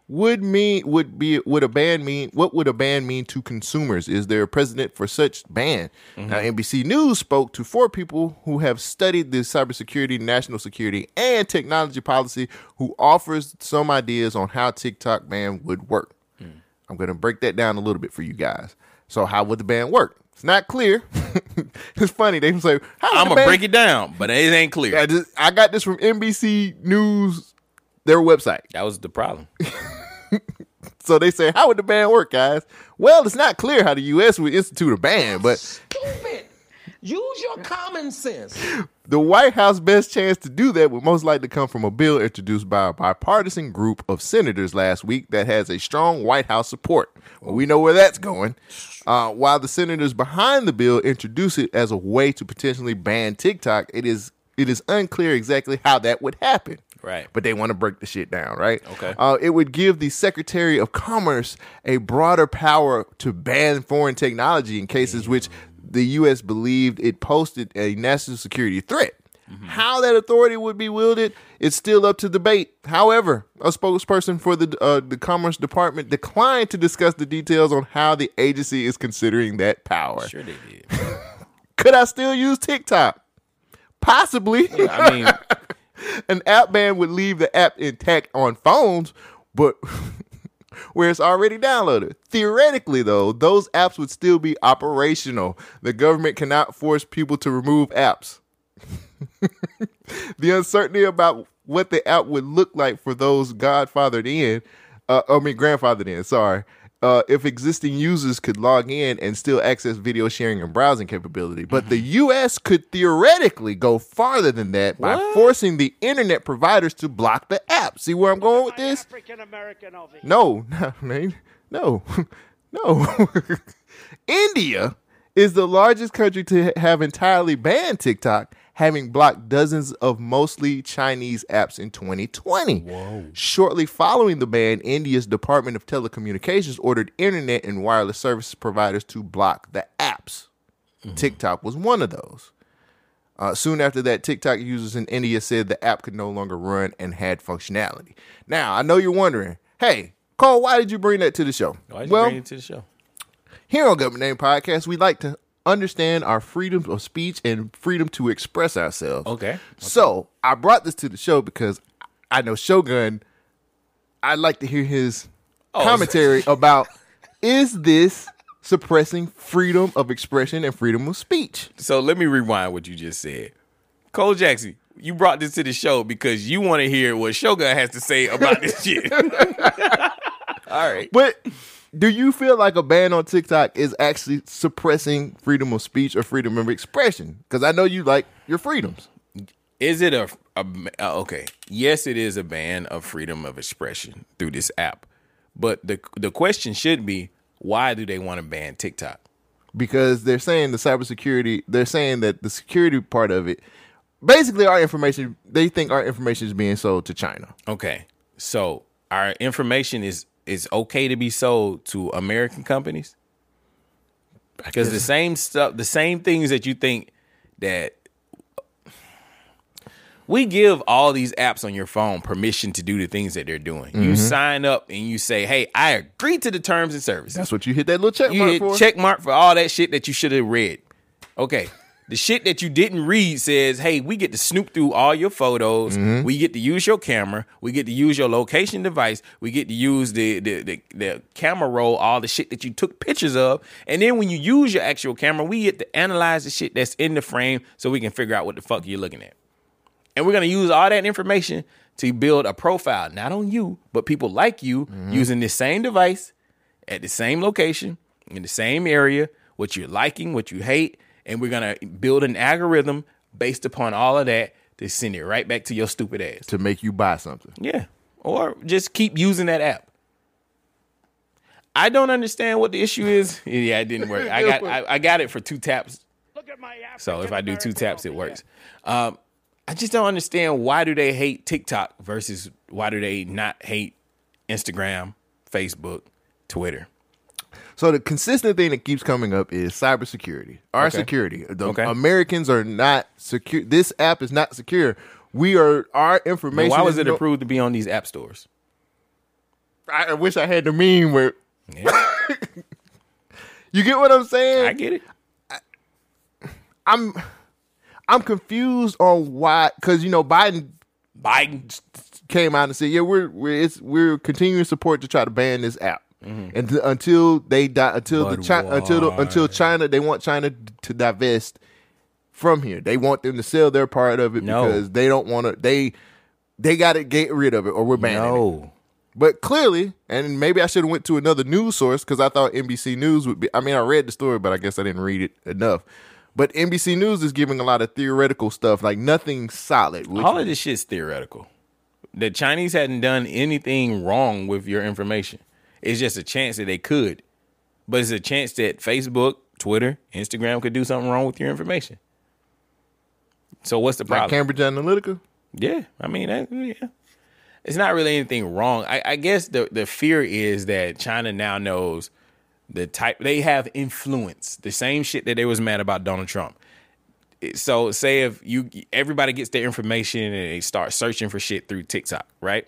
[SPEAKER 2] would mean would be would a ban mean what would a ban mean to consumers is there a precedent for such ban
[SPEAKER 3] Mm-hmm.
[SPEAKER 2] now nbc news spoke to four people who have studied the cybersecurity national security and technology policy who offers some ideas on how tiktok ban would work
[SPEAKER 3] Hmm.
[SPEAKER 2] i'm going to break that down a little bit for you guys so how would the ban work it's not clear it's funny they say how would
[SPEAKER 3] I'm
[SPEAKER 2] the
[SPEAKER 3] gonna
[SPEAKER 2] ban-
[SPEAKER 3] break it down, but it ain't clear.
[SPEAKER 2] I, just, I got this from nbc news their website
[SPEAKER 3] that was the problem
[SPEAKER 2] So they say, how would the ban work, guys? Well, it's not clear how the U.S. would institute a ban, but
[SPEAKER 16] Stupid. Use your common sense.
[SPEAKER 2] the White House best chance to do that would most likely come from a bill introduced by a bipartisan group of senators last week that has a strong White House support. Well, we know where that's going. Uh, while the senators behind the bill introduce it as a way to potentially ban TikTok, it is it is unclear exactly how that would happen.
[SPEAKER 3] Right.
[SPEAKER 2] But they want to break the shit down, right?
[SPEAKER 3] Okay.
[SPEAKER 2] Uh, it would give the Secretary of Commerce a broader power to ban foreign technology in cases which the U.S. believed it posted a national security threat. How that authority would be wielded, it's still up to debate. However, a spokesperson for the uh, the Commerce Department declined to discuss the details on how the agency is considering that power. Sure
[SPEAKER 3] they
[SPEAKER 2] did. Could I still use TikTok? Possibly. I mean, an app ban would leave the app intact on phones, but where it's already downloaded. Theoretically, though, those apps would still be operational. The government cannot force people to remove apps. the uncertainty about what the app would look like for those godfathered in, uh, I mean, grandfathered in, sorry. Uh, if existing users could log in and still access video sharing and browsing capability. But the US could theoretically go farther than that by forcing the internet providers to block the app. See where I'm going with this?
[SPEAKER 17] African American over here.
[SPEAKER 2] No, no, man. No, no. India is the largest country to have entirely banned TikTok, having blocked dozens of mostly Chinese apps in 2020. Shortly following the ban, India's Department of Telecommunications ordered internet and wireless service providers to block the apps.
[SPEAKER 3] Mm-hmm.
[SPEAKER 2] TikTok was one of those. Uh, soon after that, TikTok users in India said the app could no longer run and had functionality. Now, I know you're wondering, hey, Cole, why did you bring that to the show?
[SPEAKER 3] Why'd you
[SPEAKER 2] well,
[SPEAKER 3] bring it to the show?
[SPEAKER 2] here on Government Name Podcast, we like to understand our freedom of speech and freedom to express ourselves.
[SPEAKER 3] Okay.
[SPEAKER 2] So I brought this to the show because I know Shogun. I'd like to hear his commentary about is this suppressing freedom of expression and freedom of speech?
[SPEAKER 3] So let me rewind what you just said. Cole Jackson, you brought this to the show because you want to hear what Shogun has to say about this shit. All right.
[SPEAKER 2] But do you feel like a ban on TikTok is actually suppressing freedom of speech or freedom of expression? Because I know you like your freedoms.
[SPEAKER 3] Is it a, a uh, okay? Yes, it is a ban of freedom of expression through this app. But the the question should be, why do they want to ban TikTok?
[SPEAKER 2] because they're saying the cybersecurity, they're saying that the security part of it basically our information they think our information is being sold to China.
[SPEAKER 3] Okay. So our information is is okay to be sold to American companies? Because the same stuff, the same things that you think that we give all these apps on your phone permission to do the things that they're doing. You
[SPEAKER 2] Mhm.
[SPEAKER 3] sign up and you say, "Hey, I agree to the terms and services."
[SPEAKER 2] That's what you hit that little check
[SPEAKER 3] you
[SPEAKER 2] mark
[SPEAKER 3] hit
[SPEAKER 2] for.
[SPEAKER 3] check mark for all that shit that you should have read. Okay. The shit that you didn't read says, hey, we get to snoop through all your photos.
[SPEAKER 2] Mhm.
[SPEAKER 3] We get to use your camera. We get to use your location device. We get to use the, the, the, the camera roll, all the shit that you took pictures of. And then when you use your actual camera, we get to analyze the shit that's in the frame so we can figure out what the fuck you're looking at. And we're going to use all that information to build a profile, not on you, but people like you using this same device at the same location in the same area, what you're liking, what you hate, and we're gonna build an algorithm based upon all of that to send it right back to your stupid ass.
[SPEAKER 2] to make you buy something.
[SPEAKER 3] Yeah. Or just keep using that app. I don't understand what the issue is. Yeah, it didn't work. I got I, I got it for two taps. So if I do two taps, it works. Um, I just don't understand why do they hate TikTok versus why do they not hate Instagram, Facebook, Twitter.
[SPEAKER 2] So the consistent thing that keeps coming up is cybersecurity. Our
[SPEAKER 3] Okay.
[SPEAKER 2] security. The
[SPEAKER 3] Okay.
[SPEAKER 2] Americans are not secure. This app is not secure. We are our
[SPEAKER 3] Then
[SPEAKER 2] information.
[SPEAKER 3] why was
[SPEAKER 2] is
[SPEAKER 3] it
[SPEAKER 2] no-
[SPEAKER 3] approved to be on these app stores?
[SPEAKER 2] I, I wish I had the meme where. you get what I'm saying? I
[SPEAKER 3] get it.
[SPEAKER 2] I, am I'm confused on why, because you know Biden.
[SPEAKER 3] Biden
[SPEAKER 2] came out and said, "Yeah, we're we're it's, we're continuing support to try to ban this app." And th- until they die, until the Chi- until the, until China, they want China to divest from here. They want them to sell their part of it
[SPEAKER 3] No.
[SPEAKER 2] because they don't want to. They they got to get rid of it, or we're banning it. But clearly, and maybe I should have went to another news source because I thought NBC News would be. I mean, I read the story, but I guess I didn't read it enough. But NBC News is giving a lot of theoretical stuff, like nothing solid. which-
[SPEAKER 3] All of this shit's theoretical. The Chinese hadn't done anything wrong with your information. It's just a chance that they could. But it's a chance that Facebook, Twitter, Instagram could do something wrong with your information. So what's the problem?
[SPEAKER 2] like Cambridge Analytica.
[SPEAKER 3] Yeah, I mean, that, yeah, it's not really anything wrong. I, I guess the the fear is that China now knows the type they have influence. The same shit that they was mad about Donald Trump. It- So say if you everybody gets their information and they start searching for shit through TikTok, right?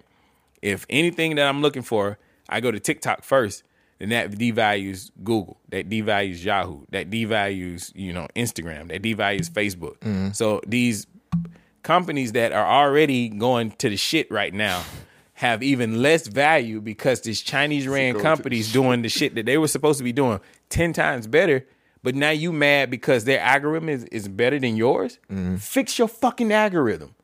[SPEAKER 3] If anything that I'm looking for, I go to TikTok first, then that devalues Google, that devalues Yahoo, that devalues you know Instagram, that devalues Facebook.
[SPEAKER 2] Mhm.
[SPEAKER 3] So these companies that are already going to the shit right now have even less value because these Chinese ran companies doing the shit that they were supposed to be doing 10 times better. But now you mad because their algorithm is, is better than yours?
[SPEAKER 2] Mm-hmm.
[SPEAKER 3] Fix your fucking algorithm.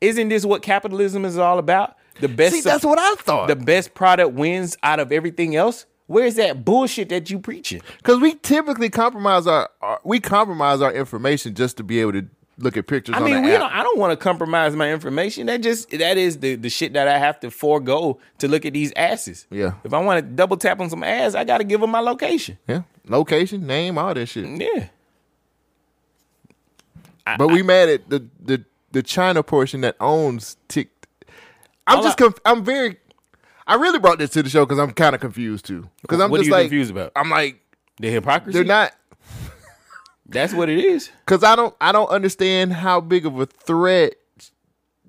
[SPEAKER 3] Isn't this what capitalism is all about? The best
[SPEAKER 2] See, that's what I thought.
[SPEAKER 3] The best product wins out of everything else. Where's that bullshit that you preaching?
[SPEAKER 2] Because we typically compromise our, our we compromise our information just to be able to look at pictures.
[SPEAKER 3] I
[SPEAKER 2] on
[SPEAKER 3] mean,
[SPEAKER 2] the
[SPEAKER 3] we
[SPEAKER 2] app.
[SPEAKER 3] don't, I don't want to compromise my information. That just that is the, the shit that I have to forego to look at these asses.
[SPEAKER 2] Yeah.
[SPEAKER 3] If I want to double tap on some ass, I got to give them my location.
[SPEAKER 2] Yeah, location, name, all that shit.
[SPEAKER 3] Yeah.
[SPEAKER 2] but we mad at the the the China portion that owns Tik. I'm
[SPEAKER 3] All
[SPEAKER 2] just
[SPEAKER 3] I-
[SPEAKER 2] conf- I'm very. I really brought this to the show because I'm kind of confused too. Because I'm
[SPEAKER 3] What are
[SPEAKER 2] just
[SPEAKER 3] you
[SPEAKER 2] like
[SPEAKER 3] confused about?
[SPEAKER 2] I'm like
[SPEAKER 3] the hypocrisy.
[SPEAKER 2] They're not.
[SPEAKER 3] That's what it is.
[SPEAKER 2] Because I don't I don't understand how big of a threat.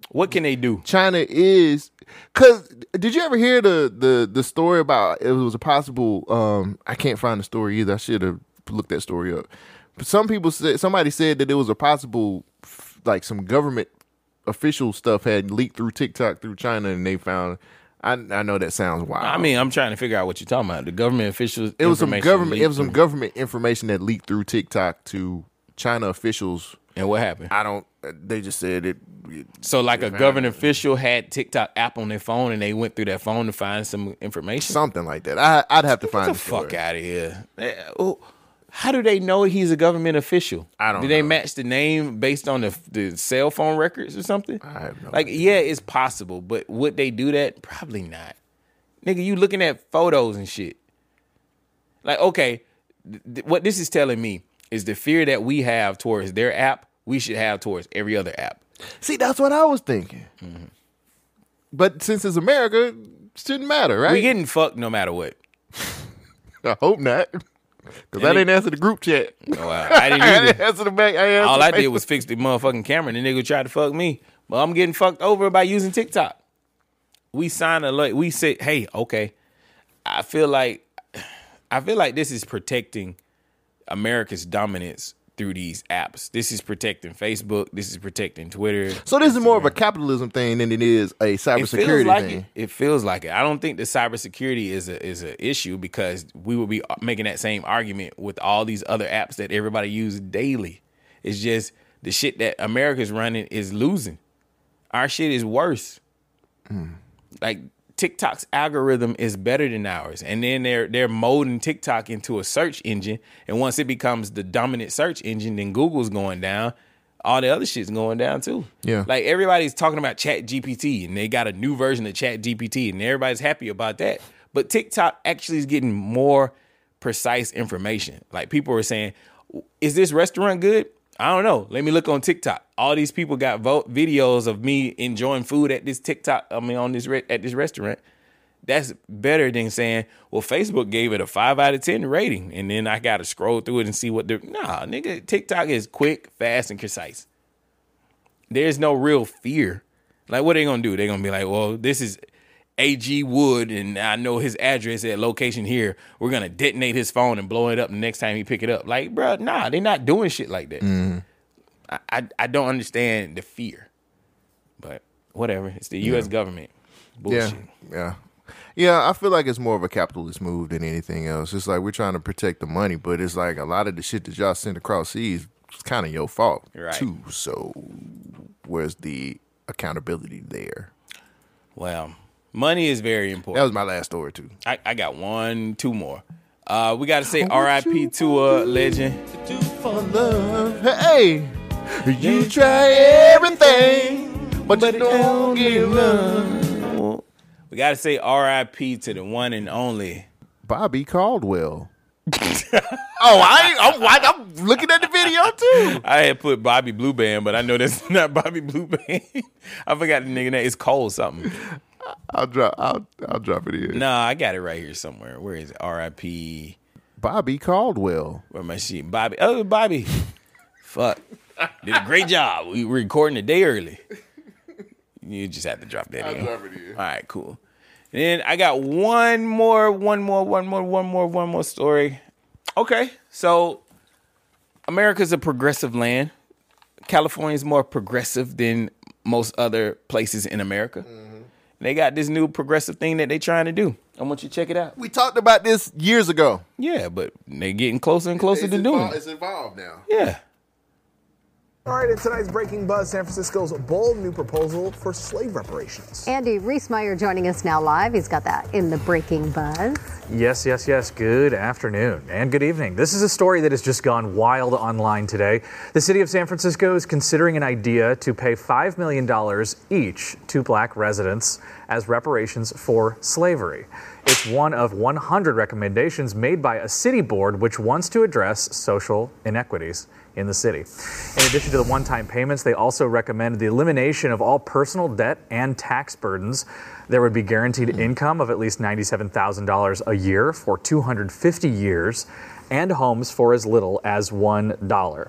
[SPEAKER 3] What can they do?
[SPEAKER 2] China is. Because did you ever hear the the the story about it was a possible? Um, I can't find the story either. I should have looked that story up. But some people said somebody said that it was a possible f- like some government official stuff had leaked through TikTok through China and they found. I I know that sounds wild.
[SPEAKER 3] I mean, I'm trying to figure out what you're talking about. The government officials.
[SPEAKER 2] it was some
[SPEAKER 3] information
[SPEAKER 2] government it
[SPEAKER 3] leaked
[SPEAKER 2] was some
[SPEAKER 3] through.
[SPEAKER 2] government information that leaked through TikTok to China officials.
[SPEAKER 3] And what happened?
[SPEAKER 2] I don't. They just said it. it-
[SPEAKER 3] So like
[SPEAKER 2] it
[SPEAKER 3] a
[SPEAKER 2] happened.
[SPEAKER 3] government official had TikTok app on their phone and they went through their phone to find some information.
[SPEAKER 2] Something like that. I, I'd have to find
[SPEAKER 3] Get
[SPEAKER 2] the
[SPEAKER 3] the fuck
[SPEAKER 2] story.
[SPEAKER 3] out of here. Eh, oh, How do they know he's a government official? I
[SPEAKER 2] don't
[SPEAKER 3] Do they match the name based on the the cell phone records or something? I
[SPEAKER 2] have no.
[SPEAKER 3] Like, yeah, it's possible, but would they do that? Probably not. Nigga, you looking at photos and shit. Like, okay, th- th- what this is telling me is the fear that we have towards their app we should have towards every other app.
[SPEAKER 2] See, that's what I was thinking.
[SPEAKER 3] Mm-hmm.
[SPEAKER 2] But since it's America, it shouldn't matter, right?
[SPEAKER 3] We getting fucked no matter what.
[SPEAKER 2] I hope not. Because I
[SPEAKER 3] And it-
[SPEAKER 2] didn't answer the group chat.
[SPEAKER 3] Oh, wow. I didn't either.
[SPEAKER 2] answer the back. I answered
[SPEAKER 3] All
[SPEAKER 2] the
[SPEAKER 3] I did
[SPEAKER 2] back-
[SPEAKER 3] was fix the motherfucking camera, and the nigga tried to fuck me. But I'm getting fucked over by using TikTok. We signed a like we said, hey, okay. I feel like I feel like this is protecting America's dominance through these apps. This is protecting Facebook. This is protecting Twitter.
[SPEAKER 2] So this is more of a capitalism thing than it is a
[SPEAKER 3] It feels
[SPEAKER 2] cybersecurity
[SPEAKER 3] like
[SPEAKER 2] thing.
[SPEAKER 3] it. It feels like it. I don't think the cybersecurity is a is an issue because we would be making that same argument with all these other apps that everybody uses daily. It's just the shit that America's running is losing. Our shit is worse.
[SPEAKER 2] Hmm.
[SPEAKER 3] Like TikTok's algorithm is better than ours, and then they're they're molding TikTok into a search engine. And once it becomes the dominant search engine, then Google's going down. All the other shit's going down too.
[SPEAKER 2] Yeah.
[SPEAKER 3] Like everybody's talking about Chat GPT and they got a new version of Chat GPT and everybody's happy about that. But TikTok actually is getting more precise information. Like people are saying, is this restaurant good? I don't know. Let me look on TikTok. All these people got vo- videos of me enjoying food at this TikTok. I mean, on this re- at this restaurant. That's better than saying, "Well, Facebook gave it a five out of ten rating," and then I got to scroll through it and see what the nah, nigga. TikTok is quick, fast, and concise there's no real fear. Like, what they gonna do? They're gonna be like, well, this is AG Wood, and I know his address at location here. We're gonna detonate his phone and blow it up the next time he pick it up. Like, bruh, nah, they're not doing shit like that.
[SPEAKER 2] Mhm.
[SPEAKER 3] I, I I don't understand the fear, but whatever. It's the U.S.
[SPEAKER 2] Yeah.
[SPEAKER 3] government.
[SPEAKER 2] Yeah,
[SPEAKER 3] Bullshit.
[SPEAKER 2] yeah, yeah. I feel like it's more of a capitalist move than anything else. It's like we're trying to protect the money, but it's like a lot of the shit that y'all send across seas is kind of your fault
[SPEAKER 3] Right.
[SPEAKER 2] too. So where's the accountability there?
[SPEAKER 3] Well, money is very important.
[SPEAKER 2] That was my last story too.
[SPEAKER 3] I, I got one, two more. Uh, we gotta say R.I.P. to a legend.
[SPEAKER 2] For love, hey, you try everything, but, you don't get love.
[SPEAKER 3] We gotta say R.I.P. to the one and only.
[SPEAKER 2] Bobby Caldwell. oh, I I'm, wa- I'm looking at the video too.
[SPEAKER 3] I had put Bobby Blue Band, but I know that's not Bobby Blue Band. I forgot the nigga name. It's Cole something.
[SPEAKER 2] I'll drop. I'll I'll drop it here.
[SPEAKER 3] Nah, I got it right here somewhere. Where is it? R.I.P.
[SPEAKER 2] Bobby Caldwell.
[SPEAKER 3] Where my shit? Bobby. Oh, Bobby. Fuck. Did a great job. We were recording a day early. You just have to drop that
[SPEAKER 2] I'll
[SPEAKER 3] in.
[SPEAKER 2] drop it in.
[SPEAKER 3] All right, cool. And then I got one more, one more, one more, one more, one more story. Okay, so America's a progressive land. California's more progressive than most other places in America. They got this new progressive thing that they trying to do. I want you to check it out.
[SPEAKER 2] We talked about this years ago.
[SPEAKER 3] Yeah, but they getting closer and closer to doing it.
[SPEAKER 2] involved now.
[SPEAKER 3] Yeah.
[SPEAKER 18] All right, in tonight's breaking buzz, San Francisco's bold new proposal for slave reparations.
[SPEAKER 19] Andy Reesmeyer joining us now live. He's got that in the breaking buzz.
[SPEAKER 20] Yes, yes, yes. Good afternoon and good evening. This is a story that has just gone wild online today. The city of San Francisco is considering an idea to pay $5 million each to black residents as reparations for slavery. It's one of 100 recommendations made by a city board which wants to address social inequities in the city. In addition to the one time payments, they also recommend the elimination of all personal debt and tax burdens. There would be guaranteed income of at least $97,000 a year for 250 years and homes for as little as $1.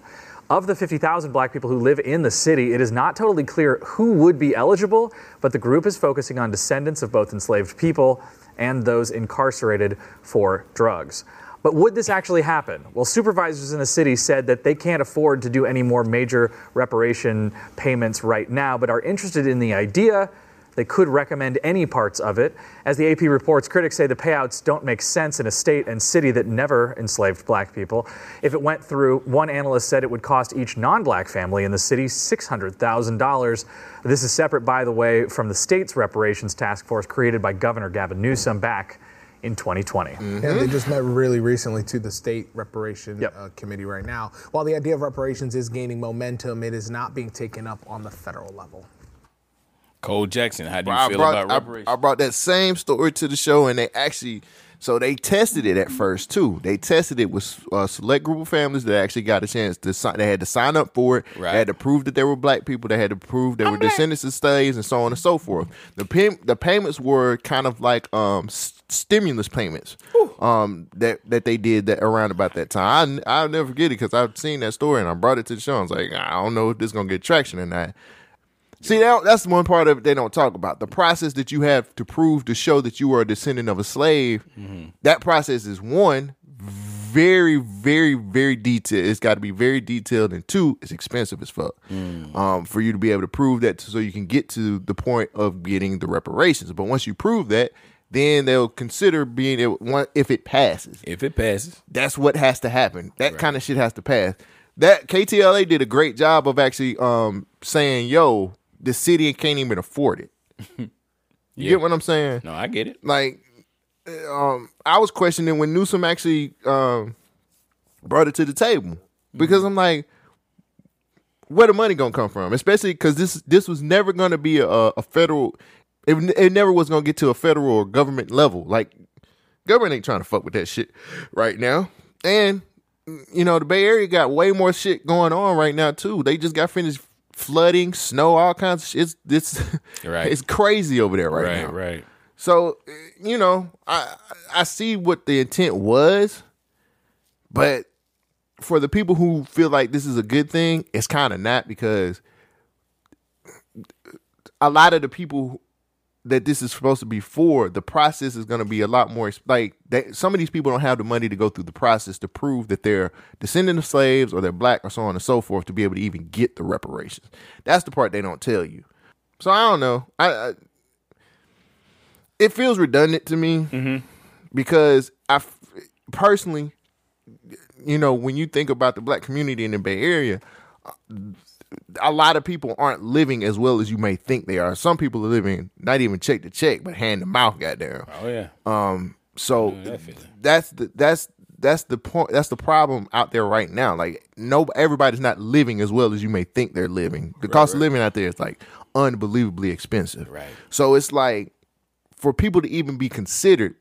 [SPEAKER 20] Of the 50,000 black people who live in the city, it is not totally clear who would be eligible, but the group is focusing on descendants of both enslaved people and those incarcerated for drugs. But would this actually happen? Well, supervisors in the city said that they can't afford to do any more major reparation payments right now, but are interested in the idea. They could recommend any parts of it. As the AP reports, critics say the payouts don't make sense in a state and city that never enslaved black people. If it went through, one analyst said it would cost each non black family in the city $600,000. This is separate, by the way, from the state's reparations task force created by Governor Gavin Newsom back in 2020.
[SPEAKER 18] And they just met really recently to the state reparation uh, committee right now. While the idea of reparations is gaining momentum, it is not being taken up on the federal level.
[SPEAKER 3] Cole Jackson, how do you
[SPEAKER 2] I
[SPEAKER 3] feel
[SPEAKER 2] brought,
[SPEAKER 3] about
[SPEAKER 2] I-
[SPEAKER 3] reparations?
[SPEAKER 2] I, brought that same story to the show, and they actually So they tested it at first too. They tested it with a select group of families that actually got a chance to sign. They had to sign up for it. They had to prove that they were black people. They had to prove they were descendants of slaves and so on and so forth. The pay- the payments were kind of like um, s- stimulus payments um, that that they did that around about that time. I, I'll never forget it because I've seen that story and I brought it to the show. I was like, I don't know if this gonna get traction or not. See, that, that's one part of it they don't talk about. The process that you have to prove to show that you are a descendant of a slave, that process is one, very, very, very detailed. It's got to be very detailed. And two, it's expensive as fuck um, for you to be able to prove that so you can get to the point of getting the reparations. But once you prove that, then they'll consider being able, one- if it passes.
[SPEAKER 3] If it passes.
[SPEAKER 2] That's what has to happen. That kind of shit has to pass. That KTLA did a great job of actually um, saying, yo, the city can't even afford it. you get what I'm saying?
[SPEAKER 3] No, I get it.
[SPEAKER 2] Like, um, I was questioning when Newsom actually um, brought it to the table because
[SPEAKER 3] Mm-hmm.
[SPEAKER 2] I'm like, where the money gonna come from? Especially because this this was never gonna be a, a federal. It, it never was gonna get to a federal or government level. Like, government ain't trying to fuck with that shit right now. And you know, the Bay Area got way more shit going on right now too. They just got finished flooding, snow, all kinds of shit. It's this,
[SPEAKER 3] Right.
[SPEAKER 2] It's crazy over there right,
[SPEAKER 3] Right,
[SPEAKER 2] now.
[SPEAKER 3] right.
[SPEAKER 2] So eh, you know, I I see what the intent was, but for the people who feel like this is a good thing, it's kind of not because a lot of the people that this is supposed to be for, the process is going to be a lot more. Like they, some of these people don't have the money to go through the process to prove that they're descendant of slaves or they're black or so on and so forth to be able to even get the reparations. That's the part they don't tell you. So I don't know. I, I it feels redundant to me because I f- personally, you know, when you think about the black community in the Bay Area, a lot of people aren't living as well as you may think they are. Some people are living not even check to check, but hand to mouth, goddamn.
[SPEAKER 3] Oh yeah.
[SPEAKER 2] Um. So
[SPEAKER 3] I know that feeling.
[SPEAKER 2] that's the that's that's the point. That's the problem out there right now. Like no, everybody's not living as well as you may think they're living. The cost of living out there is like unbelievably expensive. Right. So it's like for people to even be considered.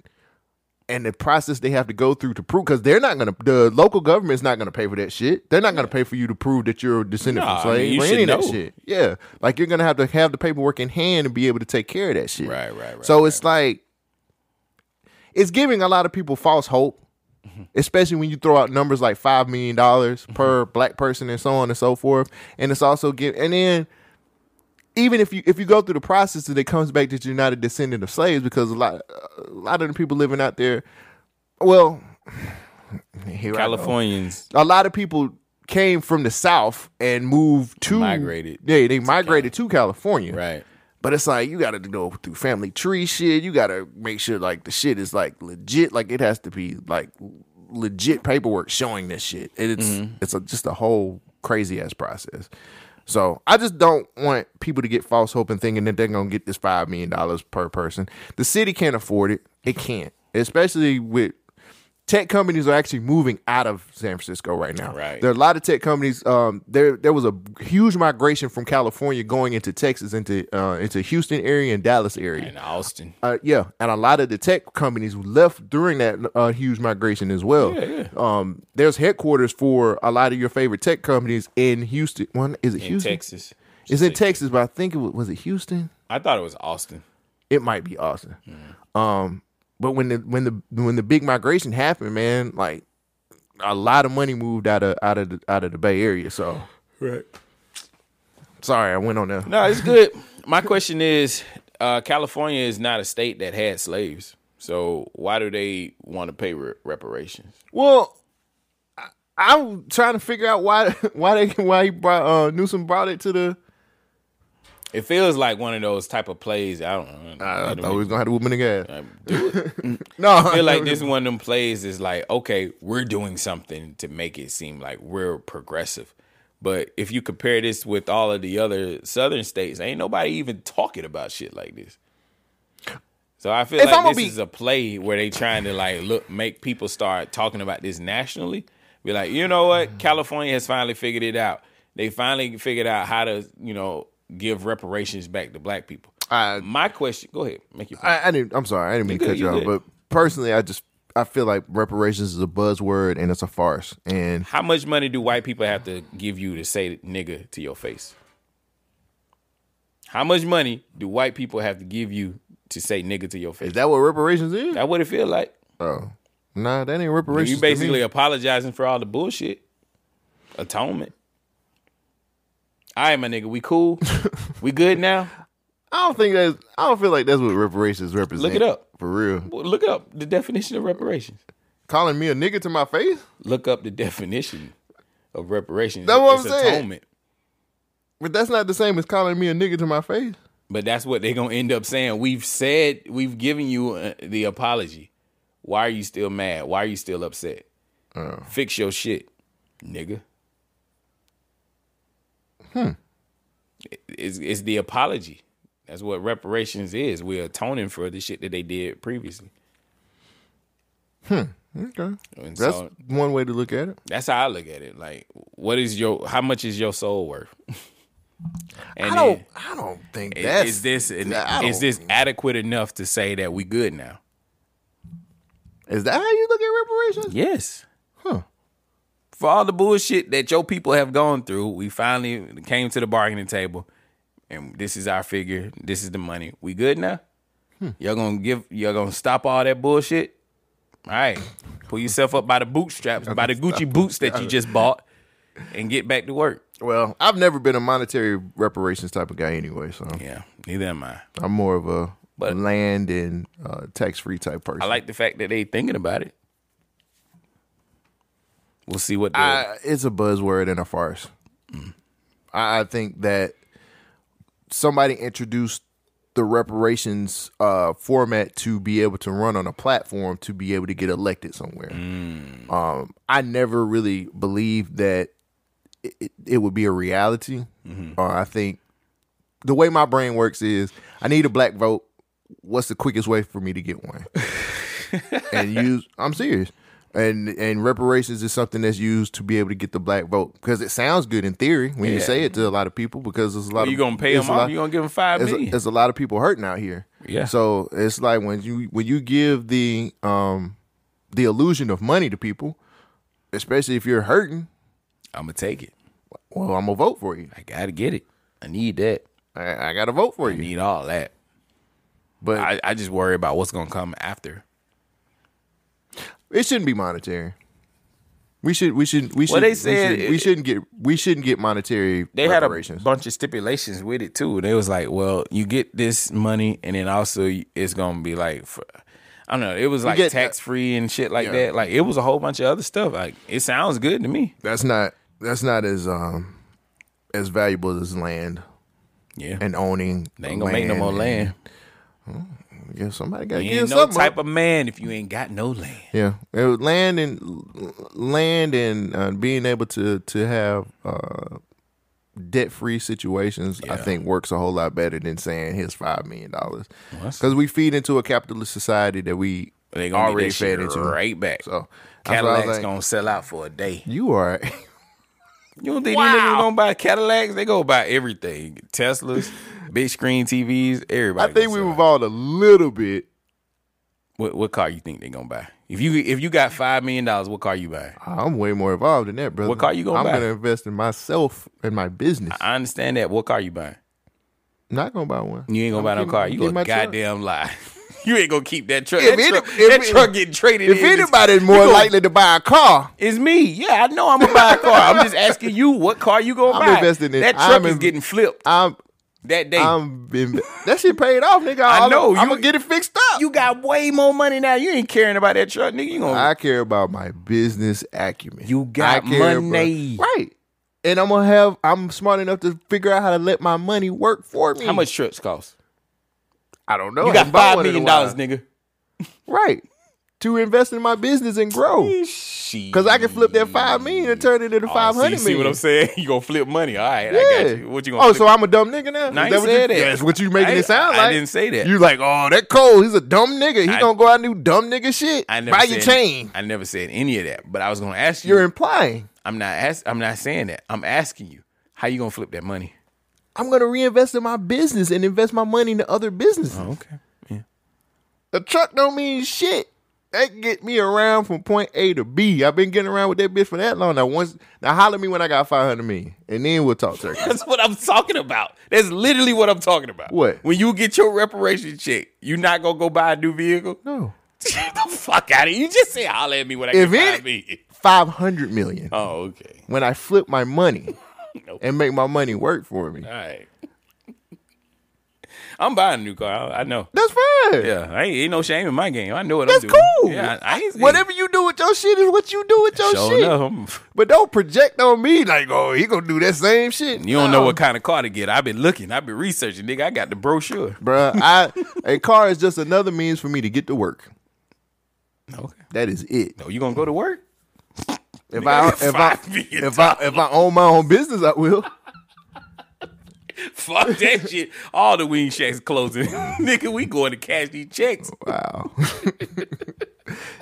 [SPEAKER 2] And the process they have to go through to prove, because they're not gonna, the local government's not gonna pay for that shit. They're not gonna pay for you to prove that you're descendant
[SPEAKER 3] Nah,
[SPEAKER 2] from
[SPEAKER 3] I
[SPEAKER 2] slaves
[SPEAKER 3] mean, you
[SPEAKER 2] or
[SPEAKER 3] should
[SPEAKER 2] any of that
[SPEAKER 3] know.
[SPEAKER 2] shit. Yeah, like you're gonna have to have the paperwork in hand and be able to take care of that shit. Right, right, right. So it's like it's giving a lot of people false hope, Mm-hmm. especially when you throw out numbers like five million dollars per black person and so on and so forth. And it's also give and then even if you if you go through the process and it comes back that you're not a descendant of slaves because a lot a lot of the people living out there, well, here I go.
[SPEAKER 3] Californians.
[SPEAKER 2] A lot of people came from the south and moved to
[SPEAKER 3] Migrated
[SPEAKER 2] Yeah, they migrated to California. Right. But it's like you got to go through family tree shit. You got to make sure like the shit is like legit. Like it has to be like legit paperwork showing this shit. And it's
[SPEAKER 3] Mhm.
[SPEAKER 2] it's a, just a whole crazy ass process. So I just don't want people to get false hope and thinking that they're gonna get this five million dollars per person. The city can't afford it. It can't, especially with tech companies are actually moving out of San Francisco right now. Right. There are a lot of tech companies. Um, there there was a huge migration from California going into Texas, into uh, into Houston area and Dallas area, and
[SPEAKER 3] Austin.
[SPEAKER 2] Uh, yeah, and a lot of the tech companies left during that uh, huge migration as well.
[SPEAKER 3] Yeah, yeah.
[SPEAKER 2] Um, there's headquarters for a lot of your favorite tech companies in Houston. One is it
[SPEAKER 3] In
[SPEAKER 2] Houston?
[SPEAKER 3] Texas.
[SPEAKER 2] It's in Texas, but I think it was, was it Houston.
[SPEAKER 3] I thought it was Austin.
[SPEAKER 2] It might be Austin. Um, but when the when the when the big migration happened, man, like a lot of money moved out of out of the, out of the Bay Area. So
[SPEAKER 3] Right.
[SPEAKER 2] sorry, I went on there.
[SPEAKER 3] No, it's good. My question is, uh, California is not a state that had slaves, so why do they want to pay re- reparations?
[SPEAKER 2] Well, I, I'm trying to figure out why why they why he brought uh, Newsom brought it to the.
[SPEAKER 3] It feels like one of those type of plays. I don't know.
[SPEAKER 2] I Uh, thought we was gonna have to whoop in the gas.
[SPEAKER 3] no,
[SPEAKER 2] No,
[SPEAKER 3] I feel like this is one of them plays is like, okay, we're doing something to make it seem like we're progressive. But if you compare this with all of the other southern states, ain't nobody even talking about shit like this. So I feel
[SPEAKER 2] If
[SPEAKER 3] like
[SPEAKER 2] I'ma
[SPEAKER 3] this
[SPEAKER 2] be-
[SPEAKER 3] is a play where they trying to like look make people start talking about this nationally. Be like, you know
[SPEAKER 2] Mm.
[SPEAKER 3] what? California has finally figured it out. They finally figured out how to, you know, give reparations back to black people.
[SPEAKER 2] Uh,
[SPEAKER 3] My question, go ahead, make your point.
[SPEAKER 2] I, I didn't. I'm sorry, I didn't mean to
[SPEAKER 3] You
[SPEAKER 2] cut
[SPEAKER 3] good,
[SPEAKER 2] you
[SPEAKER 3] you
[SPEAKER 2] off.
[SPEAKER 3] good.
[SPEAKER 2] But personally, I just I feel like reparations is a buzzword and it's a farce. And
[SPEAKER 3] How much money do white people have to give you to say nigga to your face? How much money do white people have to give you to say nigga to your face? Is
[SPEAKER 2] that what reparations is?
[SPEAKER 3] That what it feel like.
[SPEAKER 2] Oh. Nah, that ain't reparations.
[SPEAKER 3] You
[SPEAKER 2] to
[SPEAKER 3] basically
[SPEAKER 2] me.
[SPEAKER 3] apologizing for all the bullshit. Atonement. All right, my nigga, we cool. we good now.
[SPEAKER 2] I don't think that's. I don't feel like that's what reparations represent.
[SPEAKER 3] Look it up.
[SPEAKER 2] for real.
[SPEAKER 3] Well, look up the definition of reparations.
[SPEAKER 2] Calling me a nigga to my face.
[SPEAKER 3] Look up the definition of reparations.
[SPEAKER 2] That's what I'm
[SPEAKER 3] It's
[SPEAKER 2] saying.
[SPEAKER 3] Atonement.
[SPEAKER 2] But that's not the same as calling me a nigga to my face.
[SPEAKER 3] But that's what they're gonna end up saying. We've said we've given you uh, the apology. Why are you still mad? Why are you still upset?
[SPEAKER 2] Oh.
[SPEAKER 3] Fix your shit, nigga.
[SPEAKER 2] Hmm.
[SPEAKER 3] It's, it's the apology. That's what reparations is. We're atoning for the shit that they did previously.
[SPEAKER 2] Hmm. Okay.
[SPEAKER 3] And
[SPEAKER 2] that's
[SPEAKER 3] so-
[SPEAKER 2] one way to look at it.
[SPEAKER 3] That's how I look at it. Like, what is your? How much is your soul worth?
[SPEAKER 2] I don't. I don't think
[SPEAKER 3] Is-
[SPEAKER 2] that's.
[SPEAKER 3] is this an-
[SPEAKER 2] I
[SPEAKER 3] is
[SPEAKER 2] don't-
[SPEAKER 3] this adequate enough to say that we good now?
[SPEAKER 2] Is that how you look at reparations?
[SPEAKER 3] Yes.
[SPEAKER 2] Huh.
[SPEAKER 3] For all the bullshit that your people have gone through, we finally came to the bargaining table, and this is our figure. This is the money. We good now.
[SPEAKER 21] Hmm.
[SPEAKER 3] Y'all gonna give. Y'all gonna stop all that bullshit. All right, pull yourself up by the bootstraps, by the Gucci boots that you just bought, and get back to work.
[SPEAKER 2] Well, I've never been a monetary reparations type of guy anyway. So
[SPEAKER 3] yeah, neither am I.
[SPEAKER 2] I'm more of a land and uh, tax free type person.
[SPEAKER 3] I like the fact that they thinking about it. We'll see what. The,
[SPEAKER 2] I, it's a buzzword and a farce. Mm. I, I think that somebody introduced the reparations uh, format to be able to run on a platform to be able to get elected somewhere. Um, I never really believed that it, it, it would be a reality.
[SPEAKER 3] Mm-hmm.
[SPEAKER 2] Uh, I think the way my brain works is I need a black vote. What's the quickest way for me to get one? and use I'm serious. And and reparations is something that's used to be able to get the black vote because it sounds good in theory when you
[SPEAKER 3] Yeah.
[SPEAKER 2] say it to a lot of people because there's a lot
[SPEAKER 3] Well,
[SPEAKER 2] of
[SPEAKER 3] you gonna pay
[SPEAKER 2] it's
[SPEAKER 3] them
[SPEAKER 2] a
[SPEAKER 3] off?
[SPEAKER 2] lot-
[SPEAKER 3] You gonna give them five
[SPEAKER 2] it's a-
[SPEAKER 3] million?
[SPEAKER 2] There's a lot of people hurting out here.
[SPEAKER 3] Yeah.
[SPEAKER 2] So it's like when you when you give the um the illusion of money to people, especially if you're hurting,
[SPEAKER 3] I'm gonna take it.
[SPEAKER 2] Well, I'm gonna vote for you.
[SPEAKER 3] I gotta get it. I need that.
[SPEAKER 2] I, I gotta vote for
[SPEAKER 3] you. Need all that.
[SPEAKER 2] But
[SPEAKER 3] I, I just worry about what's gonna come after.
[SPEAKER 2] It shouldn't be monetary. We should we should we should
[SPEAKER 3] Well, they
[SPEAKER 2] we
[SPEAKER 3] said
[SPEAKER 2] should- we,
[SPEAKER 3] it-
[SPEAKER 2] shouldn't get we shouldn't get monetary
[SPEAKER 3] They had a
[SPEAKER 2] reparations.
[SPEAKER 3] bunch of stipulations with it too. They was like, well, you get this money, and then also it's gonna be like, for, I don't know. It was
[SPEAKER 2] You
[SPEAKER 3] like
[SPEAKER 2] get-
[SPEAKER 3] tax free and shit like
[SPEAKER 2] Yeah.
[SPEAKER 3] that. Like it was a whole bunch of other stuff. Like it sounds good to me.
[SPEAKER 2] that's not that's not as um as valuable as land.
[SPEAKER 3] Yeah.
[SPEAKER 2] And owning
[SPEAKER 3] They ain't gonna make no more land.
[SPEAKER 2] and- well, yeah, somebody
[SPEAKER 3] You
[SPEAKER 2] gotta
[SPEAKER 3] ain't
[SPEAKER 2] give
[SPEAKER 3] no
[SPEAKER 2] something.
[SPEAKER 3] type
[SPEAKER 2] up.
[SPEAKER 3] of man if you ain't got no land.
[SPEAKER 2] yeah, It was land and land and uh, being able to to have uh, debt free situations, I think works a whole lot better than saying here's five million dollars
[SPEAKER 3] that's-
[SPEAKER 2] because we feed into a capitalist society that we
[SPEAKER 3] They gonna
[SPEAKER 2] already
[SPEAKER 3] already get that
[SPEAKER 2] fed
[SPEAKER 3] shit
[SPEAKER 2] into
[SPEAKER 3] right back.
[SPEAKER 2] So that's what I was
[SPEAKER 3] Cadillac's
[SPEAKER 2] like.
[SPEAKER 3] gonna sell out for a day.
[SPEAKER 2] You are.
[SPEAKER 3] You don't think these niggas gonna buy Cadillacs? They gonna buy everything: Teslas, big screen TVs, everybody.
[SPEAKER 2] I think we've evolved a little bit.
[SPEAKER 3] What, what car you think they gonna buy? If you if you got five million dollars, what car you buying?
[SPEAKER 2] I'm way more involved than that, brother.
[SPEAKER 3] What car you gonna
[SPEAKER 2] I'm
[SPEAKER 3] buy?
[SPEAKER 2] gonna invest in myself and my business.
[SPEAKER 3] I understand that. What car you buying?
[SPEAKER 2] Not gonna buy one.
[SPEAKER 3] You ain't gonna buy no car. You a goddamn lie. You ain't gonna keep that truck.
[SPEAKER 2] If
[SPEAKER 3] that
[SPEAKER 2] any-
[SPEAKER 3] truck,
[SPEAKER 2] if
[SPEAKER 3] that
[SPEAKER 2] it-
[SPEAKER 3] truck getting traded.
[SPEAKER 2] If
[SPEAKER 3] in.
[SPEAKER 2] anybody's
[SPEAKER 3] You
[SPEAKER 2] more
[SPEAKER 3] gonna-
[SPEAKER 2] likely to buy a car,
[SPEAKER 3] it's me. Yeah, I know I'm gonna buy a car. I'm just asking you, what car you gonna
[SPEAKER 2] I'm
[SPEAKER 3] buy?
[SPEAKER 2] investing in.
[SPEAKER 3] that truck
[SPEAKER 2] I'm
[SPEAKER 3] is
[SPEAKER 2] in-
[SPEAKER 3] getting flipped.
[SPEAKER 2] I'm
[SPEAKER 3] that day.
[SPEAKER 2] I'm in- that shit paid off, nigga.
[SPEAKER 3] I
[SPEAKER 2] All
[SPEAKER 3] know.
[SPEAKER 2] I'm gonna get it fixed up.
[SPEAKER 3] You got way more money now. You ain't caring about that truck, nigga. You gonna
[SPEAKER 2] I care about my business acumen. You
[SPEAKER 3] got money.
[SPEAKER 2] right? And I'm gonna have. I'm smart enough to figure out how to let my money work for me.
[SPEAKER 3] How much trips cost?
[SPEAKER 2] I don't know.
[SPEAKER 3] You
[SPEAKER 2] I
[SPEAKER 3] got
[SPEAKER 2] haven't bought
[SPEAKER 3] five
[SPEAKER 2] one in a
[SPEAKER 3] million
[SPEAKER 2] while.
[SPEAKER 3] dollars, nigga.
[SPEAKER 2] Right. To invest in my business and grow. Because I can flip that five million and turn it into
[SPEAKER 3] Oh,
[SPEAKER 2] five
[SPEAKER 3] so you
[SPEAKER 2] hundred million.
[SPEAKER 3] see what I'm saying? You gonna flip money? All right, I got you. What you gonna?
[SPEAKER 2] Oh,
[SPEAKER 3] flip?
[SPEAKER 2] so I'm a dumb nigga now?
[SPEAKER 3] No, I
[SPEAKER 2] Is
[SPEAKER 3] ain't
[SPEAKER 2] what you,
[SPEAKER 3] said that.
[SPEAKER 2] That's what you making
[SPEAKER 3] I-
[SPEAKER 2] it sound
[SPEAKER 3] I
[SPEAKER 2] like.
[SPEAKER 3] didn't say that.
[SPEAKER 2] You like, oh, that Cole, he's a dumb nigga. He
[SPEAKER 3] I-
[SPEAKER 2] gonna go out and do dumb nigga shit.
[SPEAKER 3] I never
[SPEAKER 2] Buy
[SPEAKER 3] said,
[SPEAKER 2] your chain.
[SPEAKER 3] I never said any of that. But I was gonna ask you.
[SPEAKER 2] You're implying.
[SPEAKER 3] I'm not. Ask, I'm not saying that. I'm asking you. How you gonna flip that money?
[SPEAKER 2] I'm gonna reinvest in my business
[SPEAKER 3] Oh,
[SPEAKER 2] and invest my money into other businesses.
[SPEAKER 3] okay.
[SPEAKER 2] The truck don't mean shit. That can get me around from point A to B. I've been getting around with that bitch for that long. Now once now holler at me when I got five hundred million. And then we'll talk turkey.
[SPEAKER 3] That's what I'm talking about. That's literally what I'm talking about.
[SPEAKER 2] What?
[SPEAKER 3] When you get your reparation check, you not gonna go buy a new vehicle?
[SPEAKER 2] No.
[SPEAKER 3] Get the fuck out of here. You just say holler at me when I
[SPEAKER 2] If
[SPEAKER 3] get
[SPEAKER 2] it-
[SPEAKER 3] five million.
[SPEAKER 2] Five hundred million.
[SPEAKER 3] Oh, okay.
[SPEAKER 2] When I flip my money and make my money work for me.
[SPEAKER 3] All right. I'm buying a new car. I, I know.
[SPEAKER 2] That's fine.
[SPEAKER 3] Yeah, I ain't, ain't no shame in my game. I know what
[SPEAKER 2] That's
[SPEAKER 3] I'm doing.
[SPEAKER 2] cool.
[SPEAKER 3] Yeah, I, I ain't
[SPEAKER 2] Whatever you do with your shit is what you do with your
[SPEAKER 3] Sure
[SPEAKER 2] Oh, shit.
[SPEAKER 3] enough, I'm-
[SPEAKER 2] But don't project on me like, oh, he gonna do that same shit.
[SPEAKER 3] You don't know
[SPEAKER 2] No.
[SPEAKER 3] what kind of car to get. I've been looking. I've been researching, nigga. I got the brochure.
[SPEAKER 2] Bruh, I a car is just another means for me to get to work.
[SPEAKER 3] Okay.
[SPEAKER 2] That is it.
[SPEAKER 3] No, Oh, you gonna go to work?
[SPEAKER 2] If
[SPEAKER 3] Nigga,
[SPEAKER 2] I
[SPEAKER 3] I got
[SPEAKER 2] if I
[SPEAKER 3] five million
[SPEAKER 2] if I if I own my own business, I will.
[SPEAKER 3] Fuck that shit. All the wing shacks closing. nigga, we going to cash these checks.
[SPEAKER 2] Wow.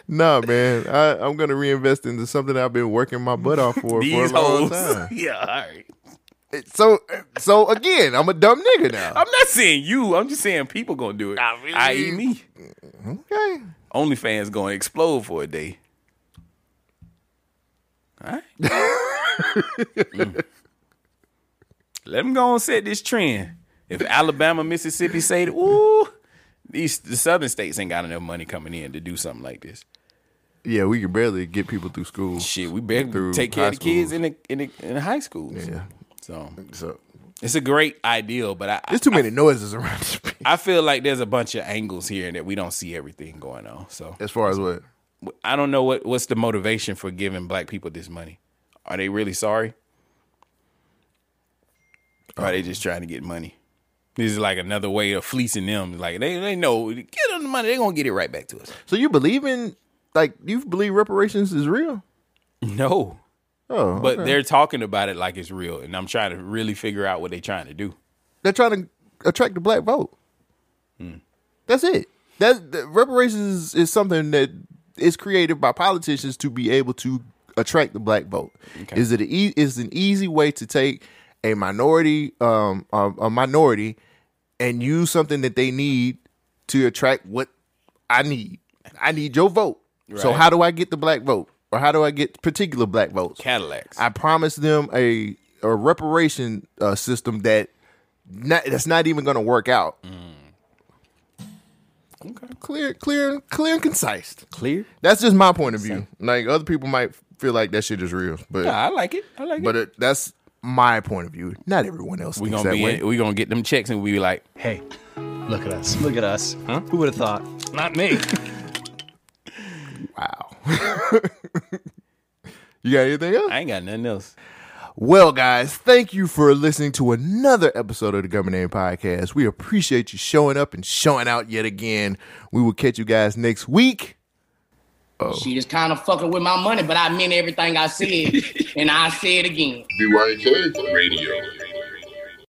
[SPEAKER 2] Nah, man, I, I'm gonna reinvest into something I've been working my butt off for
[SPEAKER 3] These
[SPEAKER 2] for a long
[SPEAKER 3] hoes.
[SPEAKER 2] time.
[SPEAKER 3] yeah, all right.
[SPEAKER 2] So so again, I'm a dumb nigga now.
[SPEAKER 3] I'm not saying you. I'm just saying people gonna do it. I.e. me.
[SPEAKER 2] Okay.
[SPEAKER 3] OnlyFans gonna explode for a day. All right. Mm. Let them go and set this trend. If Alabama, Mississippi say, ooh, these the southern states ain't got enough money coming in to do something like this.
[SPEAKER 2] Yeah, we can barely get people through school.
[SPEAKER 3] Shit, we barely Take care of the kids in the, in the in the high schools.
[SPEAKER 2] Yeah.
[SPEAKER 3] So,
[SPEAKER 2] so
[SPEAKER 3] it's a great ideal, but I, I
[SPEAKER 2] There's too many noises around. this bitch.
[SPEAKER 3] I feel like there's a bunch of angles here that we don't see everything going on. So
[SPEAKER 2] As far as what?
[SPEAKER 3] I don't know what what's the motivation for giving black people this money. Are they really sorry? Or are they just trying to get money? This is like another way of fleecing them. Like they they know get them the money, they're gonna get it right back to us.
[SPEAKER 2] So you believe in like you believe reparations is real?
[SPEAKER 3] No.
[SPEAKER 2] Oh,
[SPEAKER 3] but
[SPEAKER 2] okay.
[SPEAKER 3] they're talking about it like it's real, and I'm trying to really figure out what they're trying to do.
[SPEAKER 2] They're trying to attract the black vote.
[SPEAKER 3] Hmm.
[SPEAKER 2] That's it. That, that reparations is, is something that is created by politicians to be able to attract the black vote. Is it a, e- is an easy way to take a minority um a, a minority and use something that they need to attract what I need. I need your vote. So
[SPEAKER 3] Right.
[SPEAKER 2] how do I get the black vote? Or how do I get particular black votes?
[SPEAKER 3] Cadillacs.
[SPEAKER 2] I promised them a a reparation uh, system that not, that's not even going to work out.
[SPEAKER 3] Mm.
[SPEAKER 2] Clear, clear, clear and concise.
[SPEAKER 3] Clear.
[SPEAKER 2] That's just my point of view. Like other people might feel like that shit is real, but
[SPEAKER 3] Nah, I like it. I like
[SPEAKER 2] But it, that's my point of view. Not everyone else.
[SPEAKER 3] We
[SPEAKER 2] thinks that
[SPEAKER 3] gonna be
[SPEAKER 2] way.
[SPEAKER 3] in, we gonna get them checks and we be like,
[SPEAKER 14] hey, look at us. Look at us. Huh? Who would have thought?
[SPEAKER 3] not me.
[SPEAKER 2] wow. you got anything else?
[SPEAKER 3] I ain't got nothing else.
[SPEAKER 2] Well, guys, thank you for listening to another episode of the Government Name Podcast. We appreciate you showing up and showing out yet again. We will catch you guys next week. Oh.
[SPEAKER 22] She just kind of fucking with my money, but I meant everything I said, and I say it again.
[SPEAKER 23] BYK Radio.